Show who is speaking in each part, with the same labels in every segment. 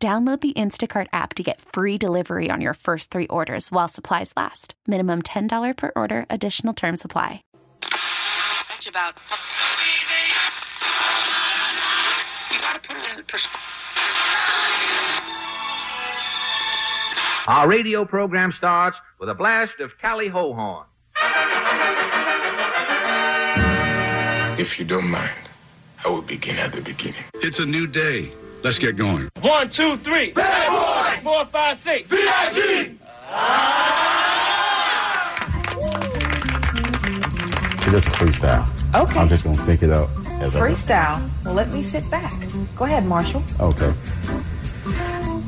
Speaker 1: Download the Instacart app to get free delivery on your first three orders while supplies last. Minimum $10 per order, additional term supply.
Speaker 2: Much about. You gotta put it in perspective.
Speaker 3: Our radio program starts with a blast of Cali Ho Horn.
Speaker 4: If you don't mind, I will begin at the beginning.
Speaker 5: It's a new day. Let's get going.
Speaker 6: One, two, three. Bad boy. Four, five, six. VIG.
Speaker 7: She does a freestyle.
Speaker 8: Okay.
Speaker 7: I'm just gonna think it out as I go.
Speaker 8: Freestyle. Well, let me sit back. Go ahead, Marshall.
Speaker 7: Okay.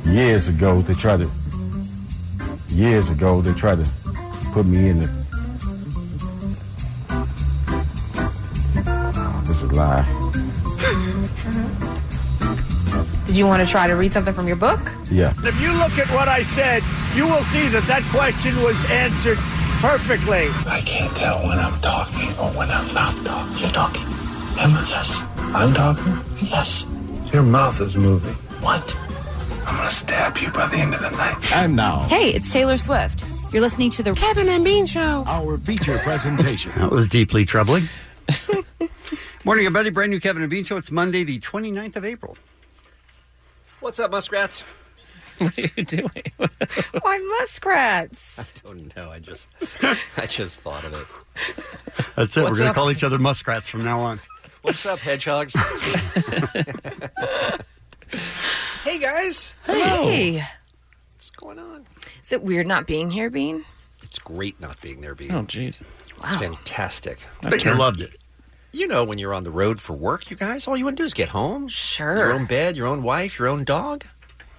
Speaker 7: Years ago, they tried to. Years ago, they tried to put me in the. Oh, this is a lie.
Speaker 8: Did you want to try to read something from your book?
Speaker 7: Yeah.
Speaker 9: If you look at what I said, you will see that that question was answered perfectly.
Speaker 4: I can't tell when I'm talking or when I'm not talking. You're talking. Remember? Yes. I'm talking? Yes. Your mouth is moving. What? I'm gonna stab you by the end of the night.
Speaker 5: And now,
Speaker 8: Hey, it's Taylor Swift. You're listening to the Kevin and Bean Show.
Speaker 5: our feature presentation.
Speaker 10: That was deeply troubling. Morning, everybody. Brand new Kevin and Bean Show. It's Monday, the 29th of April.
Speaker 11: What's up, muskrats?
Speaker 10: What are you doing?
Speaker 8: Why muskrats?
Speaker 11: Oh no, I just I just thought of it.
Speaker 10: That's it.
Speaker 11: What's
Speaker 10: We're going to
Speaker 11: up?
Speaker 10: call each other muskrats from now on.
Speaker 11: What's up, hedgehogs? hey guys.
Speaker 8: Hey.
Speaker 11: What's going on?
Speaker 12: Is it weird not being here, Bean?
Speaker 11: It's great not being there, Bean.
Speaker 6: Oh, jeez.
Speaker 11: It's fantastic.
Speaker 10: Bet you loved it.
Speaker 11: You know when you're on the road for work, you guys, all you want to do is get home. Sure. Your own bed, your own wife, your own dog.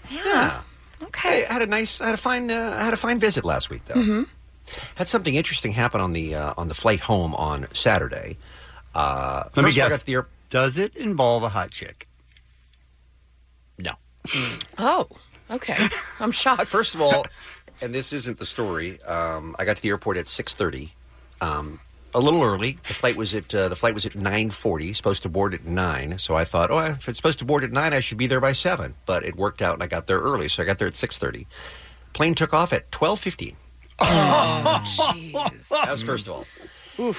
Speaker 11: Yeah.
Speaker 12: Okay.
Speaker 11: I had a nice I had a fine uh, I had a fine visit last week though. Had something interesting happen on the uh, on the flight home on Saturday. Uh,
Speaker 10: Let me
Speaker 11: first of all, I
Speaker 10: guess.
Speaker 11: got to the air-
Speaker 10: Does it involve a hot chick? Hmm.
Speaker 11: no.
Speaker 12: Oh, okay. I'm shocked.
Speaker 11: First of all, and this isn't the story. Um, I got to the airport at six thirty, um, a little early. The flight was at uh, the flight was at nine forty. Supposed to board at nine, so I thought, oh, if it's supposed to board at nine, I should be there by seven. But it worked out, and I got there early, so I got there at six thirty. Plane took off at twelve fifteen.
Speaker 10: Oh,
Speaker 11: That was first of all. A-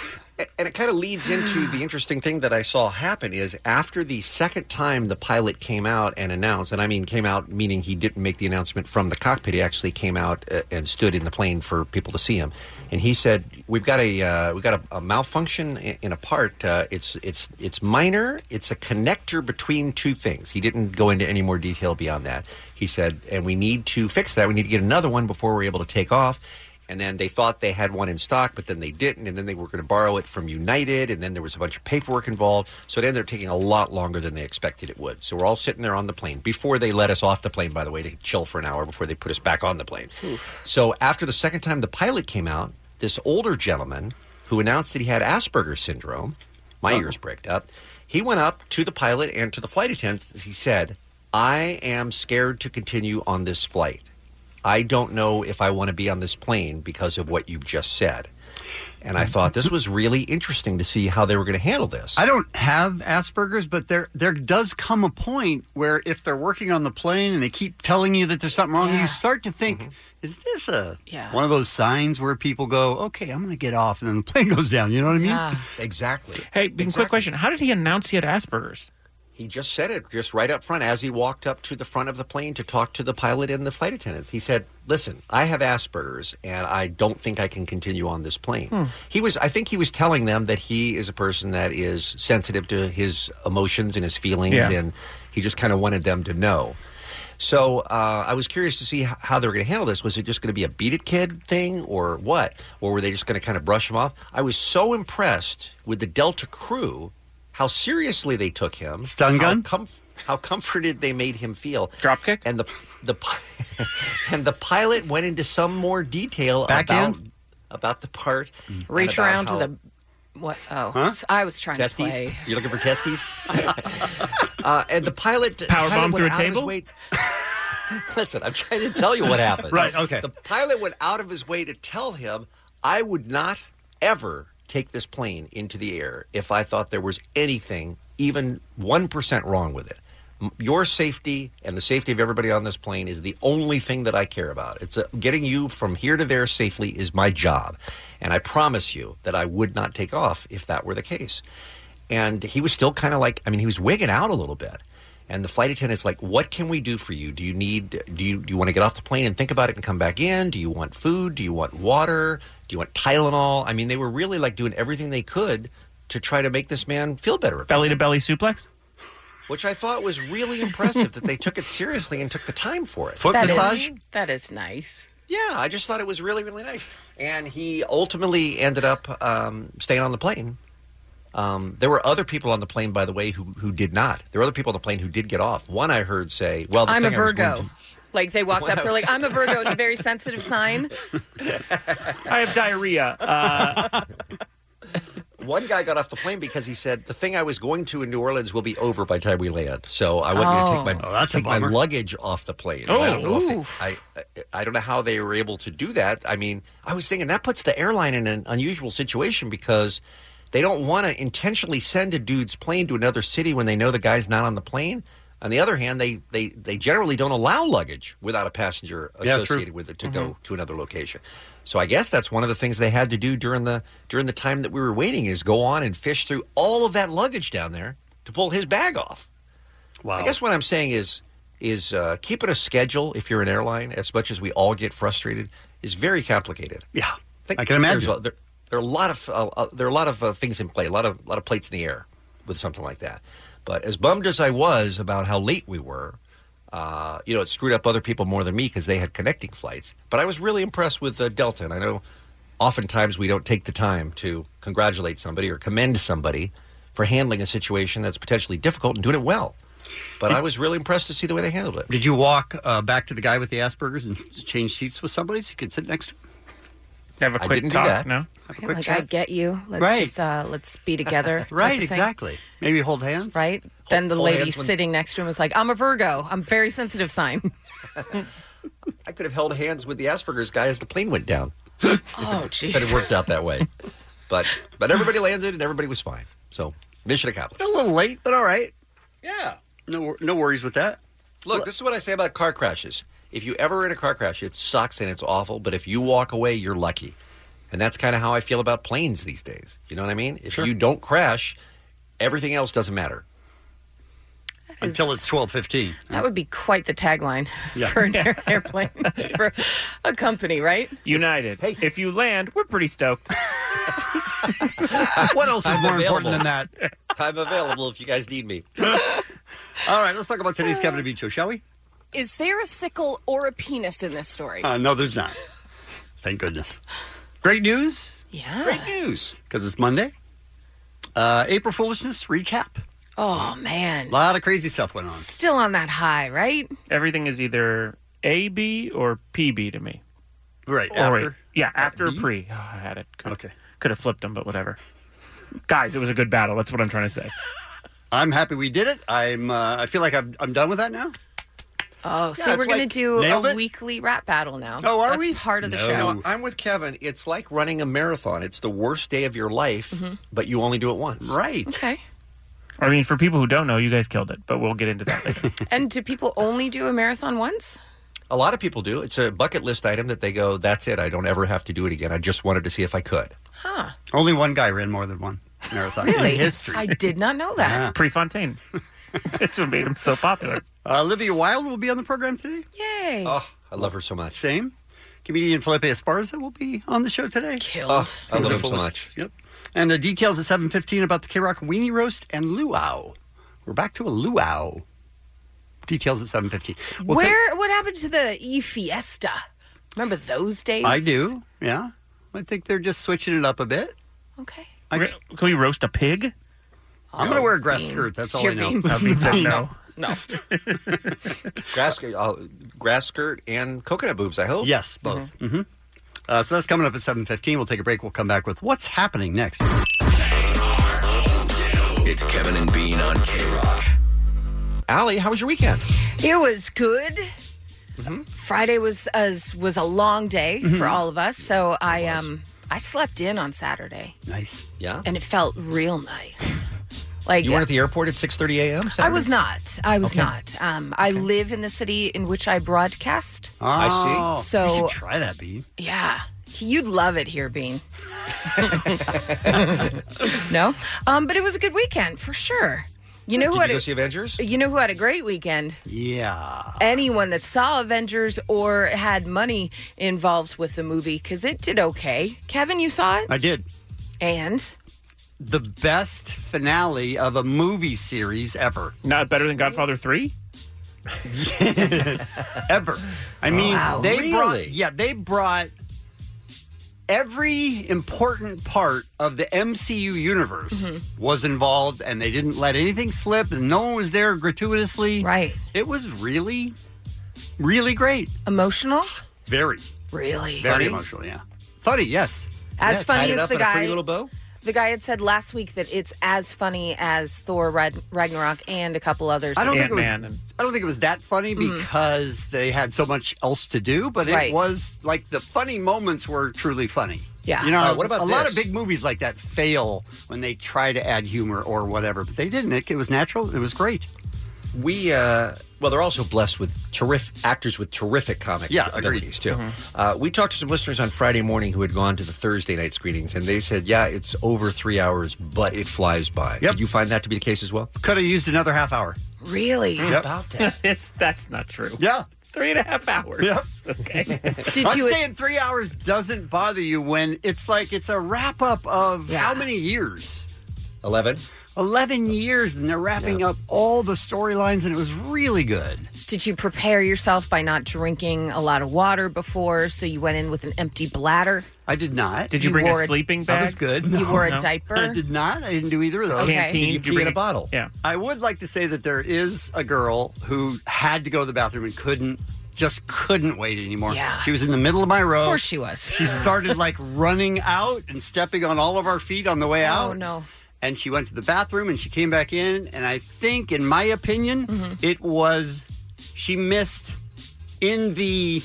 Speaker 11: And it kind of leads into the interesting thing that I saw happen is after the second time the pilot came out and announced, and I mean came out meaning he didn't make the announcement from the cockpit. He actually came out uh, and stood in the plane for people to see him, and he said, "We've got a uh, we've got a, a malfunction i- in a part. Uh, it's it's it's minor. It's a connector between two things." He didn't go into any more detail beyond that. He said, "And we need to fix that. We need to get another one before we're able to take off." and then they thought they had one in stock, but then they didn't, and then they were going to borrow it from United, and then there was a bunch of paperwork involved, so it ended up taking a lot longer than they expected it would. So we're all sitting there on the plane before they let us off the plane, by the way, to chill for an hour before they put us back on the plane. So after the second time the pilot came out, this older gentleman who announced that he had Asperger's syndrome, my ears bricked up, he went up to the pilot and to the flight attendants. He said, "I am scared to continue on this flight." I don't know if I want to be on this plane because of what you've just said. And I thought this was really interesting to see how they were going to handle this.
Speaker 10: I don't have Asperger's, but there there does come a point where if they're working on the plane and they keep telling you that there's something wrong, you start to think, is this a
Speaker 12: Yeah.
Speaker 10: one of those signs where people go, okay, I'm going to get off, and then the plane goes down. You know what I mean?
Speaker 12: Yeah.
Speaker 11: Exactly.
Speaker 6: Hey, Bean, quick question. How did he announce he had Asperger's?
Speaker 11: He just said it just right up front as he walked up to the front of the plane to talk to the pilot and the flight attendants. He said, "Listen, I have Asperger's and I don't think I can continue on this plane."
Speaker 6: Hmm.
Speaker 10: Hmm.
Speaker 11: He was I think he was telling them that he is a person that is sensitive to his emotions and his feelings
Speaker 6: Yeah.
Speaker 11: and he just kind of wanted them to know. So uh, I was curious to see h- how they were going to handle this. Was it just going to be a beat it kid thing or what? Or were they just going to kind of brush him off? I was so impressed with the Delta crew, how seriously they took him.
Speaker 10: Stun
Speaker 11: how
Speaker 10: gun?
Speaker 11: comf- how comforted they made him feel. Dropkick, and the the pi- and the pilot went into some more detail about
Speaker 12: Backhand?
Speaker 11: about the part.
Speaker 13: Mm.
Speaker 11: and
Speaker 12: Reach
Speaker 11: about
Speaker 12: around
Speaker 11: how-
Speaker 12: to the what? Oh,
Speaker 11: Huh?
Speaker 12: I was trying to
Speaker 11: testes.
Speaker 12: play.
Speaker 11: You're looking for testes. uh, and the pilot
Speaker 13: Power
Speaker 11: pilot
Speaker 13: bomb
Speaker 11: went
Speaker 13: through a
Speaker 11: out of his
Speaker 13: table?
Speaker 11: way- Listen, I'm trying to tell you what happened.
Speaker 13: Right, okay.
Speaker 11: The pilot went out of his way to tell him, "I would not ever take this plane into the air if I thought there was anything, even one percent wrong with it." M- Your safety and the safety of everybody on this plane is the only thing that I care about. It's uh, getting you from here to there safely is my job. And I promise you that I would not take off if that were the case. And he was still kind of like, I mean, he was wigging out a little bit. And the flight attendant's like, "What can we do for you? Do you need? Do you do you want to get off the plane and think about it and come back in? Do you want food? Do you want water? Do you want Tylenol? I mean, they were really like doing everything they could to try to make this man feel better. about
Speaker 14: Belly to
Speaker 11: himself
Speaker 14: belly suplex?
Speaker 11: which I thought was really impressive that they took it seriously and took the time for it.
Speaker 12: That is- that is nice.
Speaker 11: Yeah, I just thought it was really, really nice. And he ultimately ended up um, staying on the plane. Um, there were other people on the plane, by the way, who, who did not. There were other people on the plane who did get off. One I heard say, "Well, the
Speaker 12: I'm a
Speaker 11: thing I was going
Speaker 12: Virgo. Like they walked up, they're like, "I'm a Virgo. It's a very sensitive sign."
Speaker 14: I have diarrhea. Uh,
Speaker 11: to-" One guy got off the plane because he said, "The thing I was going to in New Orleans will be over by the time we land, so I want
Speaker 13: Oh.
Speaker 11: you to take my
Speaker 13: Oh, that's a
Speaker 11: take my
Speaker 13: bummer.
Speaker 11: luggage off the plane." And I
Speaker 13: Oh.
Speaker 11: don't know if they-
Speaker 13: Oof.
Speaker 11: I, I I don't know how they were able to do that. I mean, I was thinking that puts the airline in an unusual situation because they don't want to intentionally send a dude's plane to another city when they know the guy's not on the plane. On the other hand, they they, they generally don't allow luggage without a passenger
Speaker 13: Yeah, true.
Speaker 11: associated with it to go
Speaker 13: Mhm.
Speaker 11: to another location. So I guess that's one of the things they had to do during the during the time that we were waiting is go on and fish through all of that luggage down there to pull his bag off. Wow. I guess what I'm saying is is uh, keeping a schedule if you're an airline, as much as we all get frustrated, is very complicated. Yeah, I, think
Speaker 10: I can imagine.
Speaker 11: there's a- there, there are a lot of uh, uh, there are a lot of uh, things in play, a lot of a lot of plates in the air with something like that. But as bummed as I was about how late we were, uh, you know, it screwed up other people more than me because they had connecting flights. But I was really impressed with uh, Delta, and I know oftentimes we don't take the time to congratulate somebody or commend somebody for handling a situation that's potentially difficult and doing it well. But I was really impressed to see the way they handled it.
Speaker 10: Did you walk uh, back to the guy with the Asperger's and s- change seats with somebody so you could sit next to him?
Speaker 14: Have a
Speaker 12: quick
Speaker 14: talk, no?
Speaker 10: Have a quick
Speaker 12: Like I
Speaker 10: chat.
Speaker 12: get you. Let's
Speaker 10: Right.
Speaker 12: just uh, let's be together. type
Speaker 10: right,
Speaker 12: of thing.
Speaker 10: exactly. Maybe hold hands.
Speaker 12: Right. Then the
Speaker 10: hold
Speaker 12: lady
Speaker 10: hands Oh, when-
Speaker 12: sitting next to him was like, "I'm a Virgo. I'm very sensitive sign."
Speaker 11: I could have held hands with the Asperger's guy as the plane went down.
Speaker 12: oh,
Speaker 11: But it worked out that way. But but everybody landed and everybody was fine. So mission accomplished.
Speaker 10: A little late, but all right.
Speaker 11: Yeah.
Speaker 10: No, wor- no worries with that.
Speaker 11: Look, this is what I say about car crashes. If you ever in a car crash, it sucks and it's awful, but if you walk away, you're lucky. And that's kind of how I feel about planes these days. You know what I mean? If you don't crash, everything else doesn't matter.
Speaker 10: Until it's 12:15.
Speaker 12: That would be quite the tagline
Speaker 10: Yeah.
Speaker 12: for an air- airplane for a company, right?
Speaker 14: United. Hey. If you land, we're pretty stoked.
Speaker 10: what else is more important than that?
Speaker 11: I'm available if you guys need me.
Speaker 10: All right, let's talk about today's Kevin Beach show, shall we?
Speaker 8: Is there a sickle or a penis in this story?
Speaker 10: Uh, no, there's not. Thank goodness. Great news.
Speaker 12: Yeah.
Speaker 11: Great news.
Speaker 10: Because it's Monday. Uh, April Foolishness recap.
Speaker 12: Oh man,
Speaker 10: A lot of crazy stuff went on.
Speaker 12: still on that high, right?
Speaker 14: Everything is either AB or PB to me.
Speaker 10: Right.
Speaker 14: Or wait, yeah, after or pre. Oh, I had it. Could, okay. Could have flipped them, but whatever. Guys, it was a good battle. That's what I'm trying to say.
Speaker 10: I'm happy we did it. I'm. Uh, I feel like I'm. I'm done with that now.
Speaker 12: Oh,
Speaker 10: Yeah,
Speaker 12: so we're
Speaker 10: it's
Speaker 12: gonna
Speaker 10: like-
Speaker 12: do
Speaker 10: Nailed
Speaker 12: a
Speaker 10: it?
Speaker 12: weekly rap battle now.
Speaker 10: Oh, are
Speaker 12: That's
Speaker 10: we?
Speaker 12: Part of the
Speaker 11: No.
Speaker 12: show.
Speaker 11: No, I'm with Kevin. It's like running a marathon. It's the worst day of your life,
Speaker 12: Mm-hmm.
Speaker 11: but you only do it once.
Speaker 10: Right.
Speaker 12: Okay.
Speaker 14: I mean, for people who don't know, you guys killed it, but we'll get into that later.
Speaker 12: And do people only do a marathon once?
Speaker 11: A lot of people do. It's a bucket list item that they go, that's it. I don't ever have to do it again. I just wanted to see if I could.
Speaker 12: Huh.
Speaker 10: Only one guy ran more than one marathon
Speaker 12: Really?
Speaker 10: in history.
Speaker 12: I did not know that.
Speaker 14: Prefontaine. That's what made him so popular.
Speaker 10: Uh, Olivia Wilde will be on the program today.
Speaker 12: Yay.
Speaker 11: Oh, I love her so much.
Speaker 10: Same. Comedian Felipe Esparza will be on the show today.
Speaker 12: Killed.
Speaker 11: Oh, I love him so much.
Speaker 10: Yep. And the details at 7.15 about the K-Rock weenie roast and luau. We're back to a luau. Details at 7.15. We'll take-
Speaker 12: Where? what happened to the e fiesta? Remember those days?
Speaker 10: I do, yeah. I think they're just switching it up a bit.
Speaker 12: Okay.
Speaker 10: I-
Speaker 14: Can we roast a pig?
Speaker 10: I'm going to wear a dress skirt. That's all I
Speaker 12: Oh, You're
Speaker 10: know.
Speaker 12: being-
Speaker 14: That'd be- no.
Speaker 11: No. grass, uh, grass skirt and coconut boobs, I hope.
Speaker 10: Yes, both.
Speaker 14: Mm-hmm.
Speaker 10: hmm Uh, so that's coming up at 7.15. We'll take a break. We'll come back with what's happening next.
Speaker 13: It's Kevin and Bean on K Rock.
Speaker 11: Allie, how was your weekend?
Speaker 12: It was good.
Speaker 11: Mm-hmm.
Speaker 12: Friday was as was a long day for
Speaker 11: Mhm.
Speaker 12: all of us, so I um I slept in on Saturday,
Speaker 10: Nice.
Speaker 11: Yeah.
Speaker 12: and it felt real nice. Like
Speaker 11: you weren't at the airport at 6:30 a.m.
Speaker 12: I
Speaker 11: Saturday?
Speaker 12: was not. I was
Speaker 11: Okay.
Speaker 12: not. Um, I live in the city in which I broadcast.
Speaker 10: Oh,
Speaker 12: So
Speaker 10: you should try that, B.
Speaker 12: Yeah. You'd love it here, Bean. no? Um, but it was a good weekend for sure. You know
Speaker 11: Did
Speaker 12: who
Speaker 11: you
Speaker 12: had
Speaker 11: go
Speaker 12: a,
Speaker 11: see Avengers?
Speaker 12: you know who had a great weekend?
Speaker 10: Yeah.
Speaker 12: Anyone that saw Avengers or had money involved with the movie because it did okay. Kevin, you saw it,
Speaker 10: I did.
Speaker 12: and
Speaker 10: The best finale of a movie series ever.
Speaker 14: Not better than Godfather 3?
Speaker 10: ever. I mean,
Speaker 14: Wow.
Speaker 10: they
Speaker 14: Really?
Speaker 10: brought yeah, they brought every important part of the MCU universe
Speaker 12: Mhm.
Speaker 10: was involved, and they didn't let anything slip, and no one was there gratuitously.
Speaker 12: Right.
Speaker 10: It was really, really great.
Speaker 12: Emotional.
Speaker 10: Very.
Speaker 12: Really?
Speaker 10: Very
Speaker 12: Funny?
Speaker 10: emotional. Yeah. Funny. Yes.
Speaker 12: As
Speaker 10: Yes.
Speaker 12: funny as the guy.
Speaker 11: bow.
Speaker 12: The guy had said last week that it's as funny as Thor Rag- Ragnarok and a couple others.
Speaker 10: I don't think it was. I don't think it was that funny
Speaker 12: Mm.
Speaker 10: because they had so much else to do, but
Speaker 12: Right.
Speaker 10: it was like the funny moments were truly funny.
Speaker 12: Yeah.
Speaker 10: you know,
Speaker 11: Uh, what about
Speaker 10: a lot of
Speaker 11: this?
Speaker 10: big movies like that fail when they try to add humor or whatever, but they didn't. It, it was natural. It was great.
Speaker 11: We uh, well, they're also blessed with terrific actors with terrific comic
Speaker 10: Yeah, agreed.
Speaker 11: abilities too.
Speaker 10: Mhm.
Speaker 11: Uh, we talked to some listeners on Friday morning who had gone to the Thursday night screenings, and they said, "Yeah, it's over three hours, but it flies by." Did you find that to be the case as well?
Speaker 10: Could have used another half hour.
Speaker 12: Really?
Speaker 11: How about that?
Speaker 14: it's, that's not true.
Speaker 10: Yeah.
Speaker 14: Three and a half hours.
Speaker 10: Yeah.
Speaker 14: Okay.
Speaker 12: Did
Speaker 10: I'm
Speaker 12: you-
Speaker 10: saying three hours doesn't bother you when it's like it's a wrap up of how many years?
Speaker 11: Eleven.
Speaker 10: 11 years, and they're wrapping up all the storylines, and it was really good.
Speaker 12: Did you prepare yourself by not drinking a lot of water before, so you went in with an empty bladder?
Speaker 10: I did not.
Speaker 14: Did you You bring a wore a- sleeping
Speaker 10: That
Speaker 14: bag?
Speaker 10: was good.
Speaker 12: You wore a No. diaper?
Speaker 10: I did not. I didn't do either of those.
Speaker 12: Okay. Canteen?
Speaker 14: Did you bring a- Yeah.
Speaker 10: I would like to say that there is a girl who had to go to the bathroom and couldn't, just couldn't wait anymore.
Speaker 12: Yeah.
Speaker 10: She was in the middle of my row.
Speaker 12: Of course she was.
Speaker 10: She started like running out and stepping on all of our feet on the way out.
Speaker 12: Oh no.
Speaker 10: And she went to the bathroom and she came back in. And I think, in my opinion,
Speaker 12: Mm-hmm.
Speaker 10: it was she missed in the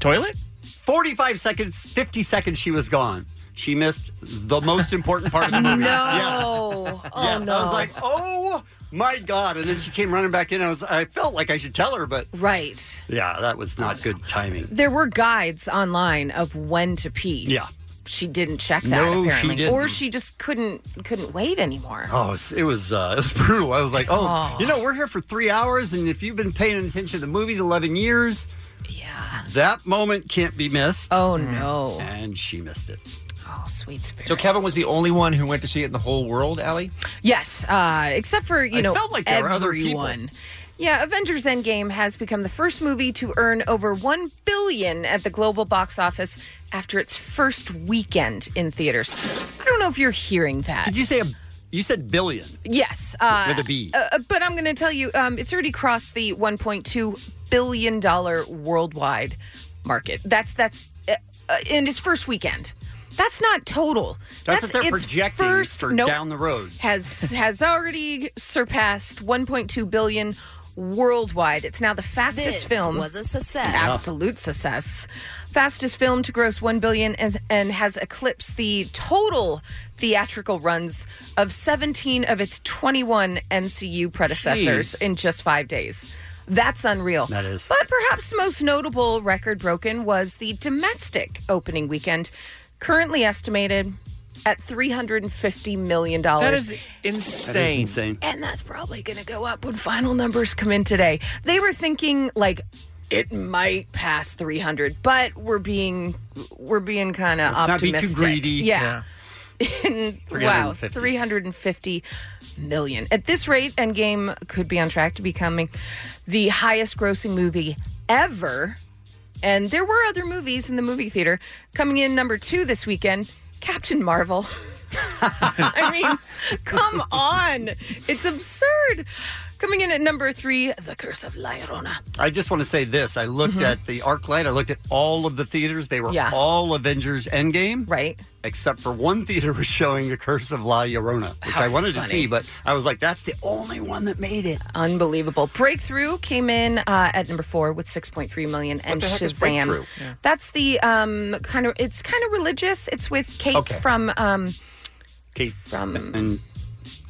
Speaker 14: toilet
Speaker 10: 45 seconds, 50 seconds she was gone. She missed the most important part of the
Speaker 12: No.
Speaker 10: movie. Yes.
Speaker 12: Oh
Speaker 10: yes.
Speaker 12: no.
Speaker 10: I was like, oh my God. And then she came running back in. I was I felt like I should tell her, but
Speaker 12: right.
Speaker 10: yeah, that was not good timing.
Speaker 12: There were guides online of when to pee.
Speaker 10: Yeah.
Speaker 12: She didn't check that
Speaker 10: No, she
Speaker 12: apparently,
Speaker 10: didn't.
Speaker 12: or she just couldn't couldn't wait anymore.
Speaker 10: Oh, it was it was, uh, it was brutal. I was like, oh, you know, we're here for three hours, and if you've been paying attention to the movies eleven years, yeah, that moment can't be missed.
Speaker 12: Oh no!
Speaker 10: And she missed it.
Speaker 12: Oh, sweet spirit.
Speaker 11: So Kevin was the only one who went to see it in the whole world, Allie.
Speaker 12: Yes, uh, except for you
Speaker 11: I
Speaker 12: know
Speaker 11: felt like there were
Speaker 12: everyone.
Speaker 11: other people.
Speaker 12: Yeah, Avengers Endgame has become the first movie to earn over 1 billion at the global box office after its first weekend in theaters. I don't know if you're hearing that.
Speaker 10: Did you say a, you said billion?
Speaker 12: Yes. Uh,
Speaker 10: With a B.
Speaker 12: uh, but I'm going to tell you um, it's already crossed the 1.2 billion dollar worldwide market. That's that's uh, uh, in its first weekend. That's not total.
Speaker 10: That's, what they're
Speaker 12: its
Speaker 10: projecting
Speaker 12: first,
Speaker 10: for
Speaker 12: nope
Speaker 10: down the road.
Speaker 12: has has already surpassed 1.2 billion worldwide. It's now the fastest
Speaker 15: This
Speaker 12: film
Speaker 15: was a success.
Speaker 12: absolute success, fastest film to gross 1 billion and, and has eclipsed the total theatrical runs of 17 of its 21 MCU predecessors
Speaker 15: Jeez.
Speaker 12: in just 5 days. That's unreal.
Speaker 15: That is.
Speaker 12: But perhaps the most notable record broken was the domestic opening weekend, currently estimated at $350 million.
Speaker 14: That is insane. That is insane.
Speaker 12: And that's probably going to go up when final numbers come in today. They were thinking like it might pass 300, but we're being we're being kind of
Speaker 10: Let's not be too
Speaker 12: optimistic.
Speaker 10: greedy.
Speaker 12: Yeah. And, wow,
Speaker 10: 350.
Speaker 12: 350 million. At this rate, Endgame could be on track to becoming the highest grossing movie ever. And there were other movies in the movie theater. Coming in number two this weekend, Captain Marvel. I mean, come on. It's absurd. Coming in at number three, The Curse of La Llorona.
Speaker 10: I just want to say this. I looked
Speaker 12: Mhm.
Speaker 10: at the arc light. I looked at all of the theaters. They were
Speaker 12: Yeah.
Speaker 10: all Avengers Endgame.
Speaker 12: Right.
Speaker 10: Except for one theater was showing The Curse of La Llorona, which
Speaker 12: How
Speaker 10: I wanted
Speaker 12: funny.
Speaker 10: to see, but I was like, that's the only one that made it.
Speaker 12: Unbelievable. Breakthrough came in uh, at number four with 6.3 million. And
Speaker 10: the
Speaker 12: Shazam.
Speaker 10: heck is Breakthrough? Yeah.
Speaker 12: That's the um, kind of, it's kind of religious. It's with Kate
Speaker 10: Okay.
Speaker 12: from, um,
Speaker 10: Kate
Speaker 12: from
Speaker 10: and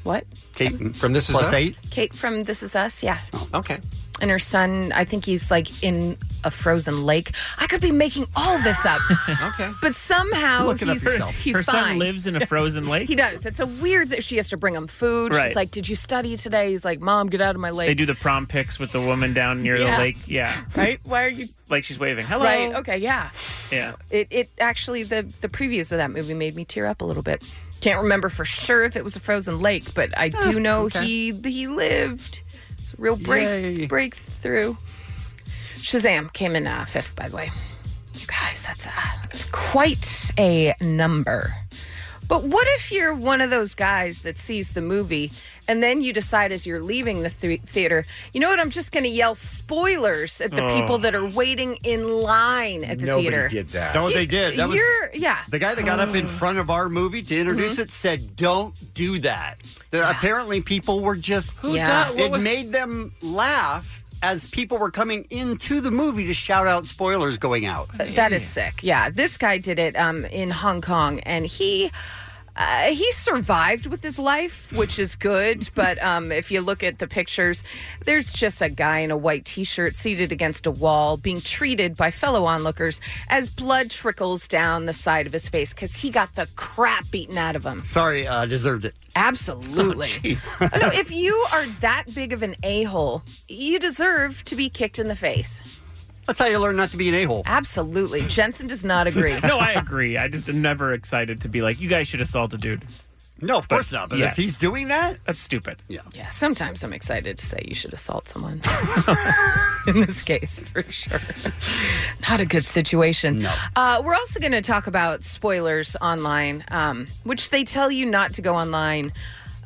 Speaker 12: what?
Speaker 10: Kate
Speaker 11: from This Is
Speaker 10: plus
Speaker 11: Us?
Speaker 10: eight. Oh,
Speaker 12: Kate from This Is Us. Yeah.
Speaker 11: Okay.
Speaker 12: And her son, I think he's like in a frozen lake. I could be making all this up.
Speaker 11: okay.
Speaker 12: But somehow he's, he's
Speaker 14: Her
Speaker 12: fine.
Speaker 14: son lives in a frozen lake.
Speaker 12: He does. It's a weird that she has to bring him food. She's
Speaker 14: Right.
Speaker 12: like, "Did you study today?" He's like, "Mom, get out of my lake."
Speaker 14: They do the prom pics with the woman down near
Speaker 12: Yeah.
Speaker 14: the lake. Yeah.
Speaker 12: right? Why are you?
Speaker 14: Like she's waving. Hello.
Speaker 12: Right. Okay. Yeah.
Speaker 14: Yeah.
Speaker 12: It it actually the the previews of that movie made me tear up a little bit. Can't remember for sure if it was a frozen lake, but I
Speaker 8: Oh,
Speaker 12: do know
Speaker 8: okay.
Speaker 12: he he lived. It's a real break breakthrough. Shazam came in uh, fifth, by the way. You guys, that's uh, that's quite a number. But what if you're one of those guys that sees the movie and then you decide as you're leaving the th- theater, you know what? I'm just going to yell spoilers at the
Speaker 10: Oh.
Speaker 12: people that are waiting in line at the
Speaker 10: Nobody
Speaker 12: theater.
Speaker 10: did that. No, they did. That was-
Speaker 12: You're- yeah.
Speaker 10: The guy that got up in
Speaker 12: Oh.
Speaker 10: front of our movie to introduce
Speaker 12: Mhm.
Speaker 10: it said, "Don't do that." That Apparently, people were just
Speaker 12: Who Yeah. done- what
Speaker 10: It
Speaker 12: was-
Speaker 10: made them laugh as people were coming into the movie to shout out spoilers going out.
Speaker 12: That is sick. Yeah, this guy did it um, in Hong Kong, and he. Uh, he survived with his life, which is good. But um, if you look at the pictures, there's just a guy in a white T-shirt seated against a wall, being treated by fellow onlookers as blood trickles down the side of his face because he got the crap beaten out of him.
Speaker 10: Sorry, uh, deserved it. Oh,
Speaker 12: Absolutely.
Speaker 10: Jeez.
Speaker 12: no, if you are that big of an a-hole, you deserve to be kicked in the face.
Speaker 10: That's how you learn not to be an a-hole.
Speaker 12: Absolutely. Jensen does not agree.
Speaker 14: no, I agree. I just am never excited to be like, you guys should assault a dude.
Speaker 10: No, of course not. But if he's doing that,
Speaker 14: that's stupid.
Speaker 10: Yeah.
Speaker 12: Yeah, sometimes I'm excited to say you should assault someone. In this case, for sure. Not a good situation. No. Uh, we're also going to talk about spoilers online, um, which they tell you not to go online.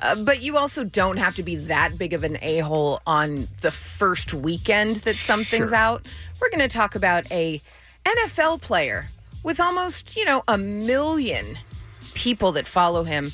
Speaker 12: Uh, but you also don't have to be that big of an a hole on the first weekend that something's
Speaker 8: Sure.
Speaker 12: out. We're going to talk about a NFL player with almost, you know, a million people that follow him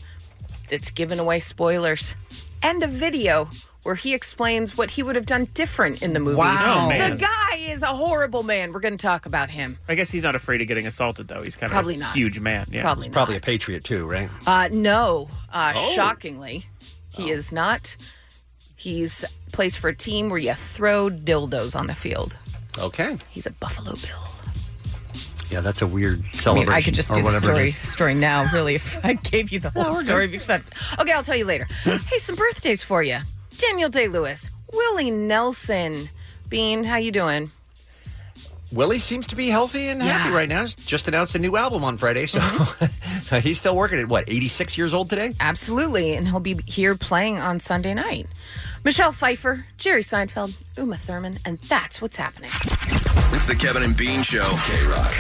Speaker 12: that's giving away spoilers and a video where he explains what he would have done different in the movie.
Speaker 14: Wow. Oh, man.
Speaker 12: the guy is a horrible man. We're going to talk about him.
Speaker 14: I guess he's not afraid of getting assaulted, though. He's kind
Speaker 12: Probably
Speaker 14: of a
Speaker 12: not.
Speaker 14: huge man. Yeah.
Speaker 12: Probably He's
Speaker 10: probably a patriot, too, right?
Speaker 12: Uh, no, uh,
Speaker 14: Oh.
Speaker 12: shockingly,
Speaker 10: Oh.
Speaker 12: he is not. He's plays for a team where you throw dildos on the field.
Speaker 10: Okay. Oh,
Speaker 12: He's a Buffalo Bill.
Speaker 10: Yeah, that's a weird
Speaker 12: I
Speaker 10: celebration.
Speaker 12: mean, I could just
Speaker 10: or
Speaker 12: do the
Speaker 10: whatever it
Speaker 12: story
Speaker 10: is.
Speaker 12: story now. Really, if I gave you the
Speaker 10: No,
Speaker 12: whole
Speaker 10: we're
Speaker 12: story,
Speaker 10: good.
Speaker 12: except okay, I'll tell you later. hey, some birthdays for you: Daniel Day Lewis, Willie Nelson, Bean. How you doing?
Speaker 11: Willie seems to be healthy and happy right now. He's just announced a new album on Friday, so
Speaker 12: Mm-hmm.
Speaker 11: he's still working at what, 86 years old today?
Speaker 12: Absolutely, and he'll be here playing on Sunday night. Michelle Pfeiffer, Jerry Seinfeld, Uma Thurman, and that's what's happening.
Speaker 13: It's the Kevin and Bean Show. K Rock.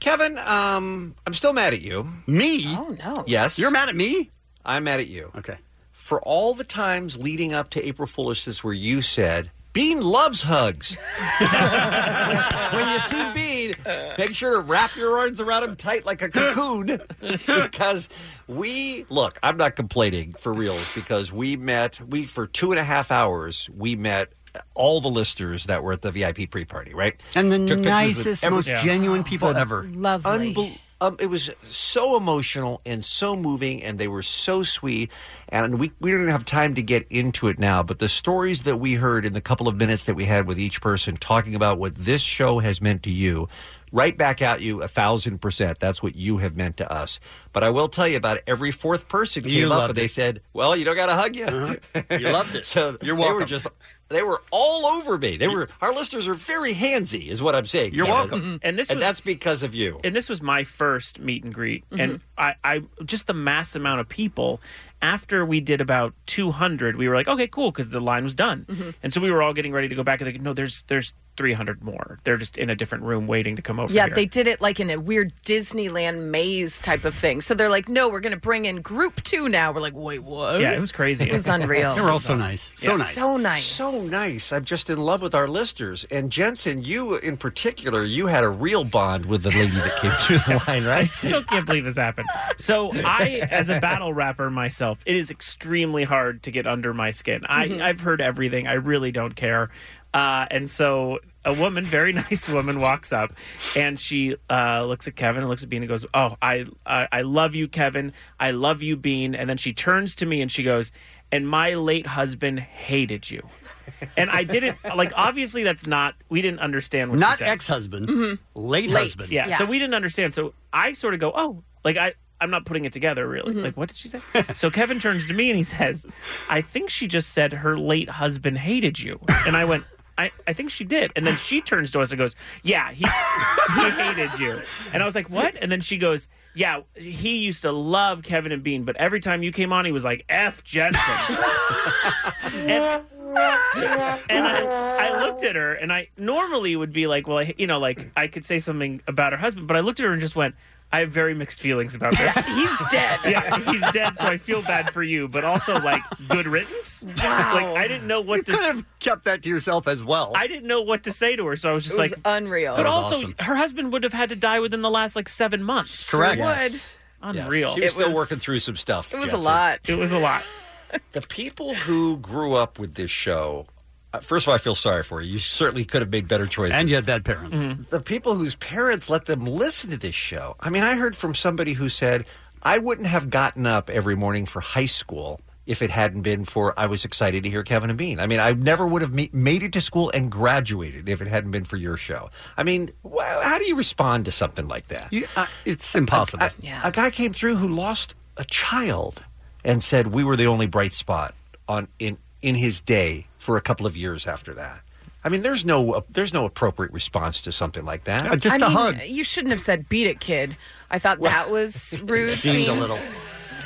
Speaker 11: Kevin, um, I'm still mad at you.
Speaker 10: Me?
Speaker 12: Oh no.
Speaker 11: Yes.
Speaker 10: You're mad at me?
Speaker 11: I'm mad at you.
Speaker 10: Okay.
Speaker 11: For all the times leading up to April Foolishness where you said Bean loves hugs. when you see Bean, make sure to wrap your arms around him tight like a cocoon. because we look, I'm not complaining for reals because we met we for two and a half hours we met all the listeners that were at the VIP pre-party, right?
Speaker 10: And the
Speaker 11: Took pictures with
Speaker 10: nicest,
Speaker 11: every-
Speaker 10: most genuine people
Speaker 11: The-
Speaker 10: ever.
Speaker 12: Lovely.
Speaker 11: Unbel- um, it was so emotional and so moving, and they were so sweet. And we, we don't have time to get into it now, but the stories that we heard in the couple of minutes that we had with each person talking about what this show has meant to you, right back at you a thousand percent. That's what you have meant to us. But I will tell you about every fourth person
Speaker 10: You
Speaker 11: came up
Speaker 10: loved
Speaker 11: and they
Speaker 10: it.
Speaker 11: said, Well, you don't got to hug you.
Speaker 10: You loved it.
Speaker 11: so
Speaker 10: You're
Speaker 11: They were
Speaker 10: welcome.
Speaker 11: just. They were all over me. They were our listeners are very handsy, is what I'm saying.
Speaker 14: You're
Speaker 11: Kevin.
Speaker 12: Mm-hmm.
Speaker 14: welcome. And this
Speaker 11: and
Speaker 14: was-
Speaker 11: that's because of you.
Speaker 14: and this was my first meet and greet
Speaker 12: Mm-hmm.
Speaker 11: Mhm.
Speaker 14: and I, I just the mass amount of people after we did about 200 we were like okay cool because the line was done
Speaker 15: Mhm.
Speaker 12: Mm-hmm.
Speaker 14: and so we were all getting ready to go back and they go, no there's there's 300 more. They're just in a different room waiting to come over.
Speaker 12: yeah,
Speaker 14: here.
Speaker 12: they did it like in a weird Disneyland maze type of thing. So they're like, no, we're going to bring in group two now. We're like, wait, what?
Speaker 14: Yeah, it was crazy.
Speaker 12: It was unreal.
Speaker 10: They were all so nice. So
Speaker 12: Yeah.
Speaker 10: nice.
Speaker 12: So nice.
Speaker 11: So nice. I'm just in love with our listeners. And Jensen, you in particular, you had a real bond with the lady that came through the line, right?
Speaker 14: Still can't believe this happened. So I, as a battle rapper myself, it is extremely hard to get under my skin. I,
Speaker 10: Mm-hmm.
Speaker 15: Mhm.
Speaker 14: I've heard everything. I really don't care. Uh, and so a woman, very nice woman, walks up and she uh, looks at Kevin and looks at Bean and goes, "Oh, I, I, I love you, Kevin. I love you, Bean." And then she turns to me and she goes, "And my late husband hated you." And I didn't like. Obviously, that's not. We didn't understand what
Speaker 10: Not
Speaker 14: she said.
Speaker 10: ex-husband,
Speaker 14: Mhm.
Speaker 10: late, husband.
Speaker 14: Yeah, So we didn't understand. So I sort of go, oh, like I, I'm not putting it together really.
Speaker 10: Mhm.
Speaker 14: Like, what did she say? so Kevin turns to me and he says, I think she just said her late husband hated you. And I went, I, I think she did. And then she turns to us and goes, yeah, he, he hated you. And I was like, what? And then she goes, yeah, he used to love Kevin and Bean, but every time you came on, he was like, F Jensen. and and I, I looked at her and I normally would be like, well, I, you know, like I could say something about her husband, but I looked at her and just went, I have very mixed feelings about this.
Speaker 12: he's dead.
Speaker 14: yeah, he's dead, so I feel bad for you, but also like good riddance.
Speaker 10: Wow.
Speaker 14: Like I didn't know what
Speaker 10: You
Speaker 14: to
Speaker 10: could have kept that to yourself as well.
Speaker 14: I didn't know what to say to her, so I was just
Speaker 12: It was
Speaker 14: like
Speaker 12: unreal.
Speaker 14: But
Speaker 12: That was
Speaker 14: also
Speaker 12: awesome.
Speaker 14: her husband would have had to die within the last like seven months.
Speaker 11: Correct. Yes.
Speaker 12: Would.
Speaker 14: Unreal.
Speaker 11: She was
Speaker 14: It
Speaker 11: still
Speaker 14: was-
Speaker 11: working through some stuff.
Speaker 12: it was a
Speaker 11: Jensen.
Speaker 12: lot. It
Speaker 14: was a lot.
Speaker 11: the people who grew up with this show, uh, first of all, I feel sorry for you. You certainly could have made better choices.
Speaker 10: And you had bad parents.
Speaker 12: Mm-hmm.
Speaker 11: The people whose parents let them listen to this show. I mean, I heard from somebody who said, I wouldn't have gotten up every morning for high school if it hadn't been for I was excited to hear Kevin and Bean. I mean, I never would have ma- made it to school and graduated if it hadn't been for your show. I mean, wh- how do you respond to something like that?
Speaker 10: uh, it's impossible.
Speaker 11: A, a guy came through who lost a child and said we were the only bright spot on in in his day for a couple of years after that. I mean, there's no there's no appropriate response to something like that.
Speaker 10: Uh,
Speaker 12: I mean, You shouldn't have said "beat it, kid." I thought that was rude.
Speaker 10: Seemed a
Speaker 12: Bean.
Speaker 10: little.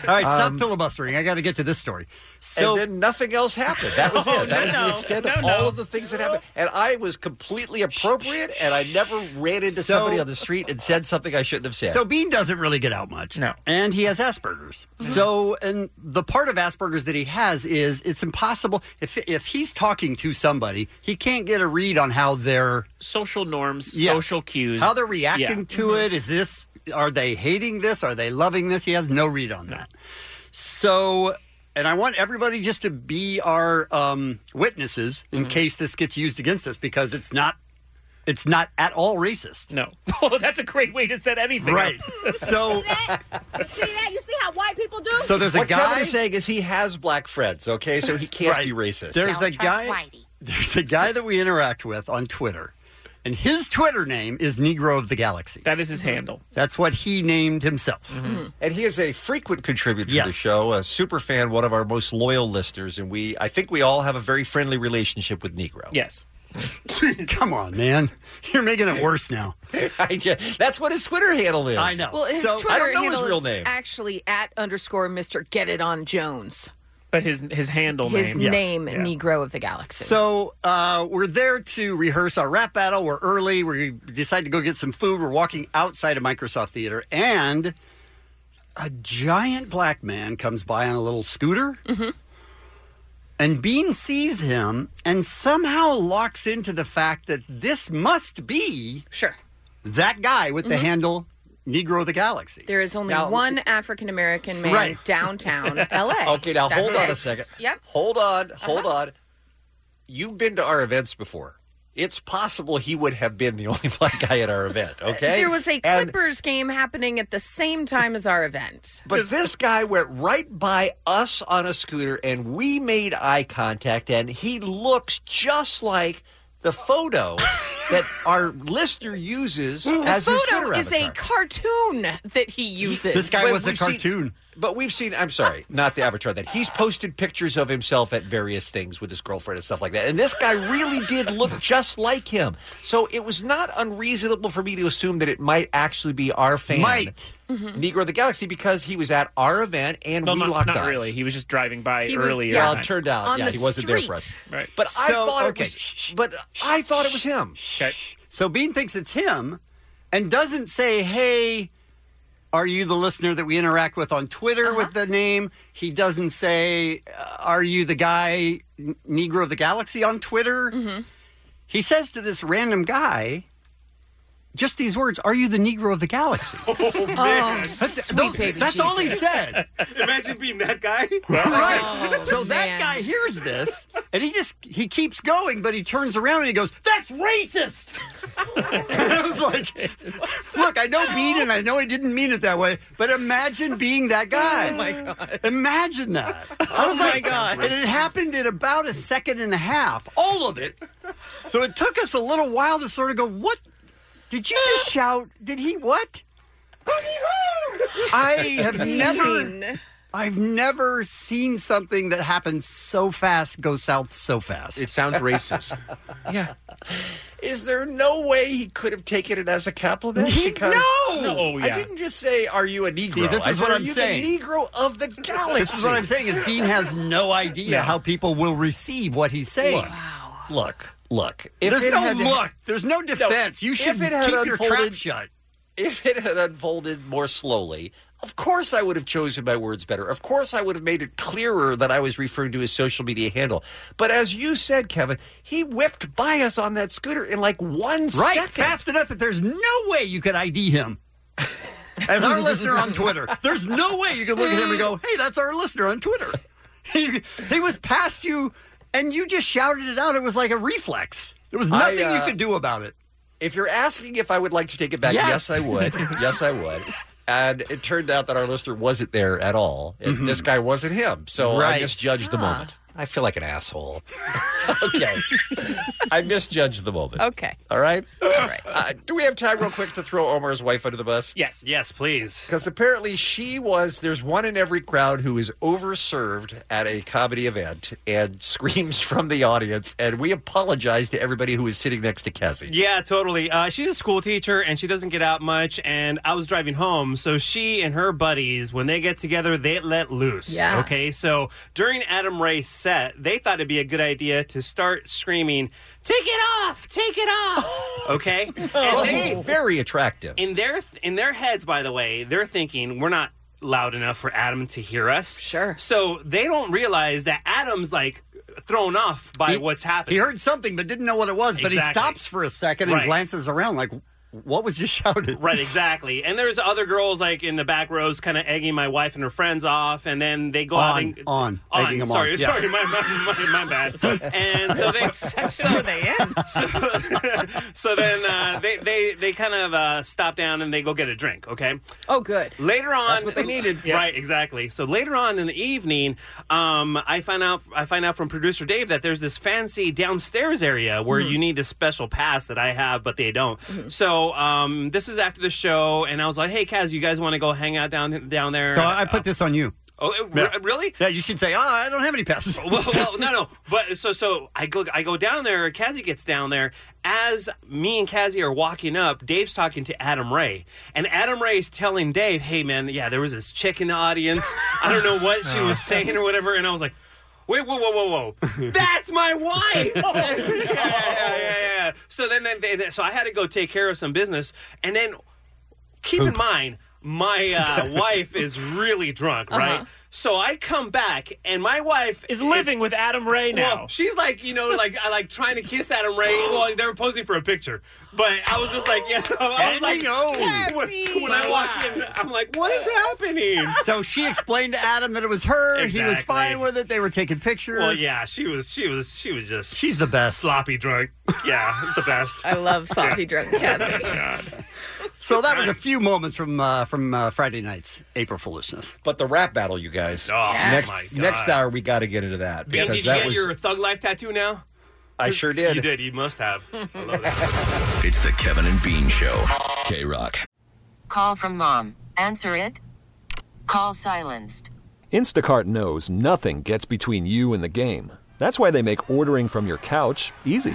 Speaker 10: All
Speaker 14: Uh,
Speaker 10: right, stop
Speaker 11: Um,
Speaker 10: filibustering. I got to get to this story. So
Speaker 11: and then nothing else happened. That was
Speaker 10: Oh,
Speaker 11: it.
Speaker 10: no,
Speaker 11: That was
Speaker 10: no.
Speaker 11: the extent
Speaker 10: No,
Speaker 11: of
Speaker 10: no.
Speaker 11: all of the things that happened. And I was completely appropriate, and I never ran into
Speaker 10: So-
Speaker 11: somebody on the street and said something I shouldn't have said.
Speaker 10: So Bean doesn't really get out much.
Speaker 14: No. Mm-hmm.
Speaker 10: And he has Asperger's. So and the part of Asperger's that he has is it's impossible if if he's talking to somebody, he can't get a read on how they're
Speaker 14: social norms,
Speaker 10: Yes.
Speaker 14: social cues.
Speaker 10: how they're reacting
Speaker 14: Yeah.
Speaker 10: to it. Is this are they hating this? Are they loving this? He has no read on that. So and I want everybody just to be our um, witnesses in
Speaker 14: Mm-hmm.
Speaker 10: case this gets used against us because it's not it's not at all racist.
Speaker 14: No. Oh, that's a great way to set anything.
Speaker 10: Right. So
Speaker 16: You see that? You see how white people do?
Speaker 10: So there's a
Speaker 11: what
Speaker 10: guy-
Speaker 11: Kevin is saying is he has black friends, okay? So he can't
Speaker 10: Right.
Speaker 11: be racist.
Speaker 10: There's a guy. There's a guy that we interact with on Twitter, and his Twitter name is Negro of the Galaxy.
Speaker 14: That is
Speaker 12: Mm-hmm.
Speaker 14: his handle. Mm-hmm.
Speaker 10: That's what he named himself.
Speaker 11: And he is a frequent contributor to the show, a super fan, one of our most loyal listeners, and we I think we all have a very friendly relationship with Negro.
Speaker 14: Yes.
Speaker 10: Come on, man. You're making it worse now.
Speaker 11: I just, that's what his Twitter handle is.
Speaker 10: I know.
Speaker 12: Well, his
Speaker 10: So-
Speaker 12: Twitter
Speaker 10: I don't know his
Speaker 12: handle
Speaker 10: real
Speaker 12: is
Speaker 10: name.
Speaker 12: actually at underscore Mister Get It On Jones.
Speaker 14: But his his handle
Speaker 12: His
Speaker 14: name.
Speaker 12: name,
Speaker 14: Yeah.
Speaker 12: Negro of the Galaxy.
Speaker 10: So uh, we're there to rehearse our rap battle. We're early. We decide to go get some food. We're walking outside of Microsoft Theater, and a giant black man comes by on a little scooter.
Speaker 12: Mm-hmm.
Speaker 10: And Bean sees him and somehow locks into the fact that this must be
Speaker 12: sure
Speaker 10: that guy with the
Speaker 12: Mhm.
Speaker 10: handle Negro of the Galaxy.
Speaker 12: There is only
Speaker 10: Now-
Speaker 12: one African American man
Speaker 10: Right.
Speaker 12: downtown LA.
Speaker 11: Okay, now
Speaker 12: That's
Speaker 11: hold on
Speaker 12: it.
Speaker 11: a second.
Speaker 12: Yep.
Speaker 11: Hold on, hold
Speaker 12: Uh-huh.
Speaker 11: on. You've been to our events before. It's possible he would have been the only black guy at our event, okay?
Speaker 12: Uh, There was a
Speaker 11: And-
Speaker 12: Clippers game happening at the same time as our event.
Speaker 11: But this guy went right by us on a scooter, and we made eye contact, and he looks just like the photo that our listener uses
Speaker 12: The
Speaker 11: as his
Speaker 12: photo
Speaker 11: Twitter
Speaker 12: is a
Speaker 11: avatar.
Speaker 12: cartoon that he uses.
Speaker 10: This guy was a cartoon.
Speaker 11: But we've seen, I'm sorry, not the avatar, that he's posted pictures of himself at various things with his girlfriend and stuff like that. And this guy really did look just like him. So it was not unreasonable for me to assume that it might actually be our fan, Mm-hmm.
Speaker 10: Might.
Speaker 11: Negro of the Galaxy, because he was at our event and
Speaker 14: Well,
Speaker 11: we
Speaker 14: not,
Speaker 11: locked
Speaker 14: not
Speaker 11: eyes.
Speaker 14: really. He was just driving by
Speaker 11: He was-
Speaker 14: earlier.
Speaker 11: yeah, Well, it turned out, on yeah, the he wasn't there for us.
Speaker 14: Right.
Speaker 11: But
Speaker 10: So,
Speaker 11: I thought
Speaker 10: okay.
Speaker 11: it was. But I thought it was him.
Speaker 10: So Bean thinks it's him and doesn't say, hey, are you the listener that we interact with on Twitter
Speaker 11: Uh-huh.
Speaker 10: with the name? He doesn't say, uh, are you the guy, N- Negro of the Galaxy on Twitter?
Speaker 11: Mm-hmm.
Speaker 10: He says to this random guy, just these words, are you the Negro of the Galaxy? oh,
Speaker 17: man.
Speaker 10: That's,
Speaker 17: Sweet
Speaker 10: those-
Speaker 17: baby
Speaker 10: that's all he
Speaker 17: Jesus.
Speaker 10: said.
Speaker 17: Imagine being that guy.
Speaker 10: right.
Speaker 17: Oh,
Speaker 10: so that guy hears this, and he just he keeps going, but he turns around and he goes, "That's racist." and I was like, "Look, I know Bean, and I know he didn't mean it that way, but imagine being that guy.
Speaker 17: Oh, my
Speaker 10: god, imagine that." I
Speaker 17: Oh,
Speaker 10: was
Speaker 17: my
Speaker 10: like,
Speaker 17: God.
Speaker 10: and it happened in about a second and a half, all of it. So it took us a little while to sort of go, "What did you just shout? Did he what?" I have never. I've never seen something that happens so fast go south so fast.
Speaker 11: It sounds racist.
Speaker 14: yeah.
Speaker 11: Is there no way he could have taken it as a compliment?
Speaker 10: He-
Speaker 11: because
Speaker 10: no! No, oh,
Speaker 11: I
Speaker 10: yeah.
Speaker 11: didn't just say, "Are you a Negro?"
Speaker 10: See, this
Speaker 11: I
Speaker 10: is
Speaker 11: said,
Speaker 10: what
Speaker 11: "Are
Speaker 10: I'm
Speaker 11: you
Speaker 10: saying.
Speaker 11: The Negro of the galaxy.
Speaker 10: This is what I'm saying is Bean has no idea
Speaker 11: No.
Speaker 10: how people will receive what he's saying.
Speaker 11: Look, look, look.
Speaker 10: There's
Speaker 11: it
Speaker 10: no
Speaker 11: had-
Speaker 10: look. There's no defense. You
Speaker 11: if
Speaker 10: should
Speaker 11: it had
Speaker 10: keep your trap
Speaker 11: unfolded-
Speaker 10: shut.
Speaker 11: If it had unfolded more slowly, of course I would have chosen my words better. Of course I would have made it clearer that I was referring to his social media handle. But as you said, Kevin, he whipped by us on that scooter in like one second.
Speaker 10: Right, fast enough that there's no way you could ID him. As our listener on Twitter, there's no way you could look at him and go, hey, that's our listener on Twitter. He, he was past you and you just shouted it out. It was like a reflex. There was nothing
Speaker 11: I, uh,
Speaker 10: you could do about it.
Speaker 11: If you're asking if I would like to take it back, yes, I would. yes, I would. And it turned out that our listener wasn't there at all. And This guy wasn't him. So I
Speaker 10: Mm-hmm. Right.
Speaker 11: misjudged the
Speaker 6: Ah.
Speaker 11: moment. I feel like an asshole. okay. I misjudged the moment.
Speaker 6: Okay.
Speaker 11: All right. All right. Uh, do we have time, real quick, to throw Omar's wife under the bus?
Speaker 14: Yes.
Speaker 11: Yes, please. Because apparently she was. There's one in every crowd who is overserved at a comedy event and screams from the audience. And we apologize to everybody who is sitting next to Cassie.
Speaker 18: Yeah, totally. Uh, she's a school teacher and she doesn't get out much. And I was driving home, so she and her buddies, when they get together, they let loose.
Speaker 17: Yeah.
Speaker 18: Okay, so during Adam Ray's set, they thought it'd be a good idea to start screaming, "Take it off! Take it off!" Okay,
Speaker 11: Well,
Speaker 18: and they-
Speaker 11: he's very attractive.
Speaker 18: in their in their heads, by the way, they're thinking we're not loud enough for Adam to hear us. Sure. So they don't realize that Adam's like thrown off by what's happening.
Speaker 10: He heard something but didn't know what it was, but he
Speaker 18: Exactly.
Speaker 10: stops for a second and
Speaker 18: Right.
Speaker 10: glances around like, what was just shouted?
Speaker 18: Right, exactly. And there's other girls like in the back rows, kind of egging my wife and her friends off, and then they go out
Speaker 10: On,
Speaker 18: and
Speaker 10: on,
Speaker 18: on.
Speaker 10: egging him
Speaker 18: sorry,
Speaker 10: on. Yeah.
Speaker 18: sorry, my, my, my, my bad. And so they so they in. So, so then uh, they they they kind of uh, stop down and they go get a drink. Okay.
Speaker 6: Oh, good.
Speaker 18: Later on,
Speaker 6: That's what they needed.
Speaker 18: Right, exactly. So later on in the evening, um, I find out I find out from producer Dave that there's this fancy downstairs area where
Speaker 6: Mm-hmm.
Speaker 17: Mhm.
Speaker 18: you need a special pass that I have, but they don't. So um, this is after the show, and I was like, "Hey, Kaz, you guys want to go hang out down down there?"
Speaker 10: So I put this on you.
Speaker 18: Oh, it-
Speaker 10: Yeah.
Speaker 18: really?
Speaker 10: Yeah, you should say, oh, I don't have any passes.
Speaker 18: well, well, no, no. But so, so I go, I go down there. Kazzy gets down there. As me and Kazzy are walking up, Dave's talking to Adam Ray, and Adam Ray's telling Dave, "Hey, man, yeah, there was this chick in the audience. I don't know what she was saying or whatever." And I was like, "Wait, whoa, whoa, whoa, whoa, that's my wife!" yeah, yeah, yeah, yeah, yeah. So then, then, they, so I had to go take care of some business, and then keep in mind my uh, wife is really drunk right
Speaker 14: Uh-huh.
Speaker 18: so i come back and my wife is
Speaker 14: living with Adam Ray
Speaker 18: Well,
Speaker 14: now.
Speaker 18: she's like you know like i like trying to kiss adam ray well they were posing for a picture but i was just like yeah i was like
Speaker 10: Standing O.
Speaker 18: when, when i walked in i'm like what is happening
Speaker 10: So she explained to Adam that it was her. He was
Speaker 18: Exactly.
Speaker 10: fine with it. They were taking pictures.
Speaker 18: well yeah she was she was she was just
Speaker 10: She's the best.
Speaker 18: sloppy drunk yeah the best
Speaker 6: I love sloppy drunk Cassie.
Speaker 10: So that was a few moments from uh, from uh, Friday night's April Foolishness.
Speaker 11: But the rap battle, you guys.
Speaker 18: Oh, my
Speaker 11: next
Speaker 18: God.
Speaker 11: next hour, we got to get into that
Speaker 18: Bean,
Speaker 11: because
Speaker 18: did you
Speaker 11: that
Speaker 18: get
Speaker 11: was.
Speaker 18: your thug life tattoo now
Speaker 11: I sure did.
Speaker 18: you did you must have I love that.
Speaker 13: It's the Kevin and Bean Show. K Rock.
Speaker 16: Call from mom. Answer it.
Speaker 19: Call silenced.
Speaker 20: Instacart knows nothing gets between you and the game. That's why they make ordering from your couch easy.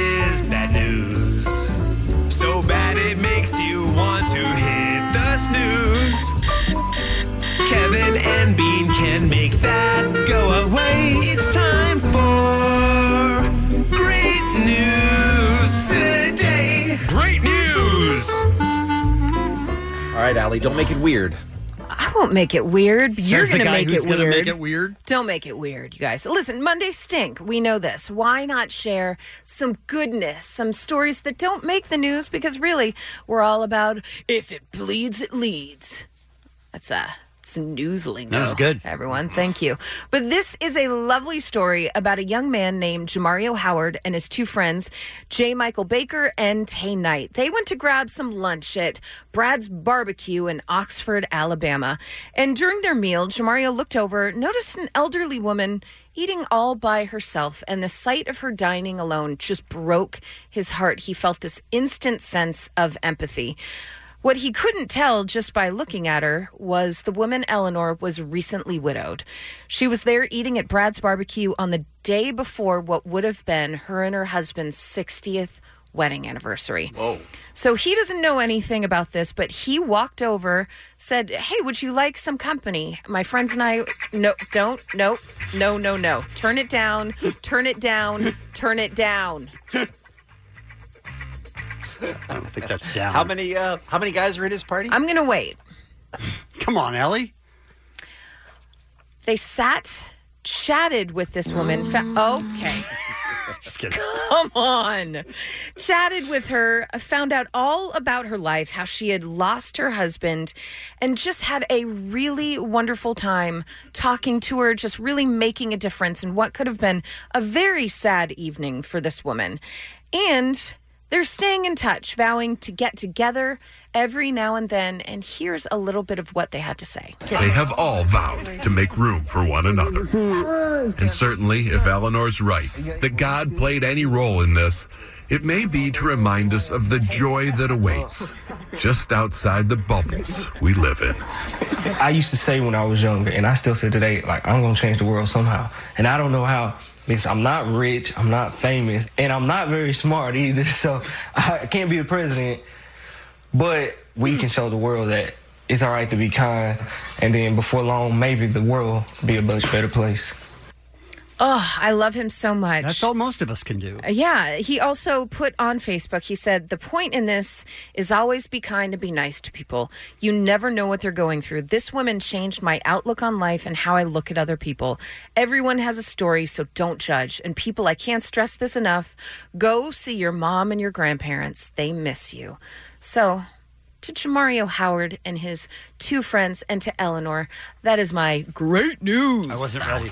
Speaker 18: bad news. So bad it makes you want to hit the snooze. Kevin and Bean can make that go away. It's time for great news today. Great news!
Speaker 11: All right, Allie, don't make it weird.
Speaker 12: I won't make it weird. You're
Speaker 11: Says the
Speaker 12: going to
Speaker 11: guy
Speaker 12: make
Speaker 11: who's
Speaker 12: it
Speaker 11: gonna
Speaker 12: weird.
Speaker 11: make it weird.
Speaker 12: Don't make it weird, you guys. Listen, Mondays stink. We know this. Why not share some goodness, some stories that don't make the news? Because really, we're all about if it bleeds, it leads. That's uh, a. It's news lingo.
Speaker 10: That was good.
Speaker 12: Everyone, thank you. But this is a lovely story about a young man named Jamario Howard and his two friends, J. Michael Baker and Tay Knight. They went to grab some lunch at Brad's Barbecue in Oxford, Alabama. And during their meal, Jamario looked over, noticed an elderly woman eating all by herself, and the sight of her dining alone just broke his heart. He felt this instant sense of empathy. What he couldn't tell just by looking at her was the woman Eleanor was recently widowed. She was there eating at Brad's barbecue on the day before what would have been her and her husband's 60th wedding anniversary. Whoa. So he doesn't know anything about this, but he walked over, said, Hey, would you like some company? My friends and I, no, don't, no, no, no, no. Turn it down, turn it down, turn it down.
Speaker 10: I don't think that's down.
Speaker 11: How many uh, how many guys are at his party?
Speaker 12: I'm going to wait.
Speaker 10: Come on, Ellie.
Speaker 12: They sat, chatted with this woman. Fa- okay.
Speaker 10: Just kidding.
Speaker 12: Come on. Chatted with her, found out all about her life, how she had lost her husband, and just had a really wonderful time talking to her, just really making a difference in what could have been a very sad evening for this woman. And they're staying in touch, vowing to get together every now and then. And here's a little bit of what they had to say.
Speaker 21: They have all vowed to make room for one another. And certainly, if Eleanor's right, that God played any role in this, it may be to remind us of the joy that awaits just outside the bubbles we live in.
Speaker 22: I used to say when I was younger, and I still say today, like, I'm gonna change the world somehow. And I don't know how, because I'm not rich, I'm not famous, and I'm not very smart either, so I can't be the president. But we can show the world that it's all right to be kind, and then before long, maybe the world be a much better place.
Speaker 12: Oh, I love him so much. That's
Speaker 10: all most of us can do.
Speaker 12: Yeah, he also put on Facebook, he said, The point in this is always be kind and be nice to people. You never know what they're going through. This woman changed my outlook on life and how I look at other people. Everyone has a story, so don't judge. And people, I can't stress this enough go see your mom and your grandparents. They miss you. So, to Jamario Howard and his two friends, and to Eleanor, that is my great news.
Speaker 10: I wasn't ready.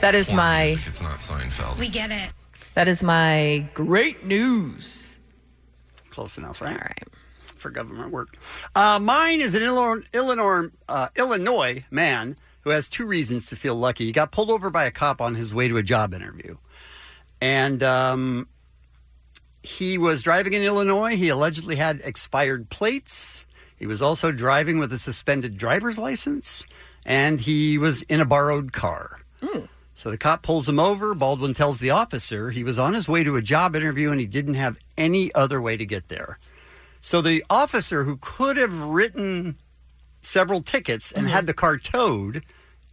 Speaker 12: That is
Speaker 21: Or
Speaker 12: my.
Speaker 21: music, It's not Seinfeld.
Speaker 12: We get it. That is my great news.
Speaker 10: Close enough, right? All right. For government work. Uh, mine is an Illinois, Illinois, uh, Illinois man who has two reasons to feel lucky. He got pulled over by a cop on his way to a job interview. And um, he was driving in Illinois. He allegedly had expired plates. He was also driving with a suspended driver's license. And he was in a borrowed car. So the cop pulls him over. Baldwin tells the officer he was on his way to a job interview and he didn't have any other way to get there. So the officer who could have written several tickets and had the car towed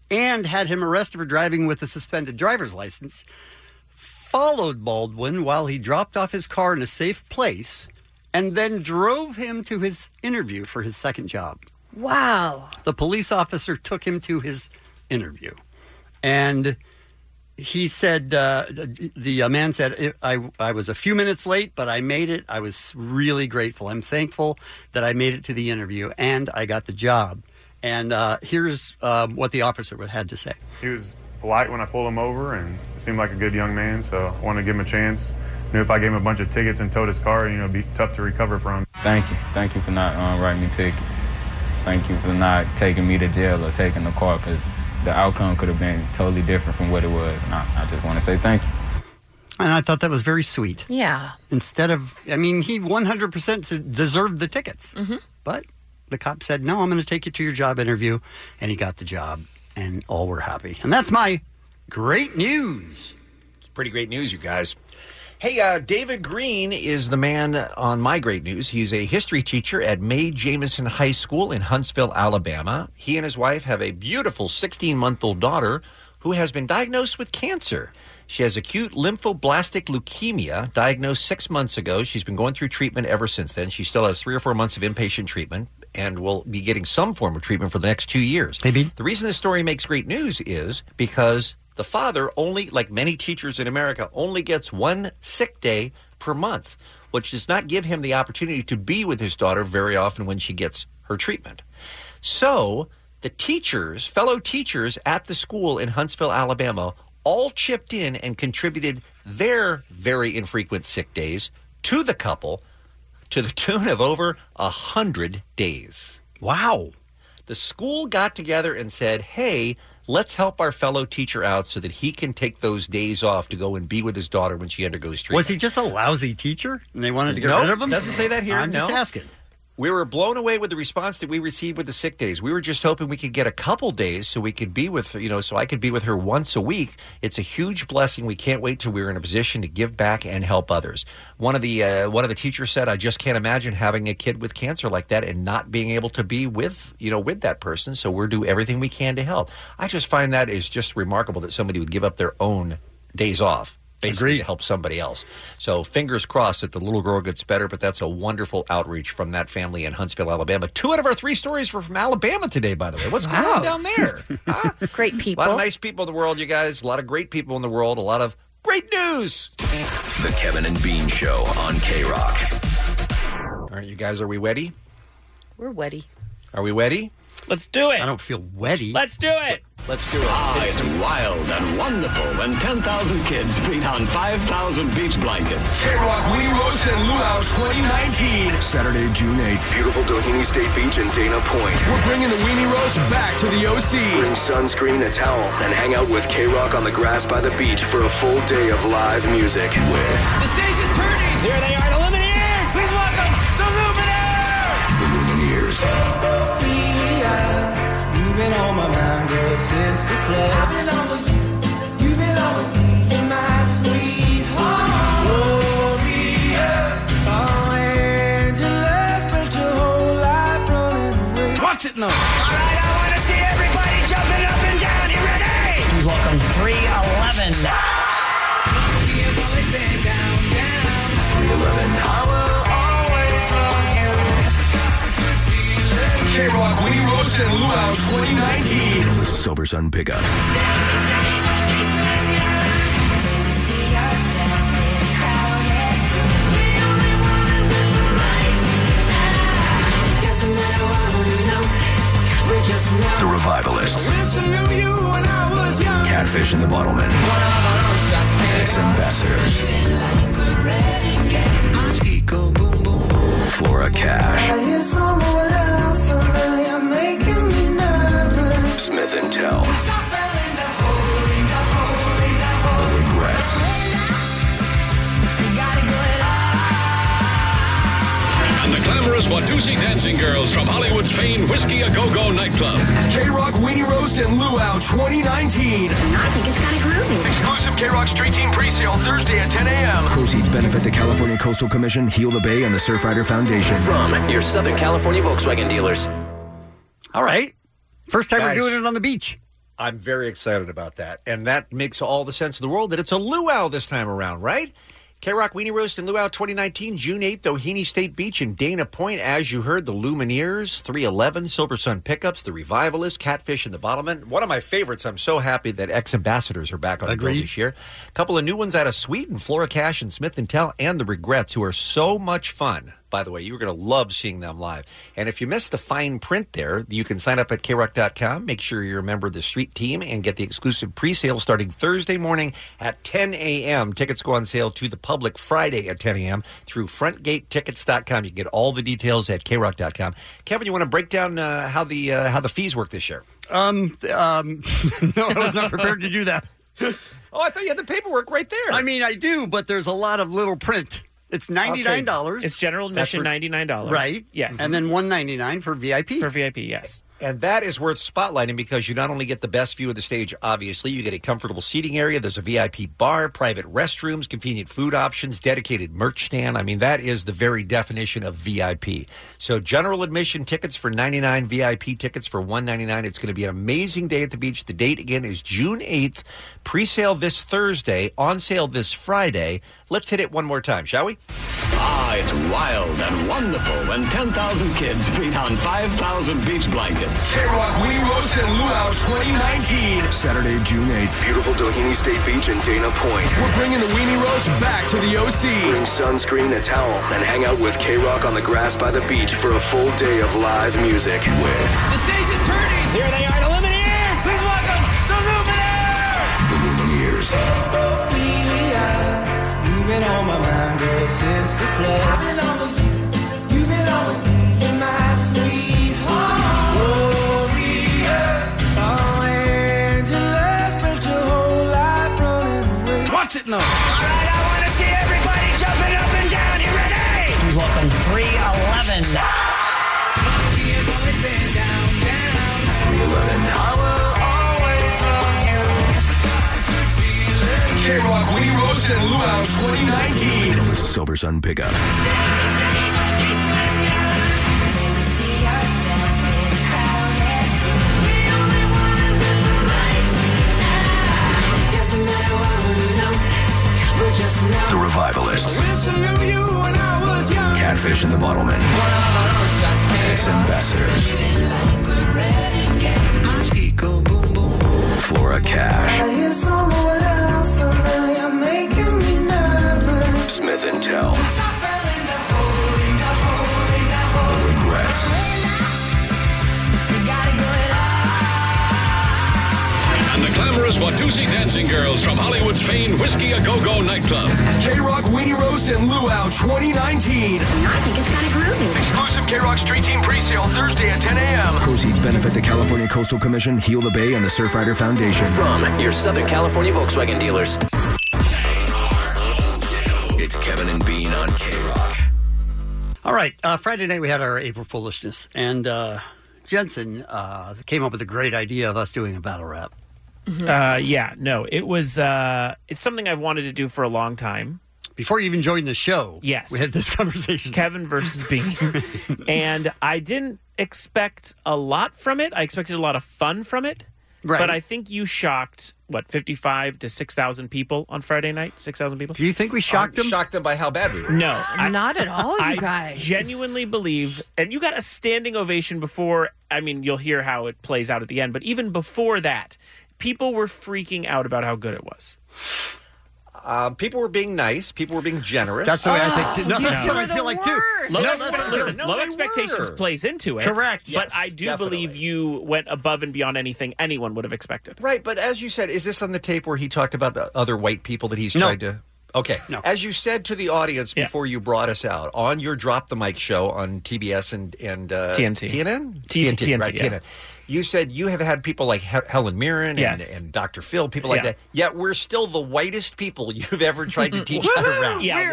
Speaker 10: and had him arrested for driving with a suspended driver's license, followed Baldwin while he dropped off his car in a safe place, and then drove him to his interview for his second job.
Speaker 12: Wow.
Speaker 10: The police officer took him to his interview, and he said, uh, "The uh, man said I I was a few minutes late, but I made it. I was really grateful. I'm thankful that I made it to the interview and I got the job." And uh, here's um, what the officer had to say.
Speaker 1: He was polite when I pulled him over and seemed like a good young man, so I wanted to give him a chance. Knew if I gave him a bunch of tickets and towed his car, you know, it'd be tough to recover from.
Speaker 2: Thank you. Thank you for not um, writing me tickets. Thank you for not taking me to jail or taking the car because the outcome could have been totally different from what it was. And I, I just want to say thank you.
Speaker 10: And I thought that was very sweet.
Speaker 12: Yeah.
Speaker 10: Instead of, I mean, he 100% deserved the tickets,
Speaker 12: Mhm.
Speaker 10: but the cop said, "No, I'm going to take you to your job interview," and he got the job, and all were happy. And that's my great news.
Speaker 11: It's pretty great news, you guys. Hey, uh, David Green is the man on my great news. He's a history teacher at Mae Jamison High School in Huntsville, Alabama. He and his wife have a beautiful 16 month old daughter who has been diagnosed with cancer. She has acute lymphoblastic leukemia, diagnosed six months ago. She's been going through treatment ever since then. She still has three or four months of inpatient treatment and will be getting some form of treatment for the next two years.
Speaker 10: Maybe.
Speaker 11: The reason this story makes great news is because the father only, like many teachers in America, only gets one sick day per month, which does not give him the opportunity to be with his daughter very often when she gets her treatment. So the teachers, fellow teachers at the school in Huntsville, Alabama, all chipped in and contributed their very infrequent sick days to the couple to the tune of over a hundred days.
Speaker 10: Wow.
Speaker 11: The school got together and said, hey, let's help our fellow teacher out so that he can take those days off to go and be with his daughter when she undergoes treatment.
Speaker 10: Was he just a lousy teacher, and they wanted to get
Speaker 11: Nope,
Speaker 10: rid of him?
Speaker 11: Doesn't say that here.
Speaker 10: I'm just
Speaker 11: no.
Speaker 10: asking.
Speaker 11: We were blown away with the response that we received with the sick days. We were just hoping we could get a couple days so we could be with you know so I could be with her once a week. It's a huge blessing. We can't wait till we're in a position to give back and help others. One of the uh, one of the teachers said, "I just can't imagine having a kid with cancer like that and not being able to be with you know with that person." So we're do everything we can to help. I just find that is just remarkable that somebody would give up their own days off basically to help somebody else. So fingers crossed that the little girl gets better, but that's a wonderful outreach from that family in Huntsville, Alabama. Two out of our three stories were from Alabama today, by the way. What's going on down there?
Speaker 12: Oh.
Speaker 11: Ah.
Speaker 12: Great
Speaker 11: A
Speaker 12: people.
Speaker 11: lot of nice people in the world, you guys. A lot of great people in the world. A lot of great news.
Speaker 13: The Kevin and Bean Show on K Rock.
Speaker 11: All right, you guys, are we ready?
Speaker 12: We're wetty.
Speaker 11: Are we ready?
Speaker 14: Let's do it. I
Speaker 10: don't feel wetty.
Speaker 14: Let's do it.
Speaker 11: Let's do it.
Speaker 17: Ah, it's wild and wonderful when 10,000 kids beat on 5,000 beach blankets.
Speaker 13: K Rock We Roast and Luau 2019. Saturday, June 8th. Beautiful Doheny State Beach in Dana Point. We're bringing the Weenie Roast back to the OC. Bring sunscreen, a towel, and hang out with K Rock on the grass by the beach for a full day of live music. With
Speaker 6: The stage is turning. Here they are, the Lumineers. Please welcome the Lumineers.
Speaker 13: the Lumineers.
Speaker 6: You've been on my mind ever since the flood. I belong with you. You belong with me in my sweetheart. Gloria. Oh, Angela's spent your whole life running away. Watch it now. All right, I want to see everybody jumping up and down. You ready? Please welcome 311.
Speaker 13: 311. K Rock We Roast and Luau 2019. Silver Sun Pickup. The Revivalists. Catfish and the Bottlemen. Ex Ambassadors. Flora Cash. Smith and Tell. The Regress.
Speaker 17: And the glamorous Watusi dancing girls from Hollywood's famed Whiskey A Go Go nightclub.
Speaker 13: K Rock Weenie Roast and Luau 2019. I think it's kind of groovy. Exclusive K Rock Street Team presale Thursday at 10 a.m. Proceeds benefit the California Coastal Commission, Heal the Bay, and the Surfrider Foundation.
Speaker 23: From your Southern California Volkswagen dealers.
Speaker 10: All right. First time
Speaker 11: Guys.
Speaker 10: we're doing it on the beach.
Speaker 11: I'm very excited about that. And that makes all the sense in the world that it's a luau this time around, right? K Rock Weenie Roast and Luau 2019, June 8th, Doheny State Beach in Dana Point. As you heard, the Lumineers, 311, Silver Sun Pickups, The Revivalists, Catfish and the Bottlemen. One of my favorites. I'm so happy that ex ambassadors are back on the grill
Speaker 10: Agreed.
Speaker 11: this year. A couple of new ones out of Sweden, Flora Cash and Smith and Tell, and The Regrets, who are so much fun. By the way, you're going to love seeing them live. And if you missed the fine print there, you can sign up at krock.com. Make sure you're a member of the street team and get the exclusive pre sale starting Thursday morning at 10 a.m. Tickets go on sale to the public Friday at 10 a.m. through frontgatetickets.com. You can get all the details at krock.com. Kevin, you want to break down uh, how, the, uh, how the fees work this year?
Speaker 10: Um, um, no, I was not prepared to do that.
Speaker 11: Oh, I thought you had the paperwork right there.
Speaker 10: I mean, I do, but there's a lot of little print. It's ninety nine dollars.
Speaker 14: Okay. It's general
Speaker 10: That's
Speaker 14: admission, $99.
Speaker 10: Right.
Speaker 14: Yes.
Speaker 10: And then one ninety nine for VIP. For
Speaker 14: VIP, yes.
Speaker 11: And that is worth spotlighting because you not only get the best view of the stage, obviously, you get a comfortable seating area. There's a VIP bar, private restrooms, convenient food options, dedicated merch stand. I mean, that is the very definition of VIP. So, general admission tickets for 99, VIP tickets for 199. It's going to be an amazing day at the beach. The date again is June 8th. Pre sale this Thursday, on sale this Friday. Let's hit it one more time, shall we?
Speaker 17: Ah, it's wild and wonderful when 10,000 kids beat on 5,000 beach blankets.
Speaker 13: K Rock Weenie Roast and Luau 2019. Saturday, June 8th. Beautiful Doheny State Beach in Dana Point. We're bringing the Weenie Roast back to the OC. Bring sunscreen, a towel, and hang out with K Rock on the grass by the beach for a full day of live music with
Speaker 18: The stage is turning. Here they are, the Lumineers. Please welcome the Lumineers.
Speaker 17: the Lumineers.
Speaker 6: Ophelia, you've been on my mind ever since the flood. I belong with you, you belong with me in my sweetheart. Gloria, oh Angela, spent your whole life running away. Watch it now.
Speaker 18: Please welcome 311.
Speaker 17: 311. K Rock Weenie Roast and Luau 2019. Silver Sun Pickup. The Revivalists. Catfish and the Bottlemen. Ex Ambassadors. Flora Cash. Smith and Tell. Regrets.
Speaker 3: and the glamorous Watusi dancing girls from Hollywood's famed Whiskey A Go Go nightclub.
Speaker 13: K Rock Weenie Roast and Luau 2019. I think it's kind of groovy. Exclusive K Rock Street Team pre sale Thursday at 10 a.m.
Speaker 17: Um, Proceeds benefit the California Coastal Commission, Heal the Bay, and the Surfrider Foundation. From your Southern California Volkswagen dealers. It's Kevin and Bean on K Rock.
Speaker 10: All right. Uh, Friday night we had our April Foolishness, and uh, Jensen uh, came up with a great idea of us doing a battle rap.
Speaker 14: Uh, yeah, no, it was. Uh, it's something I've wanted to do for a long time.
Speaker 10: Before you even joined the show,
Speaker 14: yes,
Speaker 10: we had this conversation.
Speaker 14: Kevin versus Bean, and I didn't expect a lot from it. I expected a lot of fun from it,
Speaker 10: Right.
Speaker 14: but I think you shocked what fifty-five to six thousand people on Friday night. Six thousand people.
Speaker 10: Do you think we
Speaker 14: shocked
Speaker 11: them? Shocked them by how bad we were.
Speaker 14: No, I-
Speaker 12: Not at all, you
Speaker 14: I
Speaker 12: guys.
Speaker 14: genuinely believe, and you got a standing ovation before. I mean, you'll hear how it plays out at the end, but even before that, people were freaking out about how good it was.
Speaker 11: Um, people were being nice. People were being generous.
Speaker 14: That's the way I think, too. No, Oh, You that's what two I are the
Speaker 10: feel like, too.
Speaker 14: Low, expe- listen, low expectations plays into it.
Speaker 11: Correct, yes,
Speaker 14: but I do
Speaker 11: definitely.
Speaker 14: believe you went above and beyond anything anyone would have expected.
Speaker 11: Right, but as you said, is this on the tape where he talked about the other white people that he's
Speaker 14: No.
Speaker 11: tried to? Okay. As you said to the audience before you brought us out on your Drop the Mic show on TBS and and uh,
Speaker 14: TNT.
Speaker 11: TNN,
Speaker 14: T- TNT,
Speaker 11: right?
Speaker 14: yeah.
Speaker 11: TNN. You said you have had people like he- Helen Mirren
Speaker 14: Yes.
Speaker 11: and, and Dr. Phil, people like
Speaker 14: Yeah.
Speaker 11: that. Yet we're still the whitest people you've ever tried to teach how to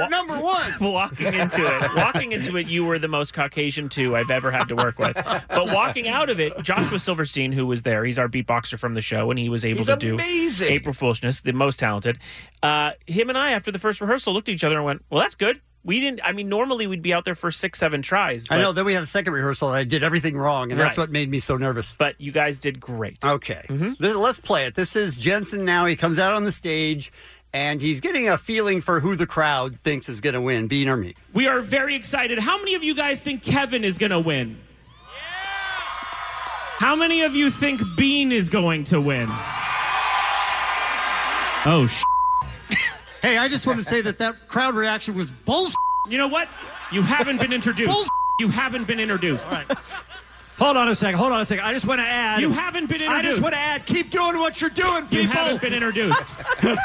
Speaker 11: rap.
Speaker 14: wa- Walking into it, walking into it, you were the most Caucasian two I've ever had to work with. But walking out of it, Joshua Silverstein, who was there, he's our beatboxer from the show, and he was able
Speaker 11: He's
Speaker 14: to do
Speaker 11: amazing.
Speaker 14: April Foolishness, the most talented. Uh, him and I, after the first rehearsal, looked at each other and went, "Well, that's good." We didn't. I mean, normally we'd be out there for six, seven tries.
Speaker 10: I
Speaker 14: but-
Speaker 10: know. Then we had a second rehearsal, and I did everything wrong, and that's
Speaker 14: Right.
Speaker 10: what made me so nervous.
Speaker 14: But you guys did great. Mm-hmm.
Speaker 10: Okay, Th- let's play it. This is Jensen. Now he comes out on the stage, and he's getting a feeling for who the crowd thinks is going to win, Bean or me.
Speaker 4: We are very excited. How many of you guys think Kevin is going to win? How many of you think Bean is going to win? Oh, sh-
Speaker 7: Hey, I just want to say that that crowd reaction was bullshit.
Speaker 4: You know what? You haven't been introduced. You haven't been introduced.
Speaker 9: Hold on a second. Hold on a second. I just want to add.
Speaker 4: You haven't been
Speaker 9: I just
Speaker 4: introduced.
Speaker 9: want to add. Keep doing what you're doing, people.
Speaker 4: You haven't been introduced.
Speaker 10: I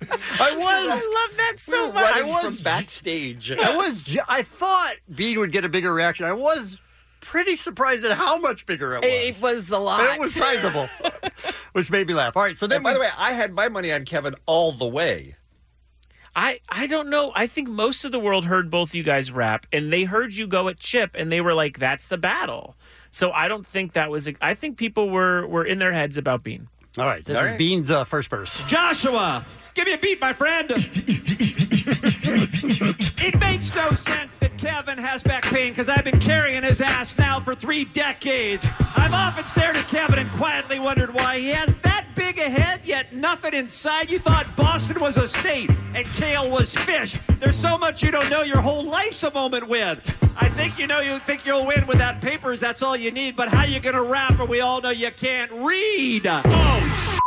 Speaker 10: was. I
Speaker 12: love that so
Speaker 10: much.
Speaker 11: I
Speaker 10: I was
Speaker 11: was backstage.
Speaker 10: I was. ju- I thought Bean would get a bigger reaction. I was pretty surprised at how much bigger it was.
Speaker 12: It was a lot.
Speaker 10: It was sizable, which made me laugh. All right, so then.
Speaker 11: by the way, I had my money on Kevin all the way.
Speaker 14: I, I don't know. I think most of the world heard both you guys rap, and they heard you go at Chip, and they were like, "That's the battle." So I don't think that was. I think people were were in their heads about Bean.
Speaker 10: All right, this
Speaker 14: All
Speaker 10: is
Speaker 14: right.
Speaker 10: Bean's uh, first verse.
Speaker 9: Joshua, give me a beat, my friend. it makes no sense that Kevin has back pain because I've been carrying his ass now for three decades. I've often stared at Kevin and quietly wondered why he has that big a head, yet nothing inside. You thought Boston was a state and kale was fish. There's so much you don't know your whole life's a moment with. I think you know you think you'll win without papers, that's all you need, but how you gonna rap when we all know you can't read? Oh,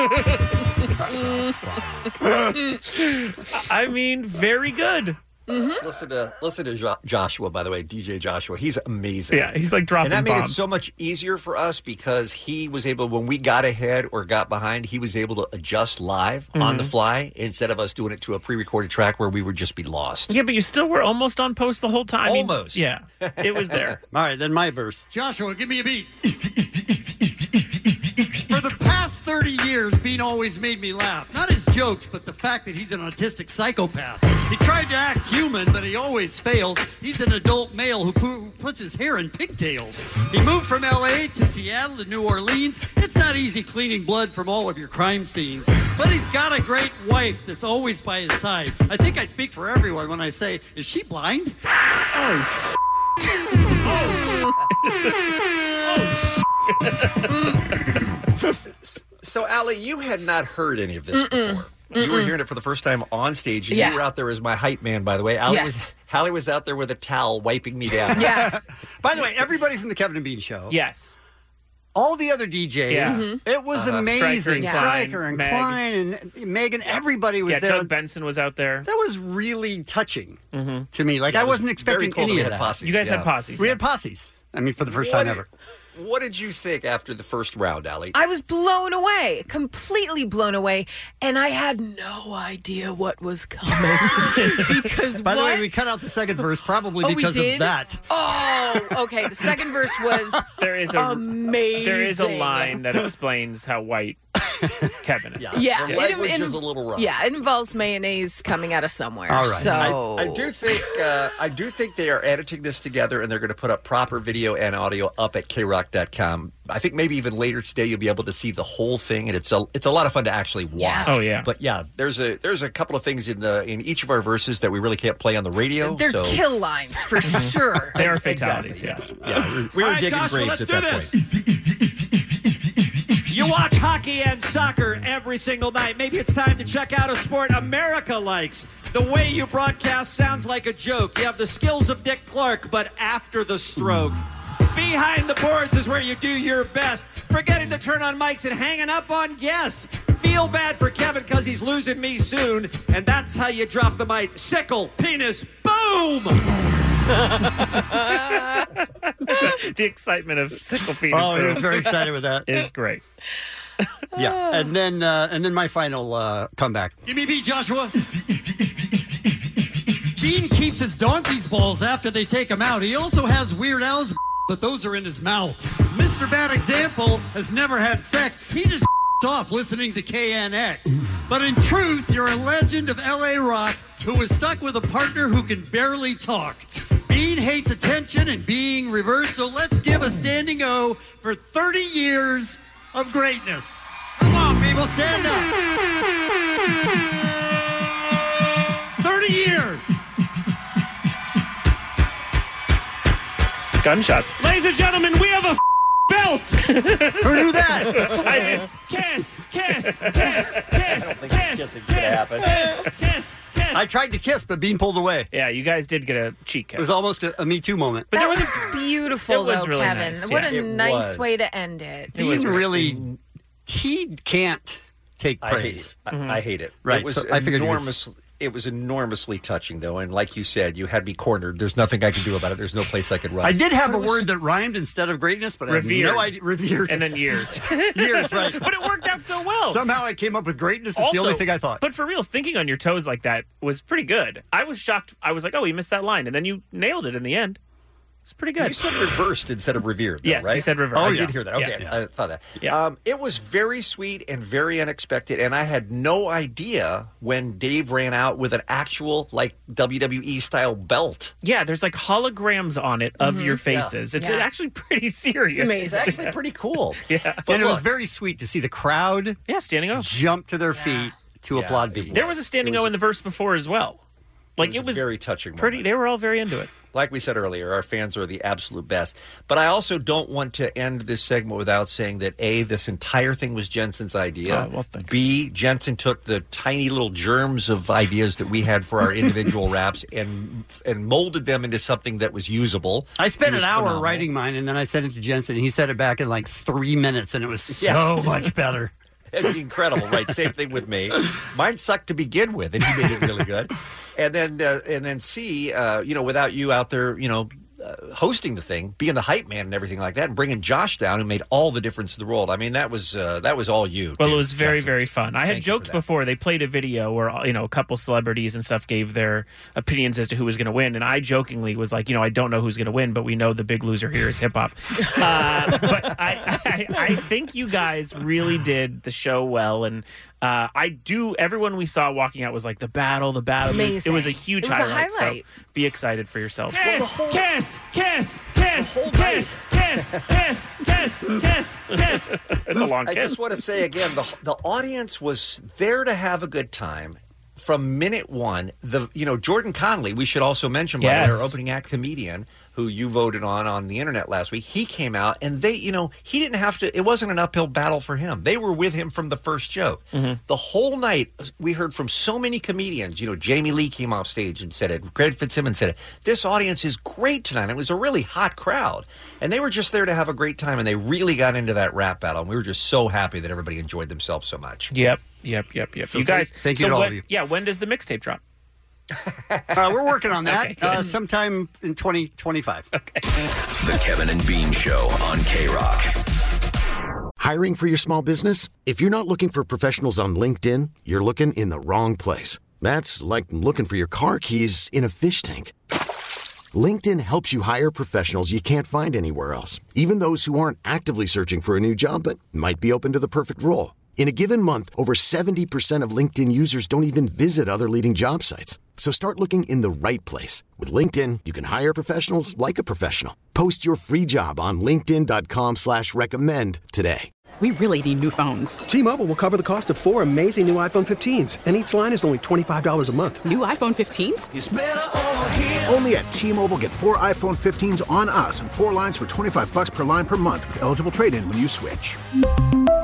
Speaker 14: Oh, I mean, very good.
Speaker 11: Listen to listen to jo- Joshua, by the way, DJ Joshua. He's amazing.
Speaker 14: Yeah, he's, like, dropping
Speaker 11: And that made
Speaker 14: bombs.
Speaker 11: it so much easier for us because he was able, when we got ahead or got behind, he was able to adjust live on
Speaker 14: Mhm.
Speaker 11: the fly instead of us doing it to a pre-recorded track where we would just be lost.
Speaker 14: Yeah, but you still were almost on post the whole time. Almost. yeah, it was there.
Speaker 10: All right, then my verse.
Speaker 7: Joshua, give me a beat. For the past 30 years, Bean always made me laugh. Not his jokes, but the fact that he's an autistic psychopath. He tried to act human, but he always fails. He's an adult male who, pu- who puts his hair in pigtails. He moved from LA to Seattle to New Orleans. It's not easy cleaning blood from all of your crime scenes. But he's got a great wife that's always by his side. I think I speak for everyone when I say, is she blind? Oh,
Speaker 14: Oh,
Speaker 11: So, Allie, you had not heard any of this
Speaker 6: Mm-mm.
Speaker 11: before. You were
Speaker 6: Mm-mm.
Speaker 11: hearing it for the first time on stage, and
Speaker 6: Yeah.
Speaker 11: you were out there as my hype man. By the way, Allie
Speaker 10: Yes.
Speaker 11: was Allie was out there with a towel wiping me down.
Speaker 10: Yeah. By the way, everybody from the Kevin and Bean show.
Speaker 14: Yes.
Speaker 10: All the other DJs.
Speaker 14: Yeah. Mhm.
Speaker 12: Mm-hmm.
Speaker 10: It was
Speaker 14: Uh-huh. Stryker
Speaker 10: amazing.
Speaker 14: and
Speaker 10: Stryker
Speaker 14: Klein,
Speaker 10: and
Speaker 14: Meg.
Speaker 10: Klein and Megan, everybody was
Speaker 14: yeah,
Speaker 10: there.
Speaker 14: Doug Benson was out there.
Speaker 10: that was really touching
Speaker 11: Mm-hmm.
Speaker 10: to me. Like I wasn't expecting
Speaker 11: cool that
Speaker 10: any
Speaker 11: we
Speaker 10: of
Speaker 11: had
Speaker 10: that.
Speaker 11: posses, You guys had yeah. posses,
Speaker 10: We had posses. I mean, for the first
Speaker 11: What
Speaker 10: time
Speaker 11: did-
Speaker 10: ever.
Speaker 11: What did you think after the first round, Allie?
Speaker 12: I was blown away, completely blown away, and I had no idea what was coming because
Speaker 10: By the
Speaker 12: what?
Speaker 10: way, we cut out the second verse probably
Speaker 12: Oh, we
Speaker 10: because
Speaker 12: did?
Speaker 10: of that.
Speaker 12: Oh, okay. The second verse was
Speaker 14: There is a
Speaker 10: Um,
Speaker 12: amazing.
Speaker 14: there is a line that explains how white Kevin is.
Speaker 12: Yeah, in- Yeah, it involves mayonnaise coming out of somewhere.
Speaker 11: All right.
Speaker 12: So
Speaker 11: I, I do think uh, I do think they are editing this together, and they're going to put up proper video and audio up at krock.com. I think maybe even later today you'll be able to see the whole thing, and it's a it's a lot of fun to actually watch.
Speaker 14: Oh, yeah.
Speaker 11: But yeah, there's a there's a couple of things in the in each of our verses that we really can't play on the radio.
Speaker 12: they're
Speaker 11: so.
Speaker 12: kill lines for sure.
Speaker 14: They are fatalities.
Speaker 11: Yeah, yeah, we were- we were
Speaker 9: All right,
Speaker 11: digging
Speaker 9: Joshua, let's
Speaker 11: graves at
Speaker 9: do
Speaker 11: that
Speaker 9: this.
Speaker 11: point.
Speaker 9: You watch hockey and soccer every single night. Maybe it's time to check out a sport America likes. The way you broadcast sounds like a joke. You have the skills of Dick Clark, but after the stroke. Behind the boards is where you do your best. Forgetting to turn on mics and hanging up on guests. Feel bad for Kevin because he's losing me soon. And that's how you drop the mic. Sickle, penis, boom!
Speaker 14: the excitement of sickle penis.
Speaker 10: Oh, he
Speaker 14: Boom
Speaker 10: was very excited with that.
Speaker 14: Is great.
Speaker 10: Yeah. And then uh, and then my final uh, comeback.
Speaker 7: Give me a beat, Joshua. Bean keeps his donkey's balls after they take him out. He also has Weird Al's, but those are in his mouth. Mr. Bad Example has never had sex. He just off listening to KNX. But in truth, you're a legend of LA rock who was stuck with a partner who can barely talk. Bean hates attention and being reversed, so let's give a standing O for 30 years of greatness. Come on, people, stand up. 30 years.
Speaker 14: Gunshots.
Speaker 4: Ladies and gentlemen, we have a belt. Who
Speaker 14: knew that?
Speaker 4: kiss, kiss, kiss, kiss, kiss, kiss, kiss,
Speaker 10: happen.
Speaker 4: kiss, kiss.
Speaker 10: I tried to kiss, but Bean pulled away.
Speaker 14: Yeah, you guys did get a cheek kiss.
Speaker 10: It was almost a, a Me Too moment.
Speaker 12: But that was beautiful,
Speaker 10: It was
Speaker 12: though,
Speaker 10: really
Speaker 12: Kevin.
Speaker 10: nice,
Speaker 12: What
Speaker 10: yeah.
Speaker 12: a
Speaker 10: It
Speaker 12: nice
Speaker 10: was.
Speaker 12: way to end it.
Speaker 10: Bean really, he can't take
Speaker 11: I hate
Speaker 10: praise.
Speaker 11: it. I,
Speaker 14: Mm-hmm.
Speaker 11: I hate it.
Speaker 10: Right.
Speaker 11: It was
Speaker 10: so I figured you
Speaker 11: enormous. It was enormously touching, though, and like you said, you had me cornered. There's nothing I could do about it. There's no place I could run.
Speaker 10: I did have a word that rhymed instead of greatness, but I
Speaker 11: Revered.
Speaker 10: have no idea. Revered.
Speaker 14: And then years.
Speaker 10: years, right.
Speaker 14: But it worked out so well.
Speaker 10: Somehow I came up with greatness. It's the
Speaker 14: Oh. Also-
Speaker 10: only thing I thought.
Speaker 14: But for reals, thinking on your toes like that was pretty good. I was shocked. I was like, oh, he missed that line. And then you nailed it in the end. It's pretty good.
Speaker 11: You said reversed instead of revered. Though,
Speaker 14: Yes, you
Speaker 11: right?
Speaker 14: said reversed.
Speaker 11: I
Speaker 14: Oh, yeah.
Speaker 11: did hear that. Okay,
Speaker 14: Yeah, yeah.
Speaker 11: I thought that. Um, it was very sweet and very unexpected, and I had no idea when Dave ran out with an actual like WWE style belt.
Speaker 14: Yeah, there's like holograms on it of
Speaker 11: Mhm.
Speaker 14: your
Speaker 11: Yeah.
Speaker 14: faces. It's
Speaker 11: Yeah.
Speaker 14: actually pretty serious.
Speaker 11: amazing. It's actually pretty cool.
Speaker 14: yeah.
Speaker 10: and it was very sweet to see the crowd
Speaker 14: yeah, standing up.
Speaker 10: jump to their feet to applaud Bean.
Speaker 14: There was a standing O in the verse before as well. Like it was,
Speaker 11: very touching.
Speaker 14: Pretty. They were all very into it.
Speaker 11: Like we said earlier, our fans are the absolute best. But I also don't want to end this segment without saying that a this entire thing was Jensen's idea.
Speaker 14: Oh, well, thanks.
Speaker 11: B Jensen took the tiny little germs of ideas that we had for our individual raps and and molded them into something that was usable.
Speaker 10: I spent
Speaker 11: He was
Speaker 10: an hour
Speaker 11: phenomenal.
Speaker 10: writing mine, and then I sent it to Jensen, and he said it back in like three minutes, and it was so
Speaker 11: Yes.
Speaker 10: much better.
Speaker 11: It'd be incredible, right? Same thing with me. Mine sucked to begin with, and he made it really good. And then, uh, and then C, uh, you know, without you out there, you know, uh, hosting the thing, being the hype man and everything like that, and bringing Josh down, who made all the difference in the world. I mean, that was uh, that was all you.
Speaker 14: Well,
Speaker 11: dude.
Speaker 14: it was very, very fun. I had joked before they played a video where you know a couple celebrities and stuff gave their opinions as to who was going to win, and I jokingly was like, you know, I don't know who's going to win, but we know the big loser here is hip hop. uh, but I, I, I think you guys really did the show well, and uh, I do. Everyone we saw walking out was like the battle, the battle.
Speaker 4: Amazing.
Speaker 14: It was a huge
Speaker 4: It was a
Speaker 14: highlight,
Speaker 4: highlight.
Speaker 14: So be excited for yourselves.
Speaker 4: Kiss, kiss, kiss, kiss, kiss, kiss, kiss, kiss, kiss, kiss.
Speaker 14: It's a long
Speaker 11: I
Speaker 14: kiss.
Speaker 11: just want to say again, the the audience was there to have a good time. From minute one, the you know Jordan Conley, we should also mention by the way,
Speaker 5: Yes.
Speaker 11: our opening act comedian who you voted on on the internet last week. He came out and they, you know, he didn't have to. It wasn't an uphill battle for him. They were with him from the first joke. The whole night, we heard from so many comedians. You know, Jamie Lee came off stage and said it. Greg Fitzsimmons said it. This audience is great tonight. It was a really hot crowd, and they were just there to have a great time. And they really got into that rap battle. And we were just so happy that everybody enjoyed themselves so much.
Speaker 14: Yep, yep, yep, yep.
Speaker 11: So
Speaker 14: you
Speaker 11: thank-
Speaker 14: guys,
Speaker 11: thank you
Speaker 14: so
Speaker 11: to all
Speaker 14: when-
Speaker 11: of you.
Speaker 14: Yeah, when does the mixtape drop?
Speaker 10: Uh, we're working on that
Speaker 14: Okay.
Speaker 10: uh, sometime in 2025.
Speaker 17: The Kevin and Bean Show on K Rock.
Speaker 8: Hiring for your small business? If you're not looking for professionals on LinkedIn, you're looking in the wrong place. That's like looking for your car keys in a fish tank. LinkedIn helps you hire professionals you can't find anywhere else, even those who aren't actively searching for a new job but might be open to the perfect role. In a given month, over 70% of LinkedIn users don't even visit other leading job sites. So start looking in the right place. With LinkedIn, you can hire professionals like a professional. Post your free job on linkedin.com slash recommend today.
Speaker 16: We really need new phones.
Speaker 17: T-Mobile will cover the cost of four amazing new iPhone 15s, and each line is only twenty-five dollars a month.
Speaker 16: New iPhone 15s?
Speaker 23: Only at T-Mobile, get four iPhone 15s on us and four lines for 25 bucks per line per month with eligible trade-in when you switch.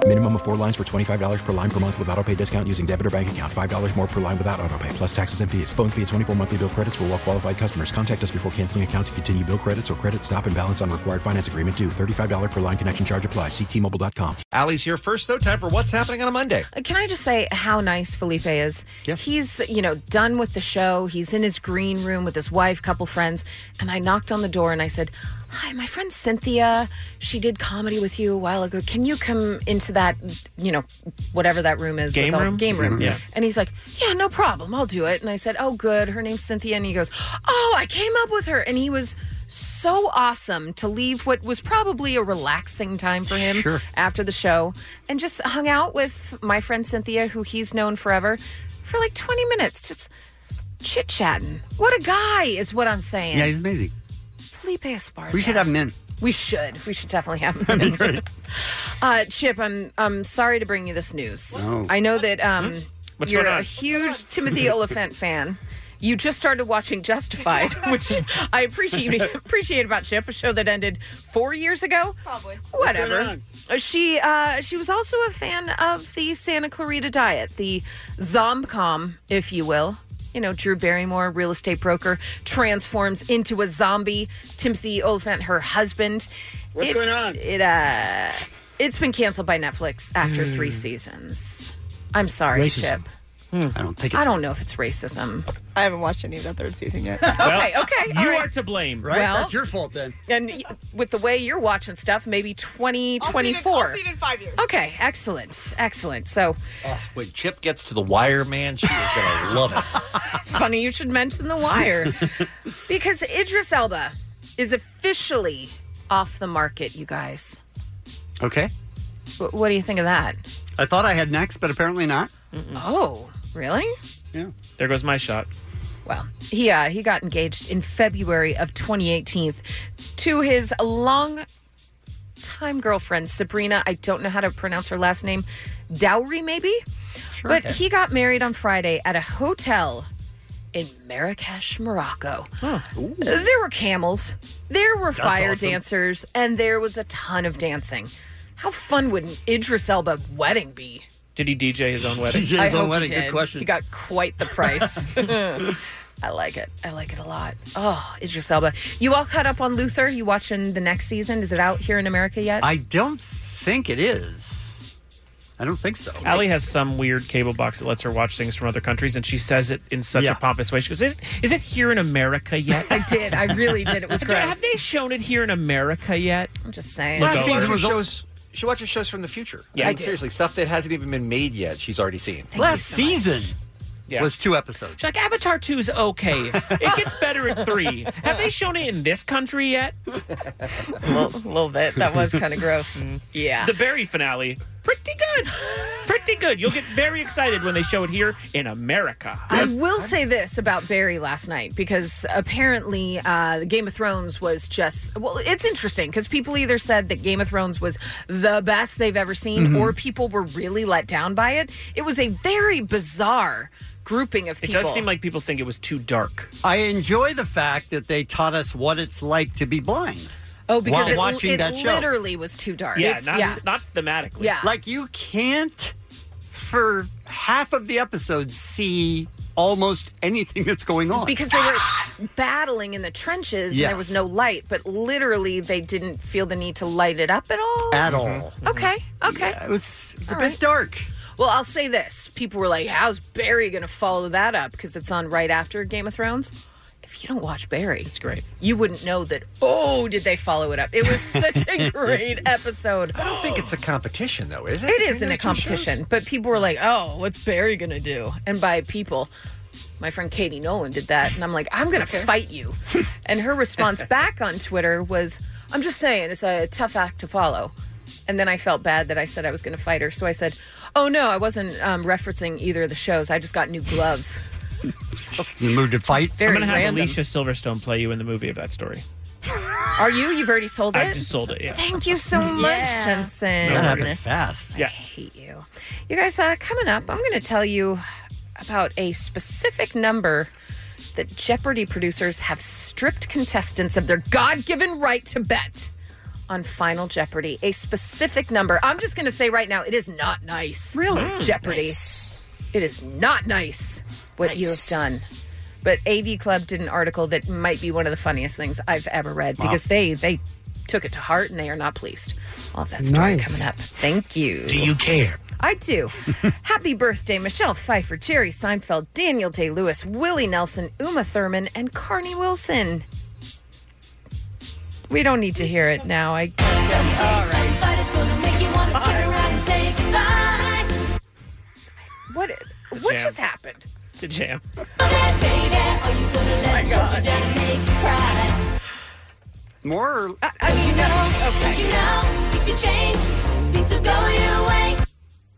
Speaker 24: Minimum of four lines for $25 per line per month with auto pay discount using debit or bank account. $5 more per line without auto pay, plus taxes and fees. Phone fee at 24 monthly bill credits for all qualified customers. Contact us before canceling account to continue bill credits or credit stop and balance on required finance agreement due. $35 per line connection charge apply. Ctmobile.com.
Speaker 11: Allie's here first, though. Time for what's happening on a Monday.
Speaker 12: Uh, Can I just say how nice Felipe is? He's, you know, done with the show. He's in his green room with his wife, couple friends, and I knocked on the door and I said, "Hi, my friend Cynthia. She did comedy with you a while ago. Can you come into that, you know, whatever that room is,
Speaker 6: Game
Speaker 12: with all-
Speaker 6: room? Mm-hmm.
Speaker 12: game room?"
Speaker 6: Yeah.
Speaker 12: And he's like, "Yeah, no problem. I'll do it." And I said, "Oh, good. Her name's Cynthia." And he goes, "Oh, I came up with her." And he was so awesome to leave what was probably a relaxing time for him
Speaker 6: Sure.
Speaker 12: after the show and just hung out with my friend Cynthia, who he's known forever, for like 20 minutes, just chit chatting. What a guy is what I'm saying.
Speaker 10: Yeah, he's amazing.
Speaker 12: Felipe Esparza.
Speaker 10: We should have him in.
Speaker 12: We should. We should definitely have him. Uh, Chip, I'm I'm sorry to bring you this news.
Speaker 10: Oh.
Speaker 12: I know that um,
Speaker 10: What's
Speaker 12: you're
Speaker 10: going on?
Speaker 12: a huge Timothy Oliphant fan, you just started watching Justified, which I appreciate appreciate about Chip, a show that ended four years ago. Probably.
Speaker 6: What's
Speaker 12: Whatever.
Speaker 6: going
Speaker 12: She uh, she was also a fan of the Santa Clarita Diet, the zomcom, if you will. You know, Drew Barrymore, real estate broker, transforms into a zombie. Timothy Oliphant, her husband.
Speaker 6: What's
Speaker 12: It-
Speaker 6: going on?
Speaker 12: It uh, it's been canceled by Netflix after
Speaker 10: Hmm.
Speaker 12: three seasons. I'm sorry,
Speaker 10: Racism.
Speaker 12: Chip.
Speaker 10: I don't think
Speaker 12: Hmm. I don't know if it's racism.
Speaker 5: I haven't watched any of that third season yet.
Speaker 12: okay, okay. all
Speaker 5: you
Speaker 12: right.
Speaker 5: are to blame,
Speaker 12: right? Well- That's your
Speaker 10: fault then.
Speaker 12: And y- with the way you're watching stuff, maybe 2024.
Speaker 5: I'll see it in five years.
Speaker 12: Okay, excellent. Excellent. So
Speaker 11: When Chip gets to the wire, man, she is going to love it.
Speaker 12: funny you should mention The Wire because Idris Elba is officially off the market, you guys.
Speaker 10: Okay.
Speaker 12: Wh- what do you think of that?
Speaker 10: I thought I had next, but apparently not.
Speaker 12: Oh, really?
Speaker 14: There goes my shot.
Speaker 12: Well, he uh, he got engaged in February of 2018 to his long time girlfriend Sabrina. I don't know how to pronounce her last name. Dowry, maybe. but he got married on Friday at a hotel in Marrakesh, Morocco. There were camels, there were
Speaker 6: That's
Speaker 12: fire
Speaker 6: awesome.
Speaker 12: dancers, and there was a ton of dancing. How fun would an Idris Elba wedding be?
Speaker 14: Did he DJ his own wedding?
Speaker 12: I hope he did. He got quite the price. I like it. I like it a lot. Oh, Idris Elba. You all caught up on Luther? You watching the next season? Is it out here in America yet?
Speaker 10: I don't think it is. I don't think so.
Speaker 14: Allie has some weird cable box that lets her watch things from other countries, and she says it in such
Speaker 10: Yeah.
Speaker 14: a pompous way. She goes, "Is, is it here in America yet?"
Speaker 12: I did. I really did. It was gross.
Speaker 14: Have they shown it here in America yet?
Speaker 12: I'm just saying.
Speaker 14: Look
Speaker 11: Last
Speaker 14: over.
Speaker 11: season was shows. She watches shows from the future.
Speaker 14: Yeah,
Speaker 11: I
Speaker 14: I
Speaker 11: mean,
Speaker 14: do.
Speaker 11: seriously, stuff that hasn't even been made yet. She's already seen.
Speaker 10: Last season was two episodes.
Speaker 14: She's like, Avatar 2's okay. It gets better at three. Have they shown it in this country yet?
Speaker 12: A little, little bit. That was kind of gross. Yeah.
Speaker 14: Mm. The Barry finale, pretty good. Pretty good. You'll get very excited when they show it here in America.
Speaker 12: I will say this about Barry last night because apparently uh, Game of Thrones was just well, it's interesting because people either said that Game of Thrones was the best they've ever seen,
Speaker 10: Mm-hmm.
Speaker 6: Mhm.
Speaker 12: or people were really let down by it. It was a very bizarre grouping of
Speaker 14: It
Speaker 12: people.
Speaker 14: does seem like people think it was too dark.
Speaker 10: I enjoy the fact that they taught us what it's like to be blind.
Speaker 12: oh because
Speaker 10: while
Speaker 12: it,
Speaker 10: watching
Speaker 12: it
Speaker 10: that show.
Speaker 12: literally was too dark.
Speaker 10: Yeah,
Speaker 12: It's-
Speaker 10: not-
Speaker 12: yeah.
Speaker 14: Not thematically.
Speaker 12: Yeah.
Speaker 10: Like you can't for half of the episodes see almost anything that's going on.
Speaker 12: because they were battling in the trenches and
Speaker 10: Oh, Yes.
Speaker 12: there was no light, but literally they didn't feel the need to light it up at all.
Speaker 10: at
Speaker 15: Mm-hmm.
Speaker 10: all.
Speaker 12: Okay. Okay.
Speaker 10: It was, it was a
Speaker 12: All
Speaker 10: bit
Speaker 12: right.
Speaker 10: dark.
Speaker 12: Well, I'll say this. People were like, how's Barry going to follow that up? Because it's on right after Game of Thrones. If you don't watch Barry, it's
Speaker 14: great.
Speaker 12: You wouldn't know that, oh, did they follow it up? It was such a great episode. I don't
Speaker 11: think it's a competition, though, is it?
Speaker 12: It
Speaker 11: between
Speaker 12: isn't
Speaker 11: those
Speaker 12: a
Speaker 11: two shows?
Speaker 12: competition, but people were like, oh, what's Barry going to do? And by people, my friend Katie Nolan did that. And I'm like, I'm going to fight you. And her response back on Twitter was, I'm just saying, it's a tough act to follow. And then I felt bad that I said I was going to fight her. So I said, oh, no, I wasn't um, referencing either of the shows. I just got new gloves.
Speaker 10: You moved to fight.
Speaker 12: Very
Speaker 14: I'm gonna have
Speaker 12: random.
Speaker 14: Alicia Silverstone play you in the movie of that story.
Speaker 12: Are you? You've already sold it?
Speaker 14: I've just sold it. Yeah.
Speaker 12: Thank you so much, Jensen.
Speaker 10: fast.
Speaker 14: Yeah.
Speaker 12: hate you. You guys, uh, coming up, I'm going to tell you about a specific number that Jeopardy producers have stripped contestants of their God given right to bet on Final Jeopardy. A specific number. I'm just going to say right now, it is not nice. Really? Jeopardy. It is not nice what you have done. But AV Club did an article that might be one of the funniest things I've ever read
Speaker 6: Wow.
Speaker 12: because they they took it to heart and they are not pleased. All of that story
Speaker 6: Nice.
Speaker 12: coming up. Thank you.
Speaker 6: Do you care?
Speaker 12: I do. Happy birthday, Michelle Pfeiffer, Jerry Seinfeld, Daniel Day Lewis, Willie Nelson, Uma Thurman, and Carney Wilson. We don't need to hear it now. I what what
Speaker 14: jam.
Speaker 12: just happened?
Speaker 14: It's a jam.
Speaker 10: More or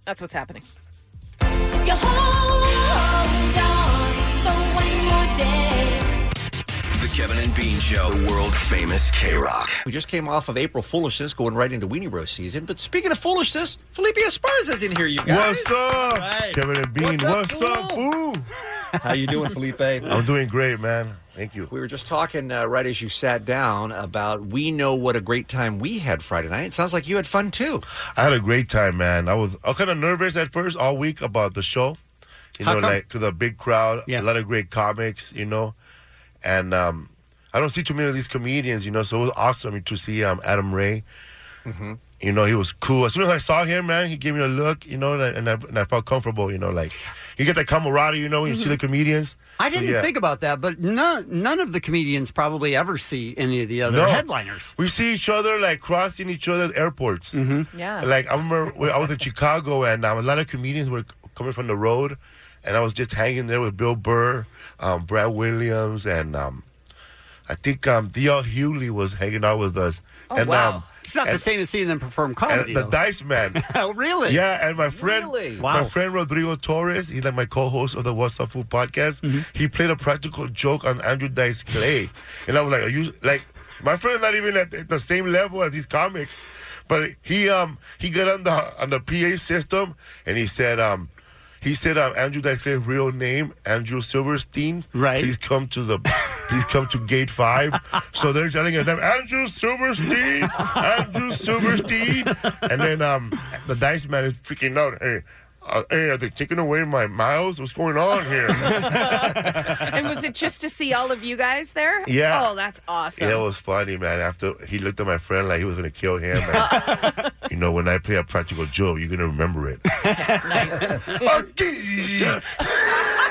Speaker 12: That's what's happening.
Speaker 17: The Kevin and Bean Show, world famous K Rock.
Speaker 11: We just came off of April Foolishness, going right into Weenie Roast season. But speaking of foolishness, Felipe Esparza's in here, you guys.
Speaker 1: What's up? Kevin and Bean, what's up,
Speaker 11: fool? How you doing, Felipe?
Speaker 15: I'm doing great, man. Thank you.
Speaker 11: We were just talking uh, right as you sat down about we know what a great time we had Friday night. It sounds like you had fun too.
Speaker 15: I had a great time, man. I was I was kind of nervous at first all week about the show. You
Speaker 11: How
Speaker 15: know,
Speaker 11: come?
Speaker 15: like to the big crowd, a lot of great comics, you know, and um, I don't see too many of these comedians, you know. So it was awesome to see um, Adam Ray.
Speaker 10: Mm-hmm.
Speaker 15: You know, he was cool. As soon as I saw him, man, he gave me a look, you know, and I, and I, and I felt comfortable, you know, like you get that camaraderie, you know, when you see the comedians.
Speaker 10: Mm-hmm. I
Speaker 15: So,
Speaker 10: didn't
Speaker 15: yeah.
Speaker 10: think about that, but none none of the comedians probably ever see any of the other
Speaker 15: No.
Speaker 10: headliners.
Speaker 15: We see each other like crossing each other at airports. Mm-hmm.
Speaker 10: Yeah.
Speaker 15: Like I remember when I was in Chicago and um, a lot of comedians were c- coming from the road, and I was just hanging there with Bill Burr, um, Brad Williams, and um, I think um, D.L. Hewley was hanging out with us.
Speaker 10: Oh,
Speaker 15: and,
Speaker 10: wow.
Speaker 15: um,
Speaker 10: it's not the
Speaker 15: and-
Speaker 10: same as seeing them perform
Speaker 15: and
Speaker 10: comedy.
Speaker 15: the
Speaker 10: though.
Speaker 15: Dice Man.
Speaker 10: oh, really?
Speaker 15: Yeah, and my friend,
Speaker 10: Really?
Speaker 15: my
Speaker 10: Wow.
Speaker 15: friend Rodrigo Torres, he's like my co-host of the What's Up Food podcast. He played a practical joke on Andrew Dice Clay, and I was like, "Are you like my friend's not even at the- the same level as these comics?" But he um he got on the on the PA system, and he said um. He said, um, "Andrew Dice Clay's real name, Andrew Silverstein. Right? He's come to the, he's come to Gate Five. so they're telling him, Andrew Silverstein, Andrew Silverstein. And then um, the dice man is freaking out. Hey, uh, hey, are they taking away my miles? What's going on here?
Speaker 12: and was it just to see all of you guys there?
Speaker 15: Yeah.
Speaker 12: Oh, that's awesome.
Speaker 15: Yeah, it was funny, man. After he looked at my friend like he was going to kill him. man. you know, when I play a practical joke, you're going to remember it.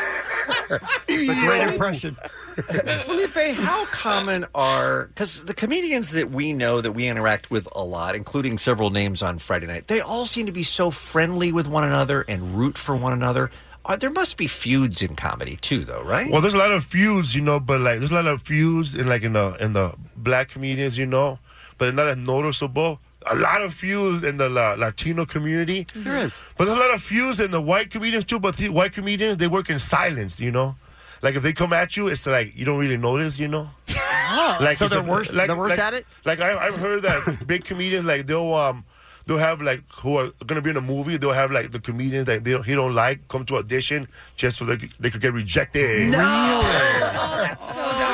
Speaker 11: It's a great impression. Felipe, how common are because the comedians that we know that we interact with a lot, including several names on Friday night, they all seem to be so friendly with one another and root for one another. Are, there must be feuds in comedy too, though, right?
Speaker 15: Well, there's a lot of feuds, you know, but like there's a lot of feuds in like in the in the black comedians, you know, but not as noticeable. A lot of feuds in the La- Latino community.
Speaker 10: Mm-hmm. There is,
Speaker 15: but there's a lot of feuds in the white comedians too. But the white comedians they work in silence, you know. Like if they come at you, it's like you don't really notice, you know.
Speaker 12: Oh.
Speaker 10: Like, so
Speaker 15: it's
Speaker 10: they're
Speaker 15: a-
Speaker 10: worse.
Speaker 15: like-
Speaker 10: they're worse
Speaker 15: like-
Speaker 10: at it.
Speaker 15: Like I, I've heard that big comedians like they'll um they'll have like who are gonna be in a movie. They'll have like the comedians that they don't, he don't like come to audition just so they could, they could get rejected.
Speaker 12: Oh,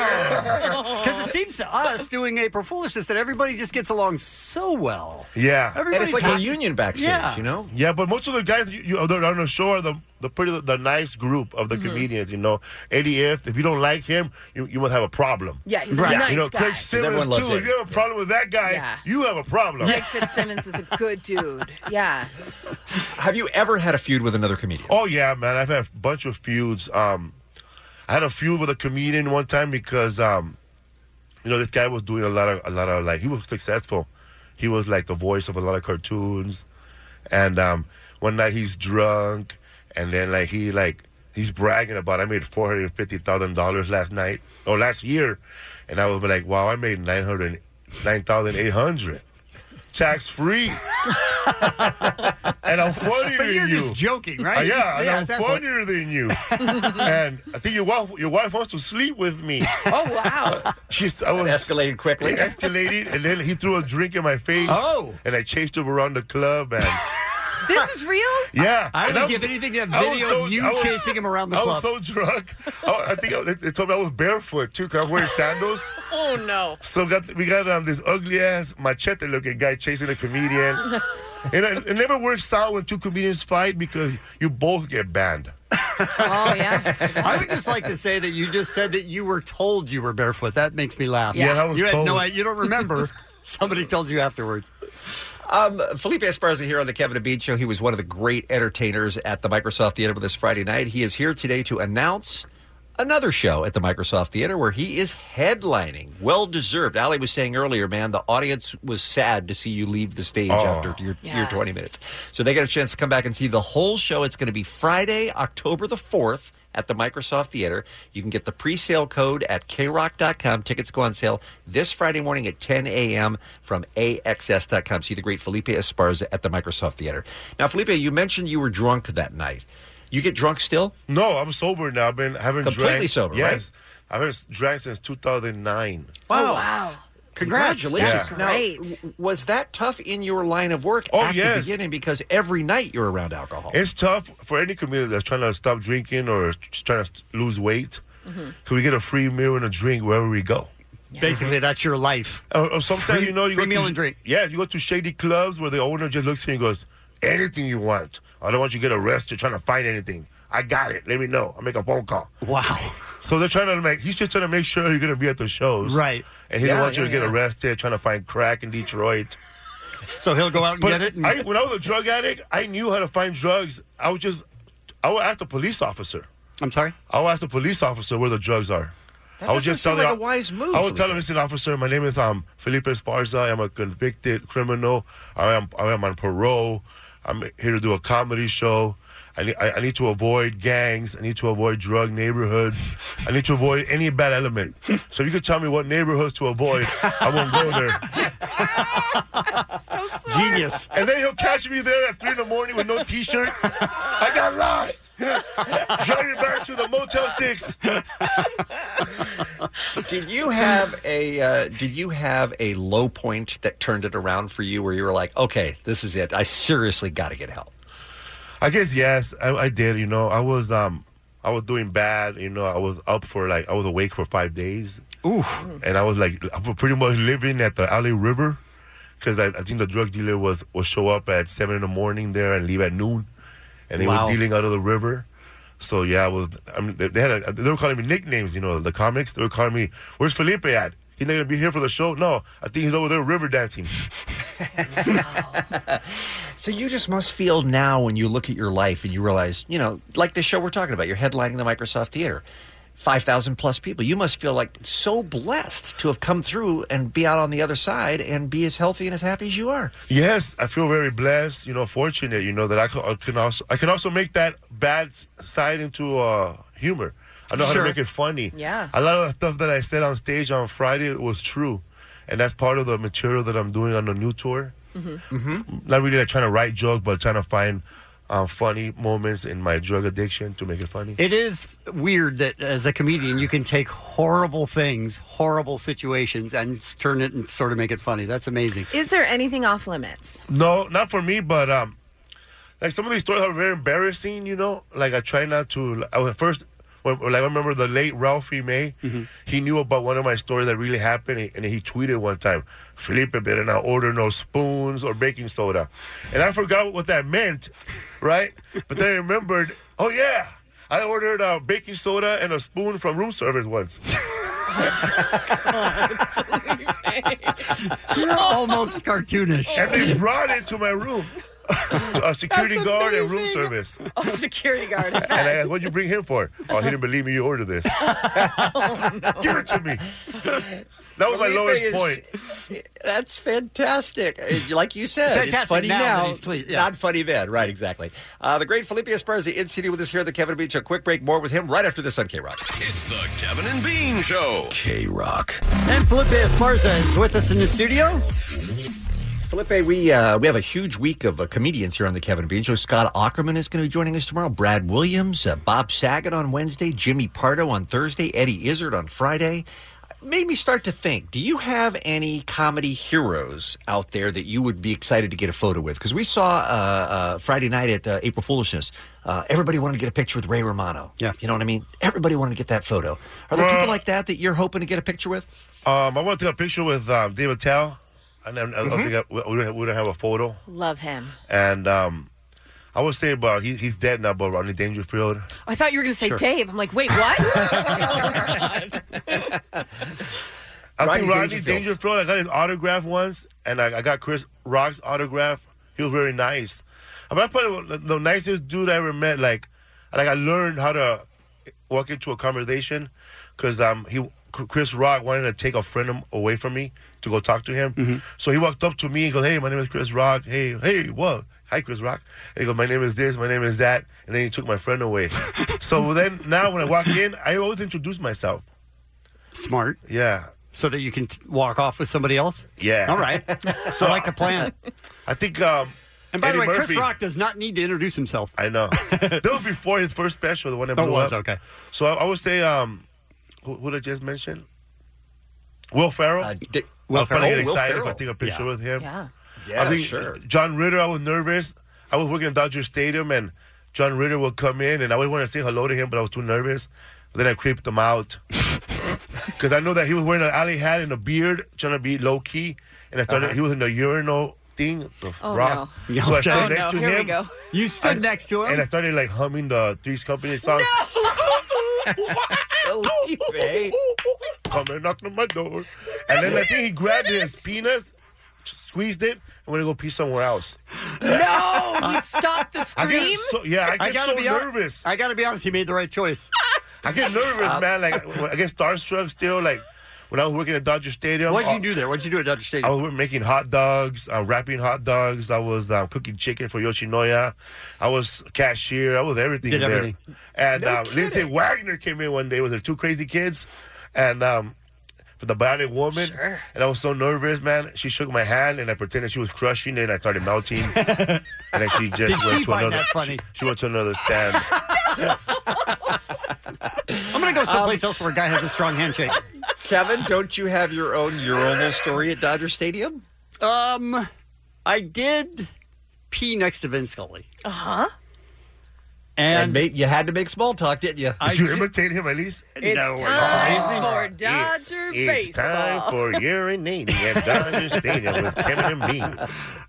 Speaker 10: Because it seems to us doing April Foolishness that everybody just gets along so well.
Speaker 15: Yeah,
Speaker 10: Everybody's And it's like happy. reunion backstage, Yeah. you
Speaker 15: know. Yeah, but most of the guys you, you they're on the show are the the pretty the nice group of the
Speaker 12: Mm-hmm.
Speaker 15: comedians, you know. Eddie F. If you don't like him, you, you must have a problem.
Speaker 12: Yeah, he's a nice
Speaker 15: You know,
Speaker 12: guy.
Speaker 15: Craig
Speaker 12: Everyone
Speaker 15: Simmons
Speaker 12: loves
Speaker 15: too. If
Speaker 12: Eddie.
Speaker 15: you have a problem with that guy,
Speaker 12: Yeah.
Speaker 15: you have a problem.
Speaker 12: Jake Fitzsimmons is a good dude. Yeah.
Speaker 15: Have you ever had a feud with another comedian? Oh yeah, man. I've had a bunch of feuds. Um, I had a feud with a comedian one time because um, you know this guy was doing a lot of a lot of like he was successful. He was like the voice of a lot of cartoons, and um, one night he's drunk, and then like he like he's bragging about I made four hundred fifty thousand dollars last night or last year, and I was like, wow, I made nine hundred nine thousand eight hundred. Tax free, and I'm funnier
Speaker 10: But
Speaker 15: than
Speaker 10: you're
Speaker 15: you.
Speaker 10: just joking,
Speaker 15: Uh,
Speaker 10: right?
Speaker 15: yeah, and
Speaker 10: Yeah,
Speaker 15: I'm
Speaker 10: at that point.
Speaker 15: funnier than you. and I think your wife, your wife wants to sleep with me.
Speaker 12: Oh wow!
Speaker 15: She's I was, escalated quickly. It escalated, and then he threw a drink in my face.
Speaker 10: Oh.
Speaker 15: and I chased him around the club, and
Speaker 12: This is real?
Speaker 15: yeah,
Speaker 10: I
Speaker 15: and
Speaker 10: would
Speaker 15: was-
Speaker 10: give anything to have
Speaker 15: I was
Speaker 10: video
Speaker 15: so-
Speaker 10: of you
Speaker 15: I was-
Speaker 10: chasing him around the
Speaker 15: I
Speaker 10: club.
Speaker 15: was so drunk. Oh, I, I think I, they told me I was barefoot too, cause I'm wearing sandals.
Speaker 12: Oh no.
Speaker 15: So got we got um, this ugly ass machete looking guy chasing a comedian. and it, it never works out when two comedians fight because you both get banned.
Speaker 10: I would just like to say that you just said that you were told you were barefoot. That makes me laugh.
Speaker 11: Yeah. Yeah, I was
Speaker 10: you
Speaker 11: told.
Speaker 10: no, I- you don't remember. Somebody told you afterwards.
Speaker 11: Um, Felipe Esparza here on the Kevin and Bean Show. He was one of the great entertainers at the Microsoft Theater this Friday night. He is here today to announce another show at the Microsoft Theater where he is headlining. Well deserved. Ali was saying earlier, man, the audience was sad to see you leave the stage after your,
Speaker 12: Yeah.
Speaker 11: your 20 minutes. So they get a chance to come back and see the whole show. It's going to be Friday, October the 4th at the Microsoft Theater. You can get the pre-sale code at krock.com. Tickets go on sale this Friday morning at 10 a.m. from axs.com. See the great Felipe Esparza at the Microsoft Theater. Now, Felipe, you mentioned you were drunk that night. You get drunk still?
Speaker 15: No, Oh, I'm sober now. I've been I haven't
Speaker 11: Completely
Speaker 15: drank-
Speaker 11: sober, right? Oh,
Speaker 15: Yes, I haven't drank since 2009.
Speaker 10: Wow.
Speaker 15: Oh, wow.
Speaker 11: Congratulations.
Speaker 12: That's
Speaker 11: Now,
Speaker 12: great.
Speaker 11: w- was that tough in your line of work
Speaker 15: Oh,
Speaker 11: at the
Speaker 15: yes.
Speaker 11: beginning? Because every night you're around alcohol.
Speaker 15: It's tough for any comedian that's trying to stop drinking or just trying to lose weight.
Speaker 11: Mhm.
Speaker 15: Can we get a free meal and a drink wherever we go?
Speaker 10: Basically,
Speaker 11: Uh-huh.
Speaker 10: that's your life.
Speaker 15: Or, or sometimes
Speaker 10: Free-
Speaker 15: you know you
Speaker 10: free
Speaker 15: go
Speaker 10: meal
Speaker 15: to,
Speaker 10: and drink.
Speaker 15: Yeah, you go to shady clubs where the owner just looks at you and goes, "Anything you want. I don't want you to get arrested trying to find anything. I got it. Let me know. I'll make a phone call."
Speaker 10: Wow.
Speaker 15: So they're trying to make. He's just trying to make sure you're going to be at the shows,
Speaker 10: Right.
Speaker 15: And he
Speaker 10: Yeah,
Speaker 15: don't want you
Speaker 10: yeah,
Speaker 15: to get
Speaker 10: yeah.
Speaker 15: arrested trying to find crack in Detroit.
Speaker 10: So he'll go out and
Speaker 15: But
Speaker 10: get it. And,
Speaker 15: I, when I was a drug addict, I knew how to find drugs. I was just, I would ask the police officer.
Speaker 10: I'm sorry.
Speaker 15: I would ask the police officer where the drugs are.
Speaker 11: That
Speaker 15: I would
Speaker 11: doesn't
Speaker 15: just tell
Speaker 11: seem like a
Speaker 15: the-
Speaker 11: wise move,
Speaker 15: I would tell them, listen, officer, my name is um Felipe Esparza. I'm a convicted criminal. I am I am on parole. I'm here to do a comedy show. I need, I, I need to avoid gangs. I need to avoid drug neighborhoods. I need to avoid any bad element. So if you could tell me what neighborhoods to avoid, I won't go there.
Speaker 10: Genius.
Speaker 15: And then he'll catch me there at three in the morning with no T-shirt. I got lost. Driving back to the Motel Six.
Speaker 11: did you have a uh, Did you have a low point that turned it around for you, where you were like, "Okay, this is it. I seriously got to get help."
Speaker 15: I guess yes, I, I did. You know, I was um, I was doing bad. You know, I was up for like I was awake for five days.
Speaker 10: Oof.
Speaker 15: And I was like, I was pretty much living at the LA River, because I, I think the drug dealer was would show up at seven in the morning there and leave at noon, and they
Speaker 10: Wow.
Speaker 15: were dealing out of the river. So yeah, I was. I mean, they, they had a, they were calling me nicknames. You know, the comics they were calling me. Where's Felipe at? He's not gonna be here for the show. No, I think he's over there river dancing.
Speaker 11: So you just must feel now when you look at your life and you realize, you know, like the show we're talking about, you're headlining the Microsoft Theater, 5,000 plus people. You must feel like so blessed to have come through and be out on the other side and be as healthy and as happy as you are.
Speaker 15: Yes, I feel very blessed. You know, fortunate. You know that I can, I can also I can also make that bad s- side into uh, humor. I know how
Speaker 10: Sure.
Speaker 15: to make it funny.
Speaker 10: Yeah.
Speaker 15: A lot of the stuff that I said on stage on Friday was true, and that's part of the material that I'm doing on the new tour.
Speaker 10: Mm-hmm.
Speaker 11: Mm-hmm.
Speaker 15: Not really like trying to write joke, but trying to find uh, funny moments in my drug addiction to make it funny.
Speaker 10: It is weird that as a comedian, you can take horrible things, horrible situations, and s- turn it and sort of make it funny. That's amazing.
Speaker 12: Is there anything off limits?
Speaker 15: No, not for me, but um, like some of these stories are very embarrassing. You know, like I try not to. I was at first. When, like I remember the late Ralphie May, he knew about one of my stories that really happened, and he- and he tweeted one time, "Felipe better not order no spoons or baking soda," and I forgot what that meant, right? But then I remembered, oh yeah, I ordered a baking soda and a spoon from room service once.
Speaker 10: You're almost cartoonish.
Speaker 15: And they brought it to my room. To a security guard and room service.
Speaker 12: Oh, security guard.
Speaker 15: And I asked, what'd you bring him for? Oh, he didn't believe me you ordered this. Give it to me. That was my
Speaker 11: Felipe
Speaker 15: lowest
Speaker 11: is-
Speaker 15: point.
Speaker 11: That's fantastic. Uh, Like you said, it's
Speaker 10: Fantastic
Speaker 11: funny
Speaker 10: now,
Speaker 11: now,
Speaker 10: but he's cle- yeah.
Speaker 11: not funny then. Right, exactly. Uh, the great Felipe Esparza in studio with us here at the Kevin Beach. A quick break, more with him right after this on K Rock.
Speaker 3: It's the Kevin and Bean Show. K Rock.
Speaker 10: And Felipe Esparza is with us in the studio.
Speaker 11: Felipe, we uh, we have a huge week of uh, comedians here on the Kevin Bean Show. Scott Ackerman is going to be joining us tomorrow. Brad Williams, uh, Bob Saget on Wednesday, Jimmy Pardo on Thursday, Eddie Izzard on Friday. Made me start to think. Do you have any comedy heroes out there that you would be excited to get a photo with? Because we saw uh, uh, Friday night at uh, April Foolishness. Uh, everybody wanted to get a picture with Ray Romano. Yeah, you know what I mean. Everybody wanted to get that photo. Are there
Speaker 15: Well-
Speaker 11: people like that that you're hoping to get a picture with?
Speaker 15: Um, I want to take a picture with um, David Tell. I, never, I don't
Speaker 11: Mm-hmm.
Speaker 15: think I, we, we don't- we don't have a photo.
Speaker 12: Love him.
Speaker 15: And um, I would say about, he, he's dead now, but Rodney Dangerfield.
Speaker 12: I thought you were going to say
Speaker 15: Sure.
Speaker 12: Dave. I'm like, wait, what?
Speaker 15: I
Speaker 12: Rodney
Speaker 15: think Rodney
Speaker 12: Dangerfield.
Speaker 15: Dangerfield. I got his autograph once, and I, I got Chris Rock's autograph. He was very nice. I mean, that's probably the nicest dude I ever met. Like, like I learned how to walk into a conversation because um he Chris Rock wanted to take a friend of- away from me to go talk to him.
Speaker 10: Mm-hmm.
Speaker 15: So he walked up to me and goes, "Hey, my name is Chris Rock. Hey, hey, what? Hi, Chris Rock." And he goes, "My name is this. My name is that." And then he took my friend away. so then now when I walk in, I always introduce myself.
Speaker 10: Smart.
Speaker 15: Yeah.
Speaker 10: So that you can t- walk off with somebody else?
Speaker 15: Yeah.
Speaker 10: All right. so I like the plan.
Speaker 15: I think. Um,
Speaker 10: and by the way,
Speaker 15: Eddie
Speaker 10: Chris
Speaker 15: Murphy-
Speaker 10: Rock does not need to introduce himself.
Speaker 15: I know. that was before his first special, the one that
Speaker 10: Oh, it
Speaker 15: blew
Speaker 10: was,
Speaker 15: up.
Speaker 10: okay.
Speaker 15: So I, I would say, um, who, who did I just mention? Will Ferrell.
Speaker 11: Uh, Will
Speaker 15: I'll
Speaker 11: Ferrell.
Speaker 15: probably
Speaker 11: Oh,
Speaker 15: get
Speaker 11: Will
Speaker 15: excited if I
Speaker 11: Ferrell.
Speaker 15: take a picture
Speaker 11: Yeah.
Speaker 15: with him.
Speaker 11: Yeah. Yeah,
Speaker 15: I think
Speaker 11: sure.
Speaker 15: John Ritter. I was nervous. I was working at Dodger Stadium, and John Ritter would come in, and I always wanted to say hello to him, but I was too nervous. Then I creeped him out because I know that he was wearing an alley hat and a beard, trying to be low key. And I started.
Speaker 10: Uh-huh.
Speaker 15: He was in the urinal thing. The
Speaker 10: Oh,
Speaker 15: rock.
Speaker 10: no.
Speaker 15: So I
Speaker 10: Okay.
Speaker 15: stood
Speaker 10: Oh,
Speaker 15: next
Speaker 10: no.
Speaker 15: to
Speaker 10: Here we
Speaker 15: him.
Speaker 10: go. You stood next to him?
Speaker 15: and I started like humming the Three's Company song.
Speaker 11: eh?
Speaker 15: Come and knock on my door. And then I think he grabbed his penis, squeezed it, and went to go pee somewhere else.
Speaker 12: No, he stopped the
Speaker 15: I
Speaker 12: stream.
Speaker 15: get so, yeah, I get
Speaker 10: gotta
Speaker 15: so
Speaker 10: be hon-
Speaker 15: nervous.
Speaker 10: I gotta be honest, he made the right choice.
Speaker 15: I get
Speaker 12: Uh,
Speaker 15: nervous, man. Like when I get starstruck still. Like when I was working at Dodger Stadium.
Speaker 10: What'd you
Speaker 15: uh,
Speaker 10: do there? What'd you do at Dodger Stadium?
Speaker 15: I was making hot dogs, uh, wrapping hot dogs. I was um, cooking chicken for Yoshinoya. I was cashier. I was everything
Speaker 10: Did
Speaker 15: there.
Speaker 10: everything.
Speaker 15: And
Speaker 10: No
Speaker 15: um, Lindsay Wagner came in one day with her two crazy kids, and um, for the bionic woman. And I was so nervous, man. She shook my hand, and I pretended she was crushing it. And I started melting, and then she just
Speaker 10: Did
Speaker 15: went
Speaker 10: she
Speaker 15: to
Speaker 10: find
Speaker 15: another.
Speaker 10: that funny?
Speaker 15: She, she went to another stand.
Speaker 10: I'm gonna go someplace else where a guy has a strong handshake.
Speaker 11: Um, Kevin, don't you have your own urinal story at Dodger Stadium?
Speaker 10: Um, I did pee next to Vince Scully.
Speaker 12: Uh huh.
Speaker 10: And,
Speaker 11: mate, you had to make small talk, didn't you?
Speaker 10: I you did-
Speaker 15: imitate him at least?
Speaker 12: It's
Speaker 10: No, we're
Speaker 12: time
Speaker 10: crazy.
Speaker 12: for
Speaker 10: It-
Speaker 12: Dodger
Speaker 15: it's
Speaker 12: baseball.
Speaker 15: time for urinating at Dodger Stadium with Kevin and me.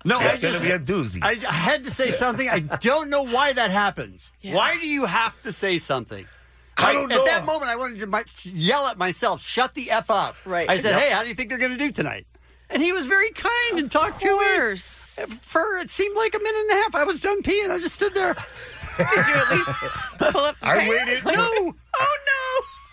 Speaker 10: No,
Speaker 15: it's
Speaker 10: I
Speaker 15: gonna
Speaker 10: just-
Speaker 15: be a doozy.
Speaker 10: I, I had to say something. I don't know why that happens.
Speaker 15: Yeah.
Speaker 10: Why do you have to say something?
Speaker 15: I don't
Speaker 10: At
Speaker 15: know.
Speaker 10: that moment, I wanted to my, yell at myself, shut the F up. Right. I said,
Speaker 15: Yep.
Speaker 10: hey, how do you think they're going to do tonight? And he was very kind and talked to me for it seemed like a minute and a half. I was done peeing. I just stood there.
Speaker 12: Did you at least pull up?
Speaker 15: I waited.
Speaker 10: No.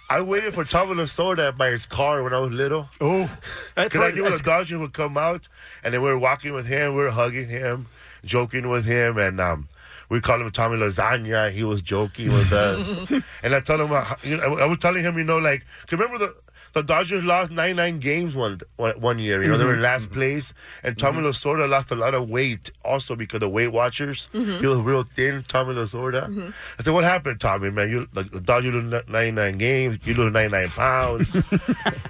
Speaker 15: I waited for Tommy soda by his car when I was little. Oh,
Speaker 10: that's
Speaker 15: because I
Speaker 10: right.
Speaker 15: knew the Dodger would come out, and then we were walking with him, we were hugging him, joking with him, and um, we called him Tommy Lasagna. He was joking with us, and I told him, uh, you know, I was telling him, you know, like, 'cause remember the. The Dodgers lost nine nine games one one one year. You know they were in last
Speaker 10: Mm-hmm.
Speaker 15: place, and Tommy Lasorda lost a lot of weight also because of Weight Watchers.
Speaker 10: Mm-hmm.
Speaker 19: Mhm.
Speaker 15: He was real thin, Tommy Lasorda.
Speaker 19: Mhm.
Speaker 15: I said, "What happened, Tommy? Man, you the the Dodgers you lose ninety nine games, you lose ninety nine pounds.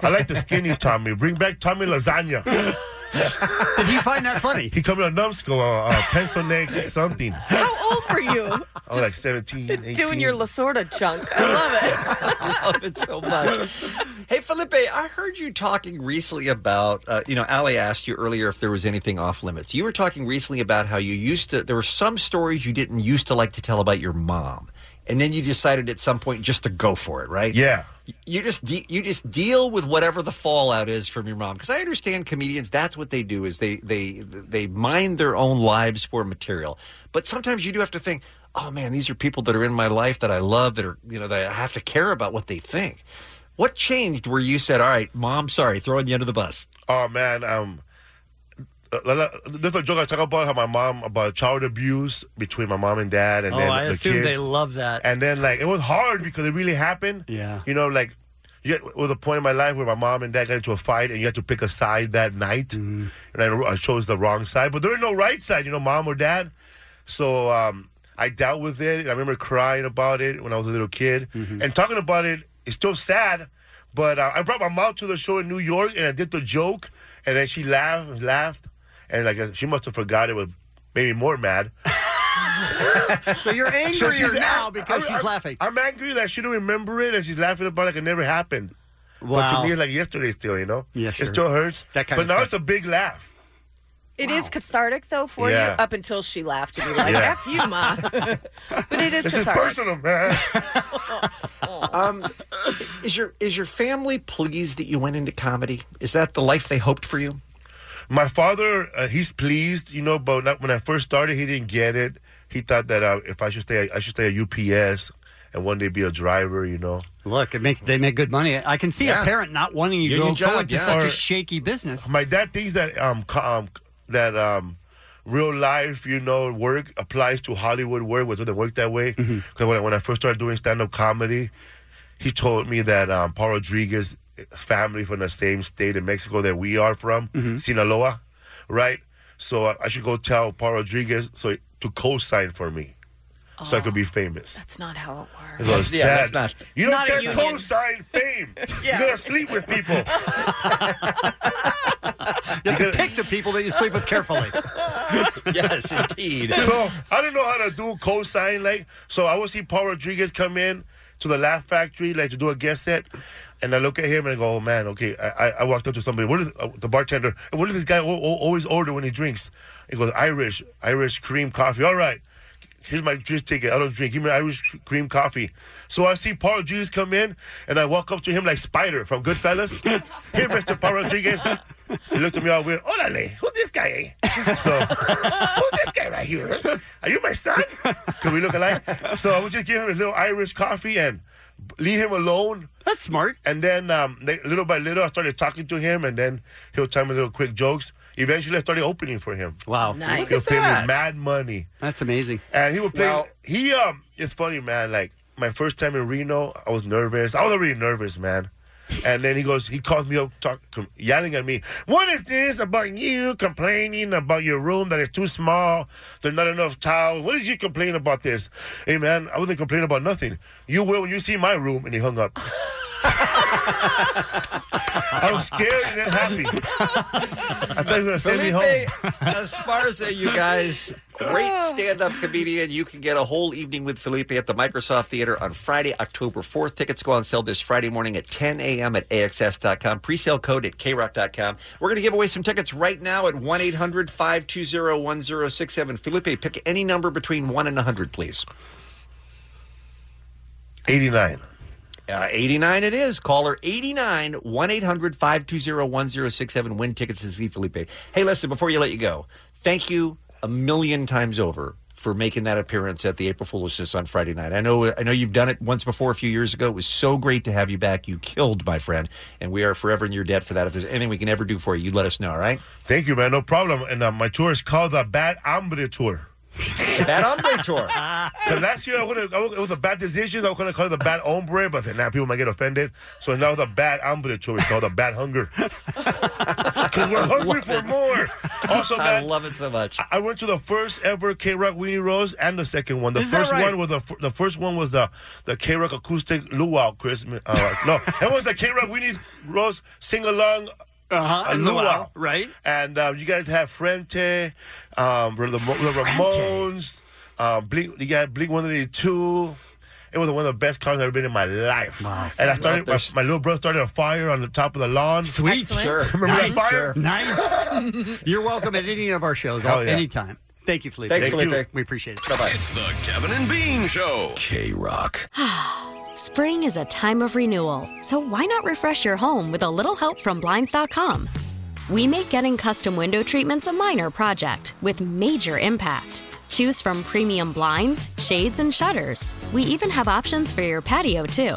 Speaker 15: I like the skinny Tommy. Bring back Tommy lasagna."
Speaker 10: Did he find that funny?
Speaker 15: He come to a numbskull, uh, uh, pencil neck, something.
Speaker 12: How old were you?
Speaker 15: I was like 17, 18.
Speaker 12: Doing your Lasorda chunk. I love it.
Speaker 11: I love it so much. Hey, Felipe, I heard you talking recently about, uh, you know, Ali asked you earlier if there was anything off limits. You were talking recently about how you used to, there were some stories you didn't used to like to tell about your mom. And then you decided at some point just to go for it, right?
Speaker 15: Yeah.
Speaker 11: You just de- you just deal with whatever the fallout is from your mom because I understand comedians that's what they do is they they they mine their own lives for material. But sometimes you do have to think, oh man, these are people that are in my life that I love that are you know that I have to care about what they think. What changed where you said, all right, mom, sorry, throwing you under the bus?
Speaker 15: Oh man, um, uh, la- la- there's a joke I talk about how my mom about child abuse between my mom and dad, and
Speaker 10: oh,
Speaker 15: then
Speaker 10: I
Speaker 15: the
Speaker 10: assume
Speaker 15: kids.
Speaker 10: they love that.
Speaker 15: And then like it was hard because it really happened.
Speaker 10: Yeah.
Speaker 15: You know, like you get, it was a point in my life where my mom and dad got into a fight, and you had to pick a side that night. And I, I chose the wrong side, but there was no right side, you know, mom or dad. So um, I dealt with it. And I remember crying about it when I was a little kid, and talking about it is still sad. But uh, I brought my mom to the show in New York, and I did the joke, and then she laughed, laughed, and like she must have forgot it was maybe more mad.
Speaker 10: So you're
Speaker 15: So
Speaker 10: angrier
Speaker 15: she's
Speaker 10: now
Speaker 15: ang-
Speaker 10: because
Speaker 15: I'm-
Speaker 10: she's
Speaker 15: I'm-
Speaker 10: laughing.
Speaker 15: I'm angry that she don't remember it and she's laughing about it like it never happened. But to
Speaker 10: Wow.
Speaker 15: me, it's like yesterday still, you know?
Speaker 10: Yeah, sure.
Speaker 15: It still hurts.
Speaker 10: That kind
Speaker 15: but
Speaker 10: of
Speaker 15: now
Speaker 10: stuff.
Speaker 15: it's a big laugh.
Speaker 12: It is cathartic though for
Speaker 15: Yeah.
Speaker 12: you up until she laughed and you're like,
Speaker 15: Yeah.
Speaker 12: F you, Ma. but it is
Speaker 11: This is
Speaker 12: cathartic.
Speaker 11: personal,
Speaker 15: man.
Speaker 11: Um, is your is your family pleased that you went into comedy? Is that the life they hoped for you?
Speaker 15: My father, uh, he's pleased, you know, but not, when I first started, he didn't get it. He thought that uh, if I should stay, I should stay at UPS and one day be a driver, you know?
Speaker 10: Look, it makes they make good money. I can see
Speaker 15: Yeah.
Speaker 10: a parent not wanting you to
Speaker 15: Union
Speaker 10: go,
Speaker 15: job,
Speaker 10: go into
Speaker 15: yeah.
Speaker 10: such
Speaker 15: Or-
Speaker 10: a shaky business.
Speaker 15: My dad thinks that um, co- um that um real life, you know, work applies to Hollywood work, which doesn't work that way. Because
Speaker 10: Mm-hmm.
Speaker 15: when, I- when I first started doing stand up comedy, he told me that um, Paul Rodriguez family from the same state in Mexico that we are from,
Speaker 10: Mm-hmm.
Speaker 15: Sinaloa, uh, right? So I, I should go tell Paul Rodriguez so to co-sign for me. so I could
Speaker 10: Oh.
Speaker 15: be famous.
Speaker 12: That's not how it works.
Speaker 15: It goes,
Speaker 11: Yeah, that's
Speaker 15: "Dad,
Speaker 11: not-
Speaker 15: You
Speaker 12: Not
Speaker 15: don't
Speaker 12: a
Speaker 15: get
Speaker 12: union.
Speaker 15: co-sign fame.
Speaker 12: Yeah.
Speaker 15: You gotta sleep with people. you
Speaker 10: have to pick the people that you sleep with carefully.
Speaker 15: yes, indeed. So I didn't know how to do co-sign. Like, so I would see Paul Rodriguez come in to the Laugh Factory, like to do a guest set, and I look at him and I go, "Oh man, okay." I, I, I walked up to somebody, what is uh, the bartender? What does this guy al- al- always order when he drinks? He goes, "Irish, Irish cream coffee." All right. Here's my drink ticket. I don't drink. Give me Irish cr- cream coffee. So I see Paul Rodriguez come in, and I walk up to him like Spider from Goodfellas. Here, Mr. Paul Rodriguez. He looked at me all weird. Orale, who's this guy? eh? So, who's this guy right here? eh? Are you my son? Can we look alike? So I would just give him a little Irish coffee and leave him alone.
Speaker 10: That's smart.
Speaker 15: And then um, they, little by little, I started talking to him, and then he'll tell me little quick jokes. Eventually, I started opening for him.
Speaker 10: Wow.
Speaker 6: Nice. Look
Speaker 15: He'll
Speaker 6: at
Speaker 15: pay me
Speaker 6: that.
Speaker 15: mad money.
Speaker 10: That's amazing.
Speaker 15: And he would play.
Speaker 10: Now-
Speaker 15: he um, it's funny, man. Like my first time in Reno, I was nervous. I was already nervous, man. And then he goes, he calls me up, talk, com- yelling at me. What is this about you complaining about your room that is too small? There's not enough towels. What is you complain about this? Hey, man, I wasn't complaining about nothing. You will when you see my room. And he hung up. I was scared and then happy. I thought he was gonna send me home.
Speaker 11: Felipe Esparza, you guys, great stand-up comedian. You can get a whole evening with Felipe at the Microsoft Theater on Friday, October 4th. Tickets go on sale this Friday morning at 10 a.m. at AXS.com. Presale code at KROCK.com. We're going to give away some tickets right now at 1-800-520-1067. Felipe, pick any number between 1 and 100, please.
Speaker 15: 89.
Speaker 11: Uh, 89 it is. Caller 89 1 800 520 1067. Win tickets to see Felipe. Hey, listen, before you let you go, thank you a million times over for making that appearance at the April Foolishness on Friday night. I know I know you've done it once before a few years ago. It was so great to have you back. You killed, my friend, and we are forever in your debt for that. If there's anything we can ever do for you, you let us know, all right?
Speaker 15: Thank you, man. No problem. And uh, my tour is called the Bad Hombre Tour.
Speaker 11: Bad Hombre Tour.
Speaker 15: Because last year I would have, it was a bad decision. I was going to call it the Bad Hombre, but then now people might get offended. So now the Bad Hombre Tour is called the Bad Hunger. Because we're hungry for more. Also,
Speaker 11: I
Speaker 15: man,
Speaker 11: love it so much.
Speaker 15: I went to the first ever K Rock Weenie Rose and the second one. The
Speaker 11: Is that
Speaker 15: first
Speaker 11: right?
Speaker 15: one was the fir- the first one was the the K Rock acoustic luau Christmas. Uh, no, it was the K Rock Weenie Rose sing along.
Speaker 10: Uh-huh,
Speaker 15: a
Speaker 10: luau,
Speaker 15: luau,
Speaker 10: right?
Speaker 15: And uh, you guys had Frente, um, the, Mo- the Ramones, uh, Blink. You got Blink One Eighty Two. It was one of the best concerts I've ever been in my life. and I started. My, my little brother started a fire on the top of the lawn.
Speaker 10: Sweet. Excellent. Sure.
Speaker 15: Remember
Speaker 10: Nice.
Speaker 15: that fire?
Speaker 10: Sure. Nice. You're welcome at any of our shows,
Speaker 15: Hell yeah.
Speaker 10: anytime. Thank you, Felipe.
Speaker 11: Thanks, Thank Felipe. you.
Speaker 10: We appreciate it.
Speaker 3: It's the Kevin and Bean Show. K Rock.
Speaker 19: Spring is a time of renewal, so why not refresh your home with a little help from Blinds.com? We make getting custom window treatments a minor project with major impact. Choose from premium blinds, shades, and shutters. We even have options for your patio, too.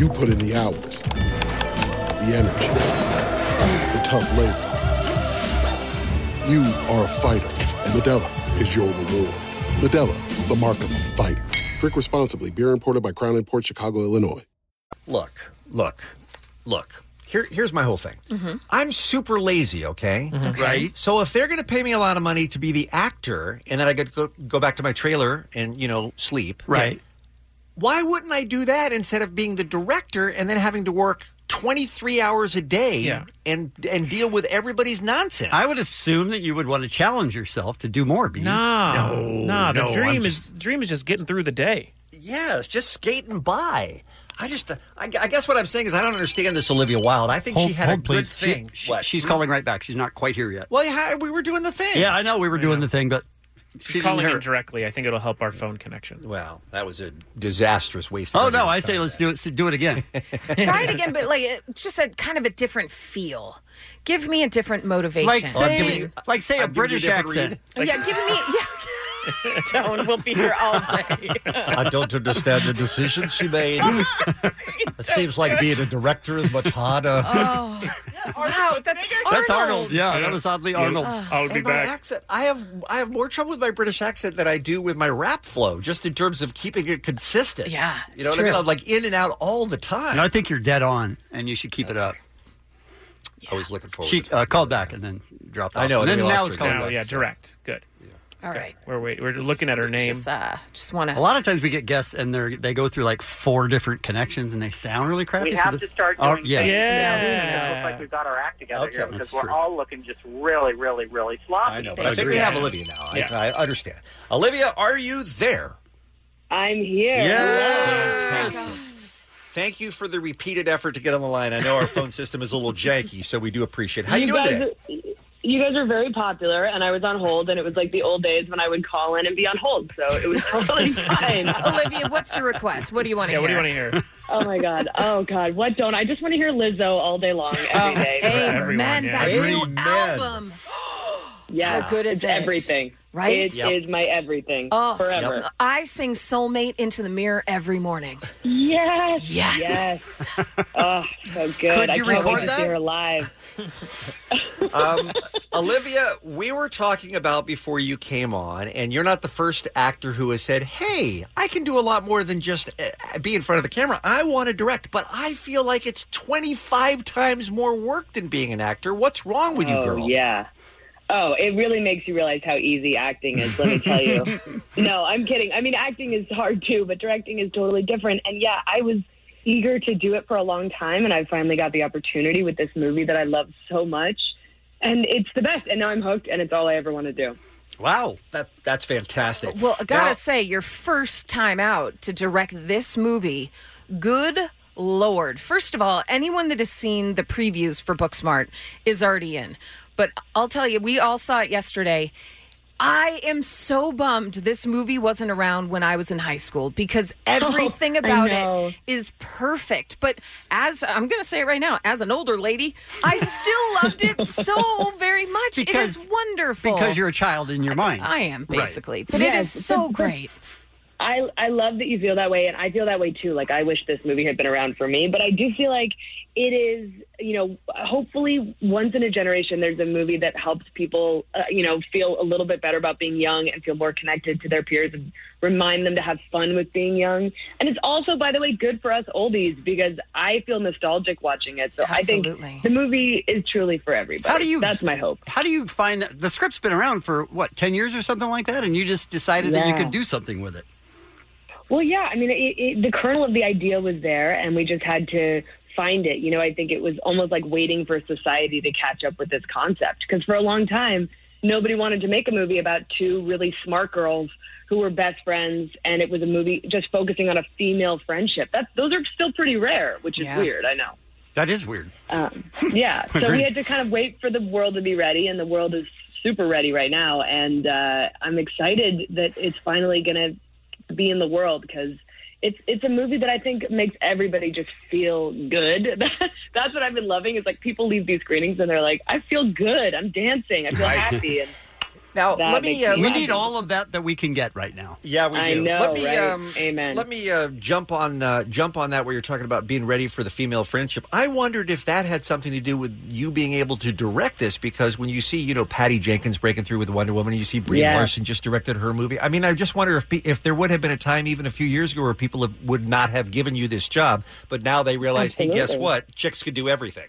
Speaker 20: You put in the hours, the energy, the tough labor. You are a fighter, and Medella is your reward. Medella, the mark of a fighter. Drink responsibly. Beer imported by Crown Port Chicago, Illinois.
Speaker 11: Look, look, look. Here, here's my whole thing. I'm super lazy, okay?
Speaker 6: Mhm. Okay. Right.
Speaker 11: So if they're going to pay me a lot of money to be the actor, and then I get to go, go back to my trailer and you know sleep,
Speaker 6: Right.
Speaker 11: Why wouldn't I do that instead of being the director and then having to work 23 hours a day
Speaker 10: Yeah.
Speaker 11: and and deal with everybody's nonsense?
Speaker 10: I would assume that you would want to challenge yourself to do more. Bean.
Speaker 14: Nah,
Speaker 10: no,
Speaker 14: nah. The
Speaker 10: no, I'm
Speaker 14: dream
Speaker 10: just-
Speaker 14: is dream is just getting through the day.
Speaker 11: Yes, just skating by. I just, I, I guess what I'm saying is I don't understand this Olivia Wilde. I think she had a good thing.
Speaker 10: She- she's calling right back. She's not quite here yet.
Speaker 11: Well, yeah, we were doing the thing.
Speaker 10: Yeah, I know we were doing the thing, but she
Speaker 14: She's
Speaker 10: didn't
Speaker 14: calling
Speaker 10: hear
Speaker 14: in
Speaker 10: it.
Speaker 14: directly. I think it'll help our phone connection.
Speaker 11: Well, that was a disastrous waste.
Speaker 10: Oh no, I say let's do it. Do it again.
Speaker 12: Try it again, but like it- just a kind of a different feel. Give me a different motivation.
Speaker 10: Like say, like say a British accent.
Speaker 12: yeah, give me. Yeah. Tone. We'll be here all day.
Speaker 11: I don't understand the decision she made. it seems like being a director is much harder.
Speaker 12: Oh, wow, that's Arnold.
Speaker 11: That's Arnold.
Speaker 10: Yeah, that was oddly Arnold.
Speaker 11: I'll be back. accent, I have I have more trouble with my British accent than I do with my rap flow, just in terms of keeping it consistent.
Speaker 10: Yeah,
Speaker 11: you know
Speaker 10: it's
Speaker 11: what I mean.
Speaker 10: true.
Speaker 11: I'm like in and out all the time.
Speaker 10: No, I think you're dead on, and you should keep it up.
Speaker 11: I was looking forward.
Speaker 10: She uh, called back and then dropped off.
Speaker 11: I know,
Speaker 10: And then
Speaker 11: and we
Speaker 10: now
Speaker 11: lost
Speaker 10: it's
Speaker 11: her
Speaker 10: calling
Speaker 11: now,
Speaker 10: back.
Speaker 11: yeah,
Speaker 14: direct. Good.
Speaker 12: All right.
Speaker 14: We're wait, we're looking at her name.
Speaker 12: Just, uh, just want
Speaker 10: A lot of times we get guests and they they go through like four different connections and they sound really crappy.
Speaker 2: We
Speaker 10: so
Speaker 2: have
Speaker 10: this-
Speaker 2: to start
Speaker 10: Oh,
Speaker 2: doing
Speaker 10: yeah.
Speaker 2: things, You know, look like we've got our act together here
Speaker 10: that's
Speaker 2: because we're
Speaker 10: true.
Speaker 2: all looking just really, really, really sloppy.
Speaker 11: I know, but I think we have Olivia now. I- I, understand. Olivia, are you there?
Speaker 2: I'm here.
Speaker 11: Yes. Thank you for the repeated effort to get on the line. I know our phone system is a little janky, so we do appreciate. it. How you, doing
Speaker 2: guys,
Speaker 11: today?
Speaker 2: You guys are very popular, and I was on hold, and it was like the old days when I would call in and be on hold. So it was totally fine.
Speaker 12: Olivia, what's your request? What do you want to hear?
Speaker 14: to hear?
Speaker 2: Oh my god! Oh god! What don't I just want to hear Lizzo all day long, every day?
Speaker 12: Amen. Oh, That new album.
Speaker 2: Yeah,
Speaker 12: How good is
Speaker 2: it's
Speaker 12: it?
Speaker 2: everything.
Speaker 12: Right?
Speaker 2: It is
Speaker 12: Yep.
Speaker 2: my everything.
Speaker 12: Oh,
Speaker 2: forever.
Speaker 12: so- I sing Soulmate into the mirror every morning.
Speaker 2: Yes.
Speaker 12: Yes.
Speaker 2: Yes. oh, so good. I
Speaker 11: you
Speaker 2: can't
Speaker 11: record
Speaker 2: wait
Speaker 11: that?
Speaker 2: to see her live.
Speaker 11: um, Olivia, we were talking about before you came on, and you're not the first actor who has said, "Hey, I can do a lot more than just uh, be in front of the camera. I want to direct, but I feel like it's 25 times more work than being an actor. What's wrong with you,
Speaker 2: Oh,
Speaker 11: girl?"
Speaker 2: yeah. Oh, it really makes you realize how easy acting is, let me tell you. no, I'm kidding. I mean, acting is hard too, but directing is totally different. And yeah, I was eager to do it for a long time, and I finally got the opportunity with this movie that I love so much. And it's the best. And now I'm hooked, and it's all I ever want to do.
Speaker 11: Wow, that that's fantastic.
Speaker 12: Well, I gotta
Speaker 11: Now-
Speaker 12: say, your first time out to direct this movie, good lord. First of all, anyone that has seen the previews for Booksmart is already in. But I'll tell you, we all saw it yesterday. I am so bummed this movie wasn't around when I was in high school because everything
Speaker 2: I
Speaker 12: about
Speaker 2: know.
Speaker 12: it is perfect. But as I'm going to say it right now, as an older lady, I still loved it so very much. it
Speaker 10: Because-
Speaker 12: is wonderful.
Speaker 10: Because you're a child in your mind.
Speaker 12: I am
Speaker 10: Right.
Speaker 12: basically, but it is so great.
Speaker 2: I I love that you feel that way, and I feel that way too. Like I wish this movie had been around for me, but I do feel like it is. You know, hopefully, once in a generation, there's a movie that helps people, uh, you know, feel a little bit better about being young and feel more connected to their peers and remind them to have fun with being young. And it's also, by the way, good for us oldies because I feel nostalgic watching it. So I
Speaker 10: Absolutely.
Speaker 2: think the movie is truly for everybody.
Speaker 10: How do you?
Speaker 2: That's my hope.
Speaker 10: How do you find that the script's been around for what ten years or something like that, and you just decided that you
Speaker 2: Yeah.
Speaker 10: could do something with it?
Speaker 2: Well, yeah. I mean, it, it, the kernel of the idea was there, and we just had to find it. You know, I think it was almost like waiting for society to catch up with this concept because for a long time, nobody wanted to make a movie about two really smart girls who were best friends, and it was a movie just focusing on a female friendship. That those are still pretty rare, which is
Speaker 10: Yeah.
Speaker 2: weird. I know.
Speaker 10: That is weird.
Speaker 2: Um, yeah. so
Speaker 10: Agreed.
Speaker 2: we had to kind of wait for the world to be ready, and the world is super ready right now. And uh, I'm excited that it's finally going to be in the world because it's it's a movie that I think makes everybody just feel good. That's what I've been loving. Is like people leave these screenings and they're like, I feel good. I'm dancing. I feel
Speaker 10: Right.
Speaker 2: happy. And
Speaker 11: now
Speaker 2: that
Speaker 11: let me,
Speaker 2: makes
Speaker 11: uh,
Speaker 10: we
Speaker 11: let
Speaker 10: need
Speaker 11: me-
Speaker 10: all of that that we can get right now.
Speaker 11: Yeah, we
Speaker 2: I
Speaker 11: do.
Speaker 2: know,
Speaker 11: let me,
Speaker 2: right?
Speaker 11: um,
Speaker 2: Amen.
Speaker 11: Let me uh, jump on uh, jump on that where you're talking about being ready for the female friendship. I wondered if that had something to do with you being able to direct this because when you see you know Patty Jenkins breaking through with Wonder Woman, and you see Brie
Speaker 2: Yeah.
Speaker 11: Larson just directed her movie. I mean, I just wonder if pe- if there would have been a time even a few years ago where people have, would not have given you this job, but now they realize, hey, guess
Speaker 2: Absolutely.
Speaker 11: what? Chicks could do everything.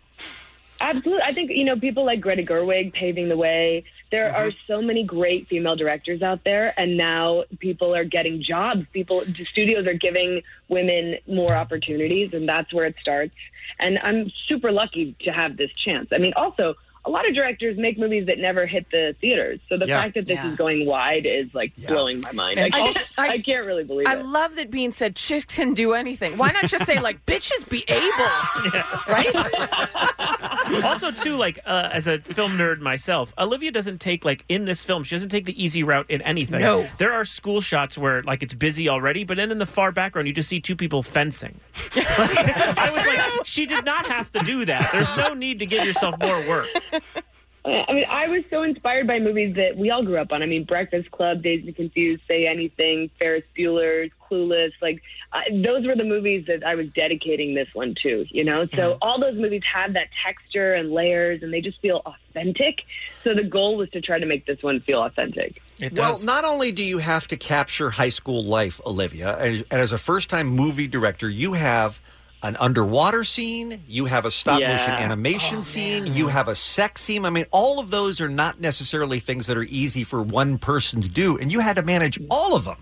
Speaker 2: Absolutely. I think, you know, people like Greta Gerwig paving the way. There
Speaker 12: Mm-hmm.
Speaker 2: are so many great female directors out there, and now people are getting jobs. People, the studios are giving women more opportunities, and that's where it starts. And I'm super lucky to have this chance. I mean, also, a lot of directors make movies that never hit the theaters. So the
Speaker 12: Yeah.
Speaker 2: fact that this
Speaker 12: Yeah.
Speaker 2: is going wide is like blowing my mind. I
Speaker 12: And
Speaker 2: can't,
Speaker 12: also-
Speaker 2: I, can't really believe
Speaker 12: I
Speaker 2: it.
Speaker 12: love that Bean said chicks can do anything. Why not just say like bitches be able?
Speaker 14: also too like uh, as a film nerd myself olivia doesn't take like in this film she doesn't take the easy route in anything
Speaker 12: No.
Speaker 14: there are school shots where like it's busy already but then in the far background you just see two people fencing i was like she did not have to do that there's no need to give yourself more work
Speaker 2: Uh, I mean, I was so inspired by movies that we all grew up on. I mean, Breakfast Club, Days and Confused, Say Anything, Ferris Bueller's, Clueless. Like, I, those were the movies that I was dedicating this one to, you know? So all those movies have that texture and layers, and they just feel authentic. So the goal was to try to make this one feel authentic.
Speaker 11: Well, not only do you have to capture high school life, Olivia, and, and as a first time movie director, you have an underwater scene, you have a stop motion
Speaker 2: Yeah.
Speaker 11: animation scene, you have a sex scene. I mean, all of those are not necessarily things that are easy for one person to do, and you had to manage all of them.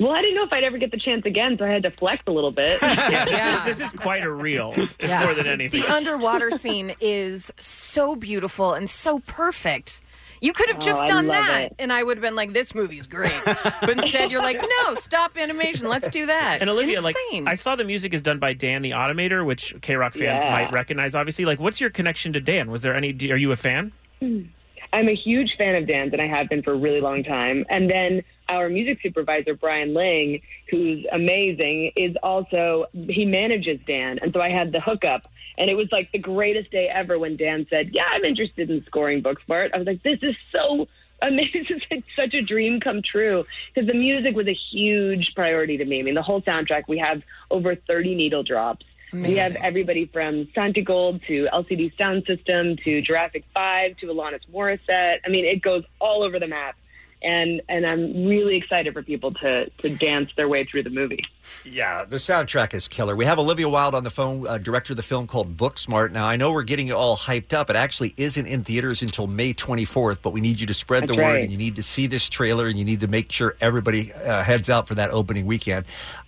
Speaker 2: Well, I didn't know if I'd ever get the chance again, so I had to flex a little bit.
Speaker 14: this is quite a reel more than anything
Speaker 12: The underwater scene is so beautiful and so perfect. You could have just
Speaker 14: Oh, I
Speaker 12: done
Speaker 14: love
Speaker 12: that,
Speaker 14: it.
Speaker 12: and I would have been like, "This movie's great." But instead, you're like, "No, stop animation. Let's do that."
Speaker 14: And Olivia,
Speaker 12: Insane.
Speaker 14: like I saw the music is done by Dan the Automator, which K Rock fans
Speaker 2: Yeah.
Speaker 14: might recognize. Obviously, like what's your connection to Dan? Was there any? do- Are you a fan?
Speaker 2: Mm. I'm a huge fan of Dan's, and I have been for a really long time. And then our music supervisor, Brian Ling, who's amazing, is also, he manages Dan. And so I had the hookup. And it was like the greatest day ever when Dan said, Yeah, I'm interested in scoring books for it. I was like, This is so amazing. This is like such a dream come true. Because the music was a huge priority to me. I mean, the whole soundtrack, we have over 30 needle drops. We have
Speaker 13: Amazing.
Speaker 2: everybody from Santi Gold to LCD Sound System to Jurassic 5 to Alanis Morissette. I mean, it goes all over the map. And, and I'm really excited for people to, to dance their way through the movie.
Speaker 11: Yeah, the soundtrack is killer. We have Olivia Wilde on the phone, uh, director of the film called Booksmart. Now, I know we're getting you all hyped up. It actually isn't in theaters until May 24th, but we need you to spread the
Speaker 2: That's
Speaker 11: word
Speaker 2: right.
Speaker 11: and you need to see this trailer and you need to make sure everybody uh, heads out for that opening weekend.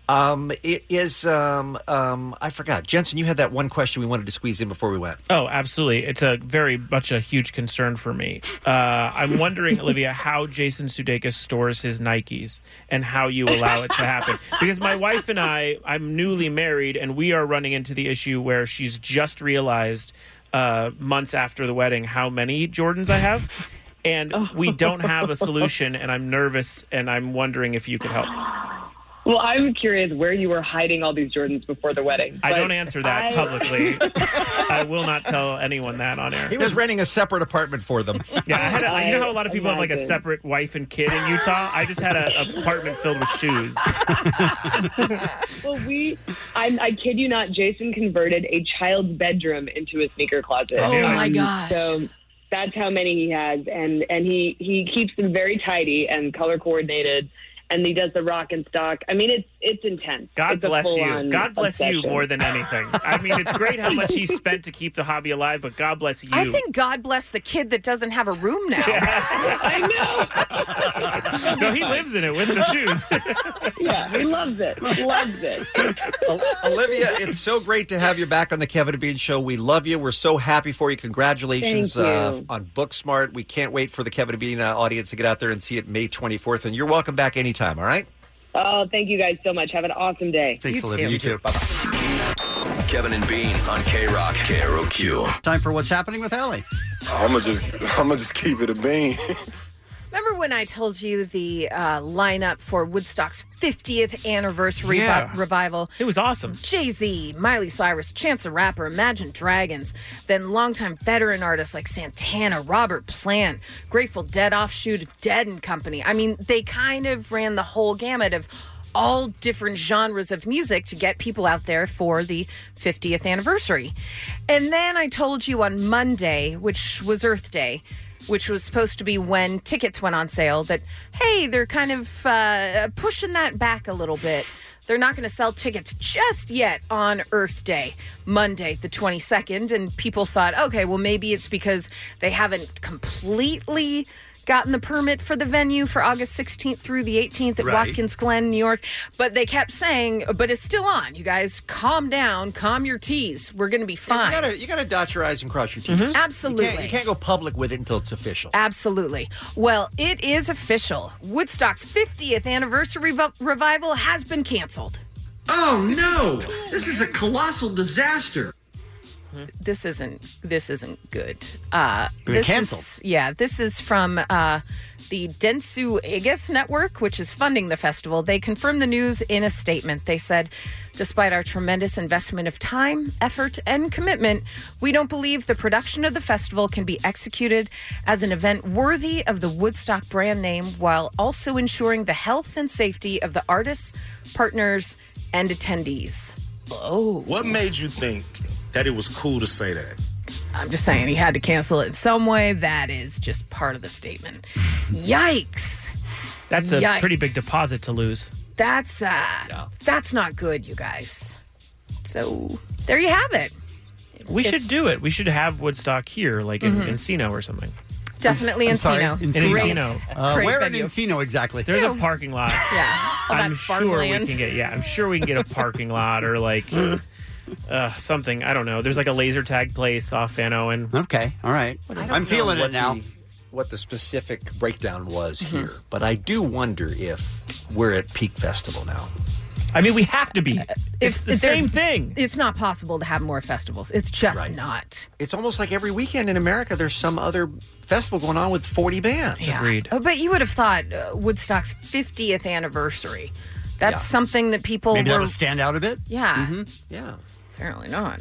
Speaker 11: Um, it is, um, um, I forgot. Jensen, you had that one question we wanted to squeeze in before we went.
Speaker 14: Oh, absolutely. It's a very much a huge concern for me. Uh, I'm wondering, Olivia, how Jason Sudeikis stores his Nikes and how you allow it to happen. Because my wife and I, I'm newly married, and we are running into the issue where she's just realized uh, months after the wedding how many Jordans I have. And we don't have a solution, and I'm nervous, and I'm wondering if you could help.
Speaker 2: Well, I'm curious where you were hiding all these Jordans before the wedding.
Speaker 14: I
Speaker 2: But
Speaker 14: don't answer that
Speaker 2: I-
Speaker 14: publicly. I will not tell anyone that on air.
Speaker 11: He was renting a separate apartment for them.
Speaker 14: Yeah, I had a, you know how a lot of people have like a
Speaker 11: Imagine.
Speaker 14: separate wife and kid in Utah. I just had an apartment filled with shoes.
Speaker 2: Well, we, I, I kid you not, Jason converted a child's bedroom into a sneaker closet. Um,
Speaker 12: Oh, my gosh.
Speaker 2: So that's how many he has, and and he he keeps them very tidy and color coordinated, and he does the rock and stock. I mean, it's it's intense.
Speaker 14: God
Speaker 2: It's a
Speaker 14: bless you.
Speaker 2: full-on
Speaker 14: God bless you
Speaker 2: obsession.
Speaker 14: more than anything. I mean, it's great how much he spent to keep the hobby alive, but God bless you.
Speaker 12: I think God bless the kid that doesn't have a room now.
Speaker 14: no, he lives in it with the shoes.
Speaker 2: yeah, he loves it. Loves it.
Speaker 11: Olivia, it's so great to have you back on the Kevin and Bean Show. We love you. We're so happy for you. Congratulations
Speaker 2: Thank you.
Speaker 11: Uh, on Booksmart. We can't wait for the Kevin and Bean uh, audience to get out there and see it May 24th. And you're welcome back anytime, all right?
Speaker 2: Oh, thank you guys so much. Have an awesome day.
Speaker 11: Thanks, Olivia. You too. Bye-bye.
Speaker 17: Kevin and Bean on K Rock, KROQ.
Speaker 10: Time for what's happening with Allie.
Speaker 25: I'm gonna just, I'm gonna just keep it a bean.
Speaker 12: Remember when I told you the uh, lineup for Woodstock's 50th anniversary
Speaker 14: Yeah.
Speaker 12: vi- revival?
Speaker 14: It was awesome.
Speaker 12: Jay Z, Miley Cyrus, Chance the Rapper, Imagine Dragons, then longtime veteran artists like Santana, Robert Plant, Grateful Dead offshoot of Dead and Company. I mean, they kind of ran the whole gamut of all different genres of music to get people out there for the 50th anniversary. And then I told you on Monday, which was Earth Day, which was supposed to be when tickets went on sale, that hey, they're kind of uh, pushing that back a little bit. They're not going to sell tickets just yet on Earth Day, Monday, the 22nd. And people thought, okay, well, maybe it's because they haven't completely gotten the permit for the venue for August 16th through the 18th at
Speaker 9: Right.
Speaker 12: Watkins Glen, New York. But they kept saying, but it's still on. You guys, calm down, calm your T's. We're going to be fine. Mm-hmm.
Speaker 11: You gotta, you gotta dot your I's and cross your T's.
Speaker 12: Absolutely.
Speaker 11: You can't, you can't go public with it until it's official.
Speaker 12: Absolutely. Well, it is official. Woodstock's 50th anniversary rev- revival has been canceled.
Speaker 6: Oh no! This is a colossal disaster.
Speaker 11: Hmm.
Speaker 12: This isn't. This isn't good. Uh,
Speaker 6: Been
Speaker 12: this
Speaker 6: canceled.
Speaker 12: is- yeah, this is from uh, the Dentsu Igus Network, which is funding the festival. They confirmed the news in a statement. They said, despite our tremendous investment of time, effort, and commitment, we don't believe the production of the festival can be executed as an event worthy of the Woodstock brand name while also ensuring the health and safety of the artists, partners, and attendees. Oh.
Speaker 13: What made you think that it was cool to say that?
Speaker 12: I'm just saying he had to cancel it in some way. That is just part of the statement. Yikes.
Speaker 14: That's a
Speaker 12: Yikes.
Speaker 14: pretty big deposit to lose.
Speaker 12: That's uh that's not good, you guys. So there you have it.
Speaker 14: We
Speaker 12: If-
Speaker 14: should do it. We should have Woodstock here, like in
Speaker 12: Mhm.
Speaker 14: Encino or something.
Speaker 12: Definitely
Speaker 14: I'm sorry,
Speaker 12: Encino.
Speaker 14: in
Speaker 12: Great-
Speaker 14: Encino.
Speaker 12: Uh, great where in venue.
Speaker 10: Encino exactly?
Speaker 14: There's
Speaker 12: Yeah.
Speaker 14: a parking lot.
Speaker 12: Yeah. all
Speaker 14: I'm
Speaker 12: that
Speaker 14: sure we
Speaker 12: farmland.
Speaker 14: can get. Yeah, I'm sure we can get a parking lot or like uh, something. I don't know. There's like a laser tag place off Van Owen.
Speaker 10: Okay, all right.
Speaker 11: I don't know what the- what the specific breakdown was here, but I do wonder if we're at peak festival now.
Speaker 14: I mean, we have to
Speaker 12: Uh,
Speaker 14: be.
Speaker 12: if- if there's- It's not possible to have more festivals. It's just not.
Speaker 11: It's almost like every weekend in America, there's some other festival going on with 40 bands.
Speaker 14: Agreed.
Speaker 12: Oh, but you would have thought uh, Woodstock's 50th anniversary. That's
Speaker 11: Yeah.
Speaker 12: something that people
Speaker 11: Maybe
Speaker 12: were
Speaker 11: that'll stand
Speaker 10: out a bit.
Speaker 12: Yeah.
Speaker 11: Yeah.
Speaker 12: Apparently not.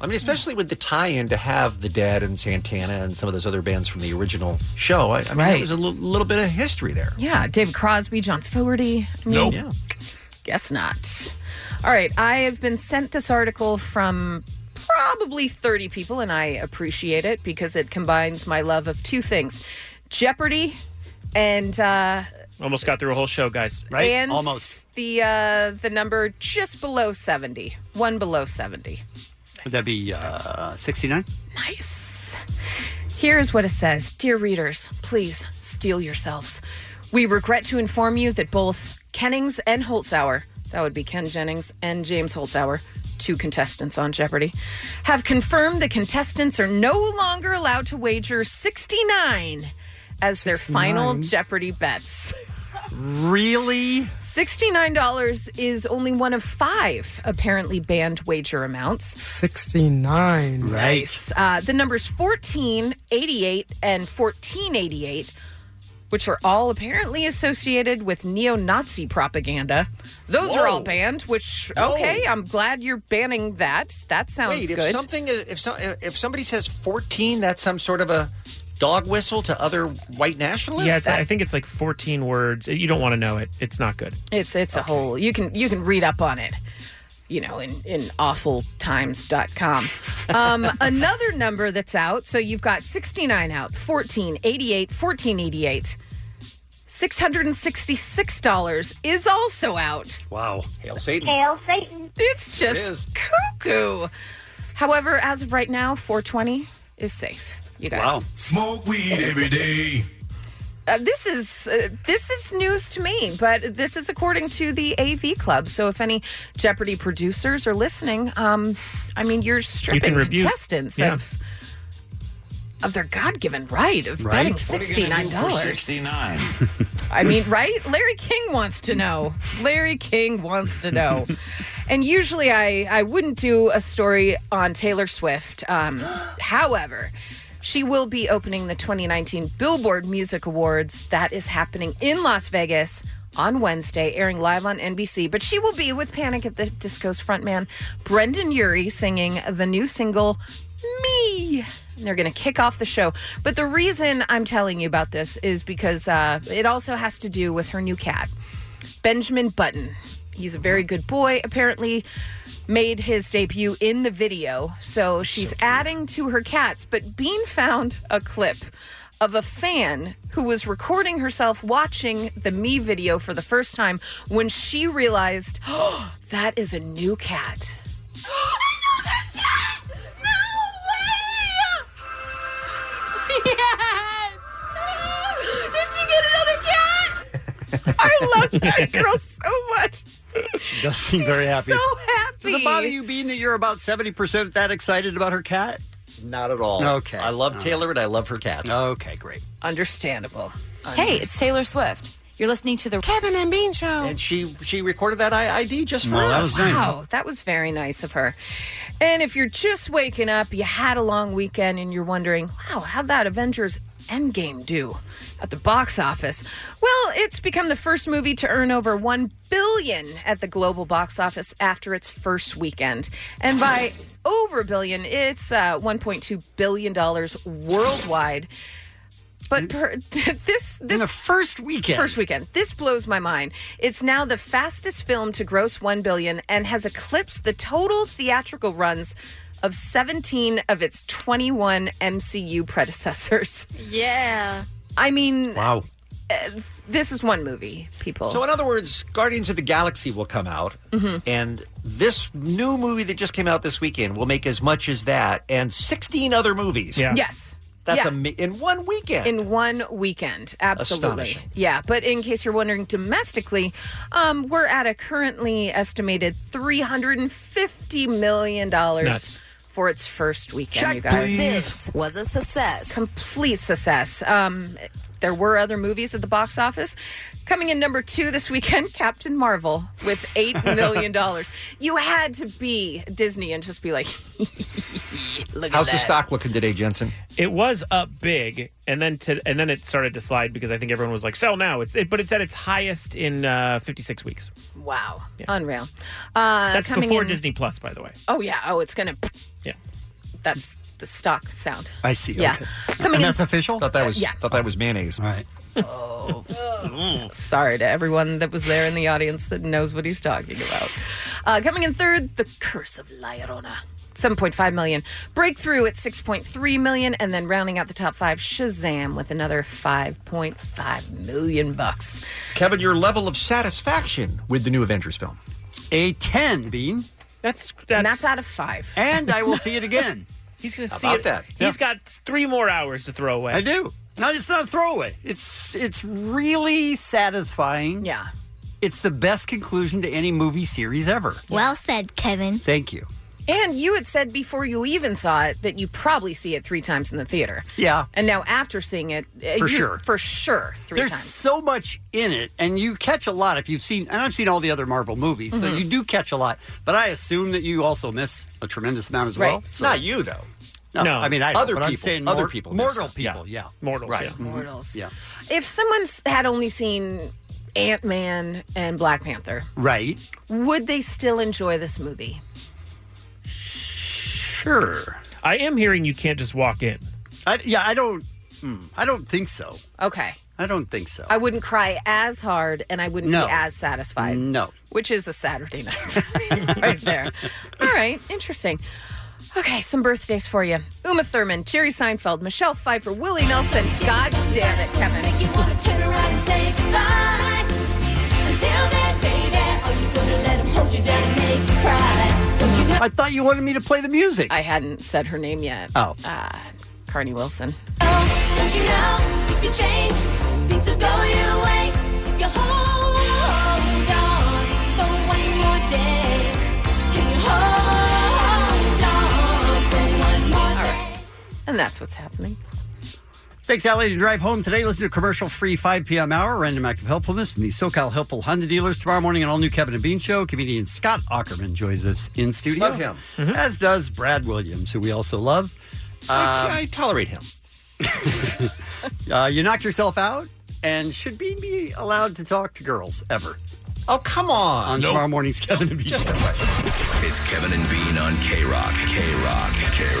Speaker 11: I mean, especially with the tie-in to have the Dead and Santana and some of those other bands from the original show. I, I mean,
Speaker 12: Right.
Speaker 11: there was a little, little bit of history there.
Speaker 12: Yeah, David Crosby, John Fogerty. I mean,
Speaker 11: Nope.
Speaker 12: Guess not. All right, I have been sent this article from probably 30 people, and I appreciate it because it combines my love of two things Jeopardy and. Uh,
Speaker 14: Almost got through a whole show, guys. Right?
Speaker 12: And The uh, the number just below 70. One below 70.
Speaker 10: Would that be uh, 69?
Speaker 12: Nice. Here's what it says Dear readers, please steel yourselves. We regret to inform you that both Kennings and Holtzauer, that would be Ken Jennings and James Holtzauer, two contestants on Jeopardy, have confirmed the contestants are no longer allowed to wager 69 as their final
Speaker 10: 69?
Speaker 12: Jeopardy bets.
Speaker 10: Really?
Speaker 12: $69 is only one of five apparently banned wager amounts.
Speaker 18: 69.
Speaker 12: Nice. Uh, the numbers 14, 88, and 1488, which are all apparently associated with neo Nazi propaganda. Those are all
Speaker 11: Whoa.
Speaker 12: banned, which, okay,
Speaker 11: Whoa.
Speaker 12: I'm glad you're banning that. That sounds
Speaker 11: Wait,
Speaker 12: good.
Speaker 11: if something, if so, if somebody says 14, that's some sort of a dog whistle to other white nationalists.
Speaker 14: Yeah, it's,
Speaker 11: That-
Speaker 14: I think it's like 14 words. You don't want to know it. It's not good.
Speaker 12: It's it's a whole you can you can read up on it. You know, in, in awfultimes.com. Um, another number that's out, so you've got 69 out, 14, 88, 1488. $666 is also out.
Speaker 10: Wow.
Speaker 11: Hail Satan.
Speaker 12: Hail Satan. It's
Speaker 11: It
Speaker 12: just
Speaker 11: is.
Speaker 12: cuckoo. However, as of right now, 420 is safe. You guys.
Speaker 6: Smoke weed every day.
Speaker 12: Uh, this is uh, this is news to me, but this is according to the AV Club. So if any Jeopardy producers are listening, um, I mean, you're stripping
Speaker 14: rebuke-
Speaker 12: contestants
Speaker 14: yeah.
Speaker 12: of of their God given right of betting sixty nine dollars.
Speaker 6: Sixty-nine.
Speaker 12: I mean, right? Larry King wants to know. Larry King wants to know. And usually I, I wouldn't do a story on Taylor Swift. Um, however, she will be opening the 2019 Billboard Music Awards. That is happening in Las Vegas on Wednesday, airing live on NBC. But she will be with Panic at the Disco's frontman, Brendan Urie, singing the new single, me. And they're going to kick off the show. But the reason I'm telling you about this is because uh, it also has to do with her new cat, Benjamin Button. He's a very good boy, apparently, made his debut in the video. So she's adding to her cats. But Bean found a clip of a fan who was recording herself watching the me video for the first time when she realized, oh, that is a new cat.
Speaker 6: Yes! Did you get another cat?
Speaker 12: I love that girl so much.
Speaker 10: She does seem very happy.
Speaker 12: so happy.
Speaker 10: Does it bother you, Bean, that you're about 70% that excited about her cat?
Speaker 11: Not at all.
Speaker 10: Okay.
Speaker 11: I love Taylor and I love her cats.
Speaker 10: Okay, great.
Speaker 12: Understandable.
Speaker 7: Hey, it's Taylor Swift. You're listening to the Kevin and Bean Show.
Speaker 11: And she she recorded that ID just for
Speaker 12: Wow,
Speaker 11: us.
Speaker 12: Wow, that was very nice of her. And if you're just waking up, you had a long weekend, and you're wondering, wow, how'd that Avengers Endgame do at the box office? Well, it's become the first movie to earn over $1 billion at the global box office after its first weekend. And by over a billion, it's uh, $1.2 billion worldwide. But per, this this the
Speaker 10: first weekend.
Speaker 12: First weekend. This blows my mind. It's now the fastest film to gross 1 billion and has eclipsed the total theatrical runs of 17 of its 21 MCU predecessors.
Speaker 7: Yeah.
Speaker 12: I mean,
Speaker 11: Wow.
Speaker 12: uh, this is one movie, people. Mm-hmm.
Speaker 11: So in other words, Guardians of the Galaxy will come out, and this new movie that just came out this weekend will make as much as that and 16 other movies.
Speaker 12: Yes.
Speaker 11: That's
Speaker 12: Yeah.
Speaker 11: ama- in one weekend.
Speaker 12: In one weekend, absolutely.
Speaker 11: Astonishing.
Speaker 12: Yeah, but in case you're wondering, domestically, um, we're at a currently estimated three hundred and fifty million dollars
Speaker 6: Nuts.
Speaker 12: for its first weekend.
Speaker 6: Check,
Speaker 12: you guys,
Speaker 6: please. This
Speaker 12: was a success, complete success. Um, there were other movies at the box office. Coming in number two this weekend, Captain Marvel with eight million dollars. You had to be Disney and just be like, look
Speaker 11: How's
Speaker 12: at
Speaker 11: the
Speaker 12: that.
Speaker 11: stock looking today, Jensen?
Speaker 14: It was up big, and then to, and then it started to slide because I think everyone was like, "Sell now!" It's it, but it's at its highest in uh, 56 weeks.
Speaker 12: Wow, unreal. Uh,
Speaker 14: That's
Speaker 12: coming
Speaker 14: before
Speaker 12: in-
Speaker 14: Disney Plus, by the way.
Speaker 12: Oh yeah. Oh, it's gonna.
Speaker 14: Yeah.
Speaker 12: That's the stock sound.
Speaker 11: I see.
Speaker 12: Yeah. Coming in.
Speaker 11: official? Thought that was
Speaker 12: Yeah.
Speaker 11: thought that was mayonnaise. All right.
Speaker 14: Mm.
Speaker 12: Sorry to everyone that was there in the audience that knows what he's talking about. Uh, coming in third, The Curse of La Llorona. 7.5 million. Breakthrough at 6.3 million. And then rounding out the top five, Shazam with another 5.5 million bucks.
Speaker 11: Kevin, your level of satisfaction with the new Avengers film.
Speaker 10: A 10, Bean.
Speaker 14: That's
Speaker 12: and that's out of five.
Speaker 10: And I will see it again.
Speaker 14: He's going to
Speaker 10: How
Speaker 14: see
Speaker 10: about
Speaker 14: it.
Speaker 10: that?
Speaker 14: He's got three more hours to throw away.
Speaker 10: I do. No, it's not a throwaway. It's it's really satisfying.
Speaker 12: Yeah.
Speaker 10: It's the best conclusion to any movie series ever.
Speaker 12: Well said, Kevin.
Speaker 10: Thank you.
Speaker 12: And you had said before you even saw it that you probably see it three times in the theater.
Speaker 10: Yeah.
Speaker 12: And now after seeing it, uh,
Speaker 10: For
Speaker 12: you-
Speaker 10: sure.
Speaker 12: for sure, three
Speaker 10: There's
Speaker 12: times.
Speaker 10: so much in it, and you catch a lot if you've seen. And I've seen all the other Marvel movies, so
Speaker 12: Mhm.
Speaker 10: you do catch a lot. But I assume that you also miss a tremendous amount as well.
Speaker 11: Right.
Speaker 10: So-
Speaker 11: Not you though.
Speaker 10: No,
Speaker 11: No.
Speaker 10: I mean I.
Speaker 11: Other
Speaker 10: but I'm
Speaker 11: people-
Speaker 10: saying
Speaker 11: other
Speaker 10: mor-
Speaker 11: people miss
Speaker 10: mortal
Speaker 11: stuff. Yeah.
Speaker 10: people. Yeah,
Speaker 14: mortals.
Speaker 10: Right.
Speaker 14: yeah.
Speaker 10: Mhm.
Speaker 12: Mortals.
Speaker 10: Yeah.
Speaker 12: If someone had only seen Ant Man and Black Panther,
Speaker 10: Right.
Speaker 12: would they still enjoy this movie?
Speaker 10: Sure.
Speaker 14: I am hearing you can't just walk in.
Speaker 10: I, yeah, I don't. hmm, I don't think so.
Speaker 12: Okay.
Speaker 10: I don't think so.
Speaker 12: I wouldn't cry as hard and I wouldn't
Speaker 10: No.
Speaker 12: be as satisfied.
Speaker 10: No.
Speaker 12: Which is a Saturday night right there. All right, interesting. Okay, some birthdays for you. Uma Thurman, Jerry Seinfeld, Michelle Pfeiffer, Willie Nelson. God damn it, Kevin.
Speaker 6: Turn around and say goodbye. Until then, baby, are you gonna let him hold you down and make you cry?
Speaker 10: I thought you wanted me to play the music.
Speaker 12: I hadn't said her name yet.
Speaker 10: Oh.
Speaker 12: Uh, Carney Wilson.
Speaker 6: Don't you know things can change, things will go your way if you hold on for one more day. Can you hold on for one more day?
Speaker 12: And that's what's happening.
Speaker 10: Thanks, Allie. To drive home today, listen to commercial free 5 p.m. hour, random act of helpfulness from the SoCal Helpful Honda dealers. Tomorrow morning, an all new Kevin and Bean show. Comedian Scott Ackerman joins us in studio. Mm-hmm.
Speaker 11: Love him.
Speaker 10: As does Brad Williams, who we also love.
Speaker 11: I-
Speaker 10: Um,
Speaker 11: I tolerate him.
Speaker 10: uh, you knocked yourself out and should be, be allowed to talk to girls ever.
Speaker 11: Oh, come on.
Speaker 10: On
Speaker 17: Nope.
Speaker 10: tomorrow morning's Kevin and Bean show.
Speaker 17: It's Kevin and Bean on K Rock. K Rock. K Rock.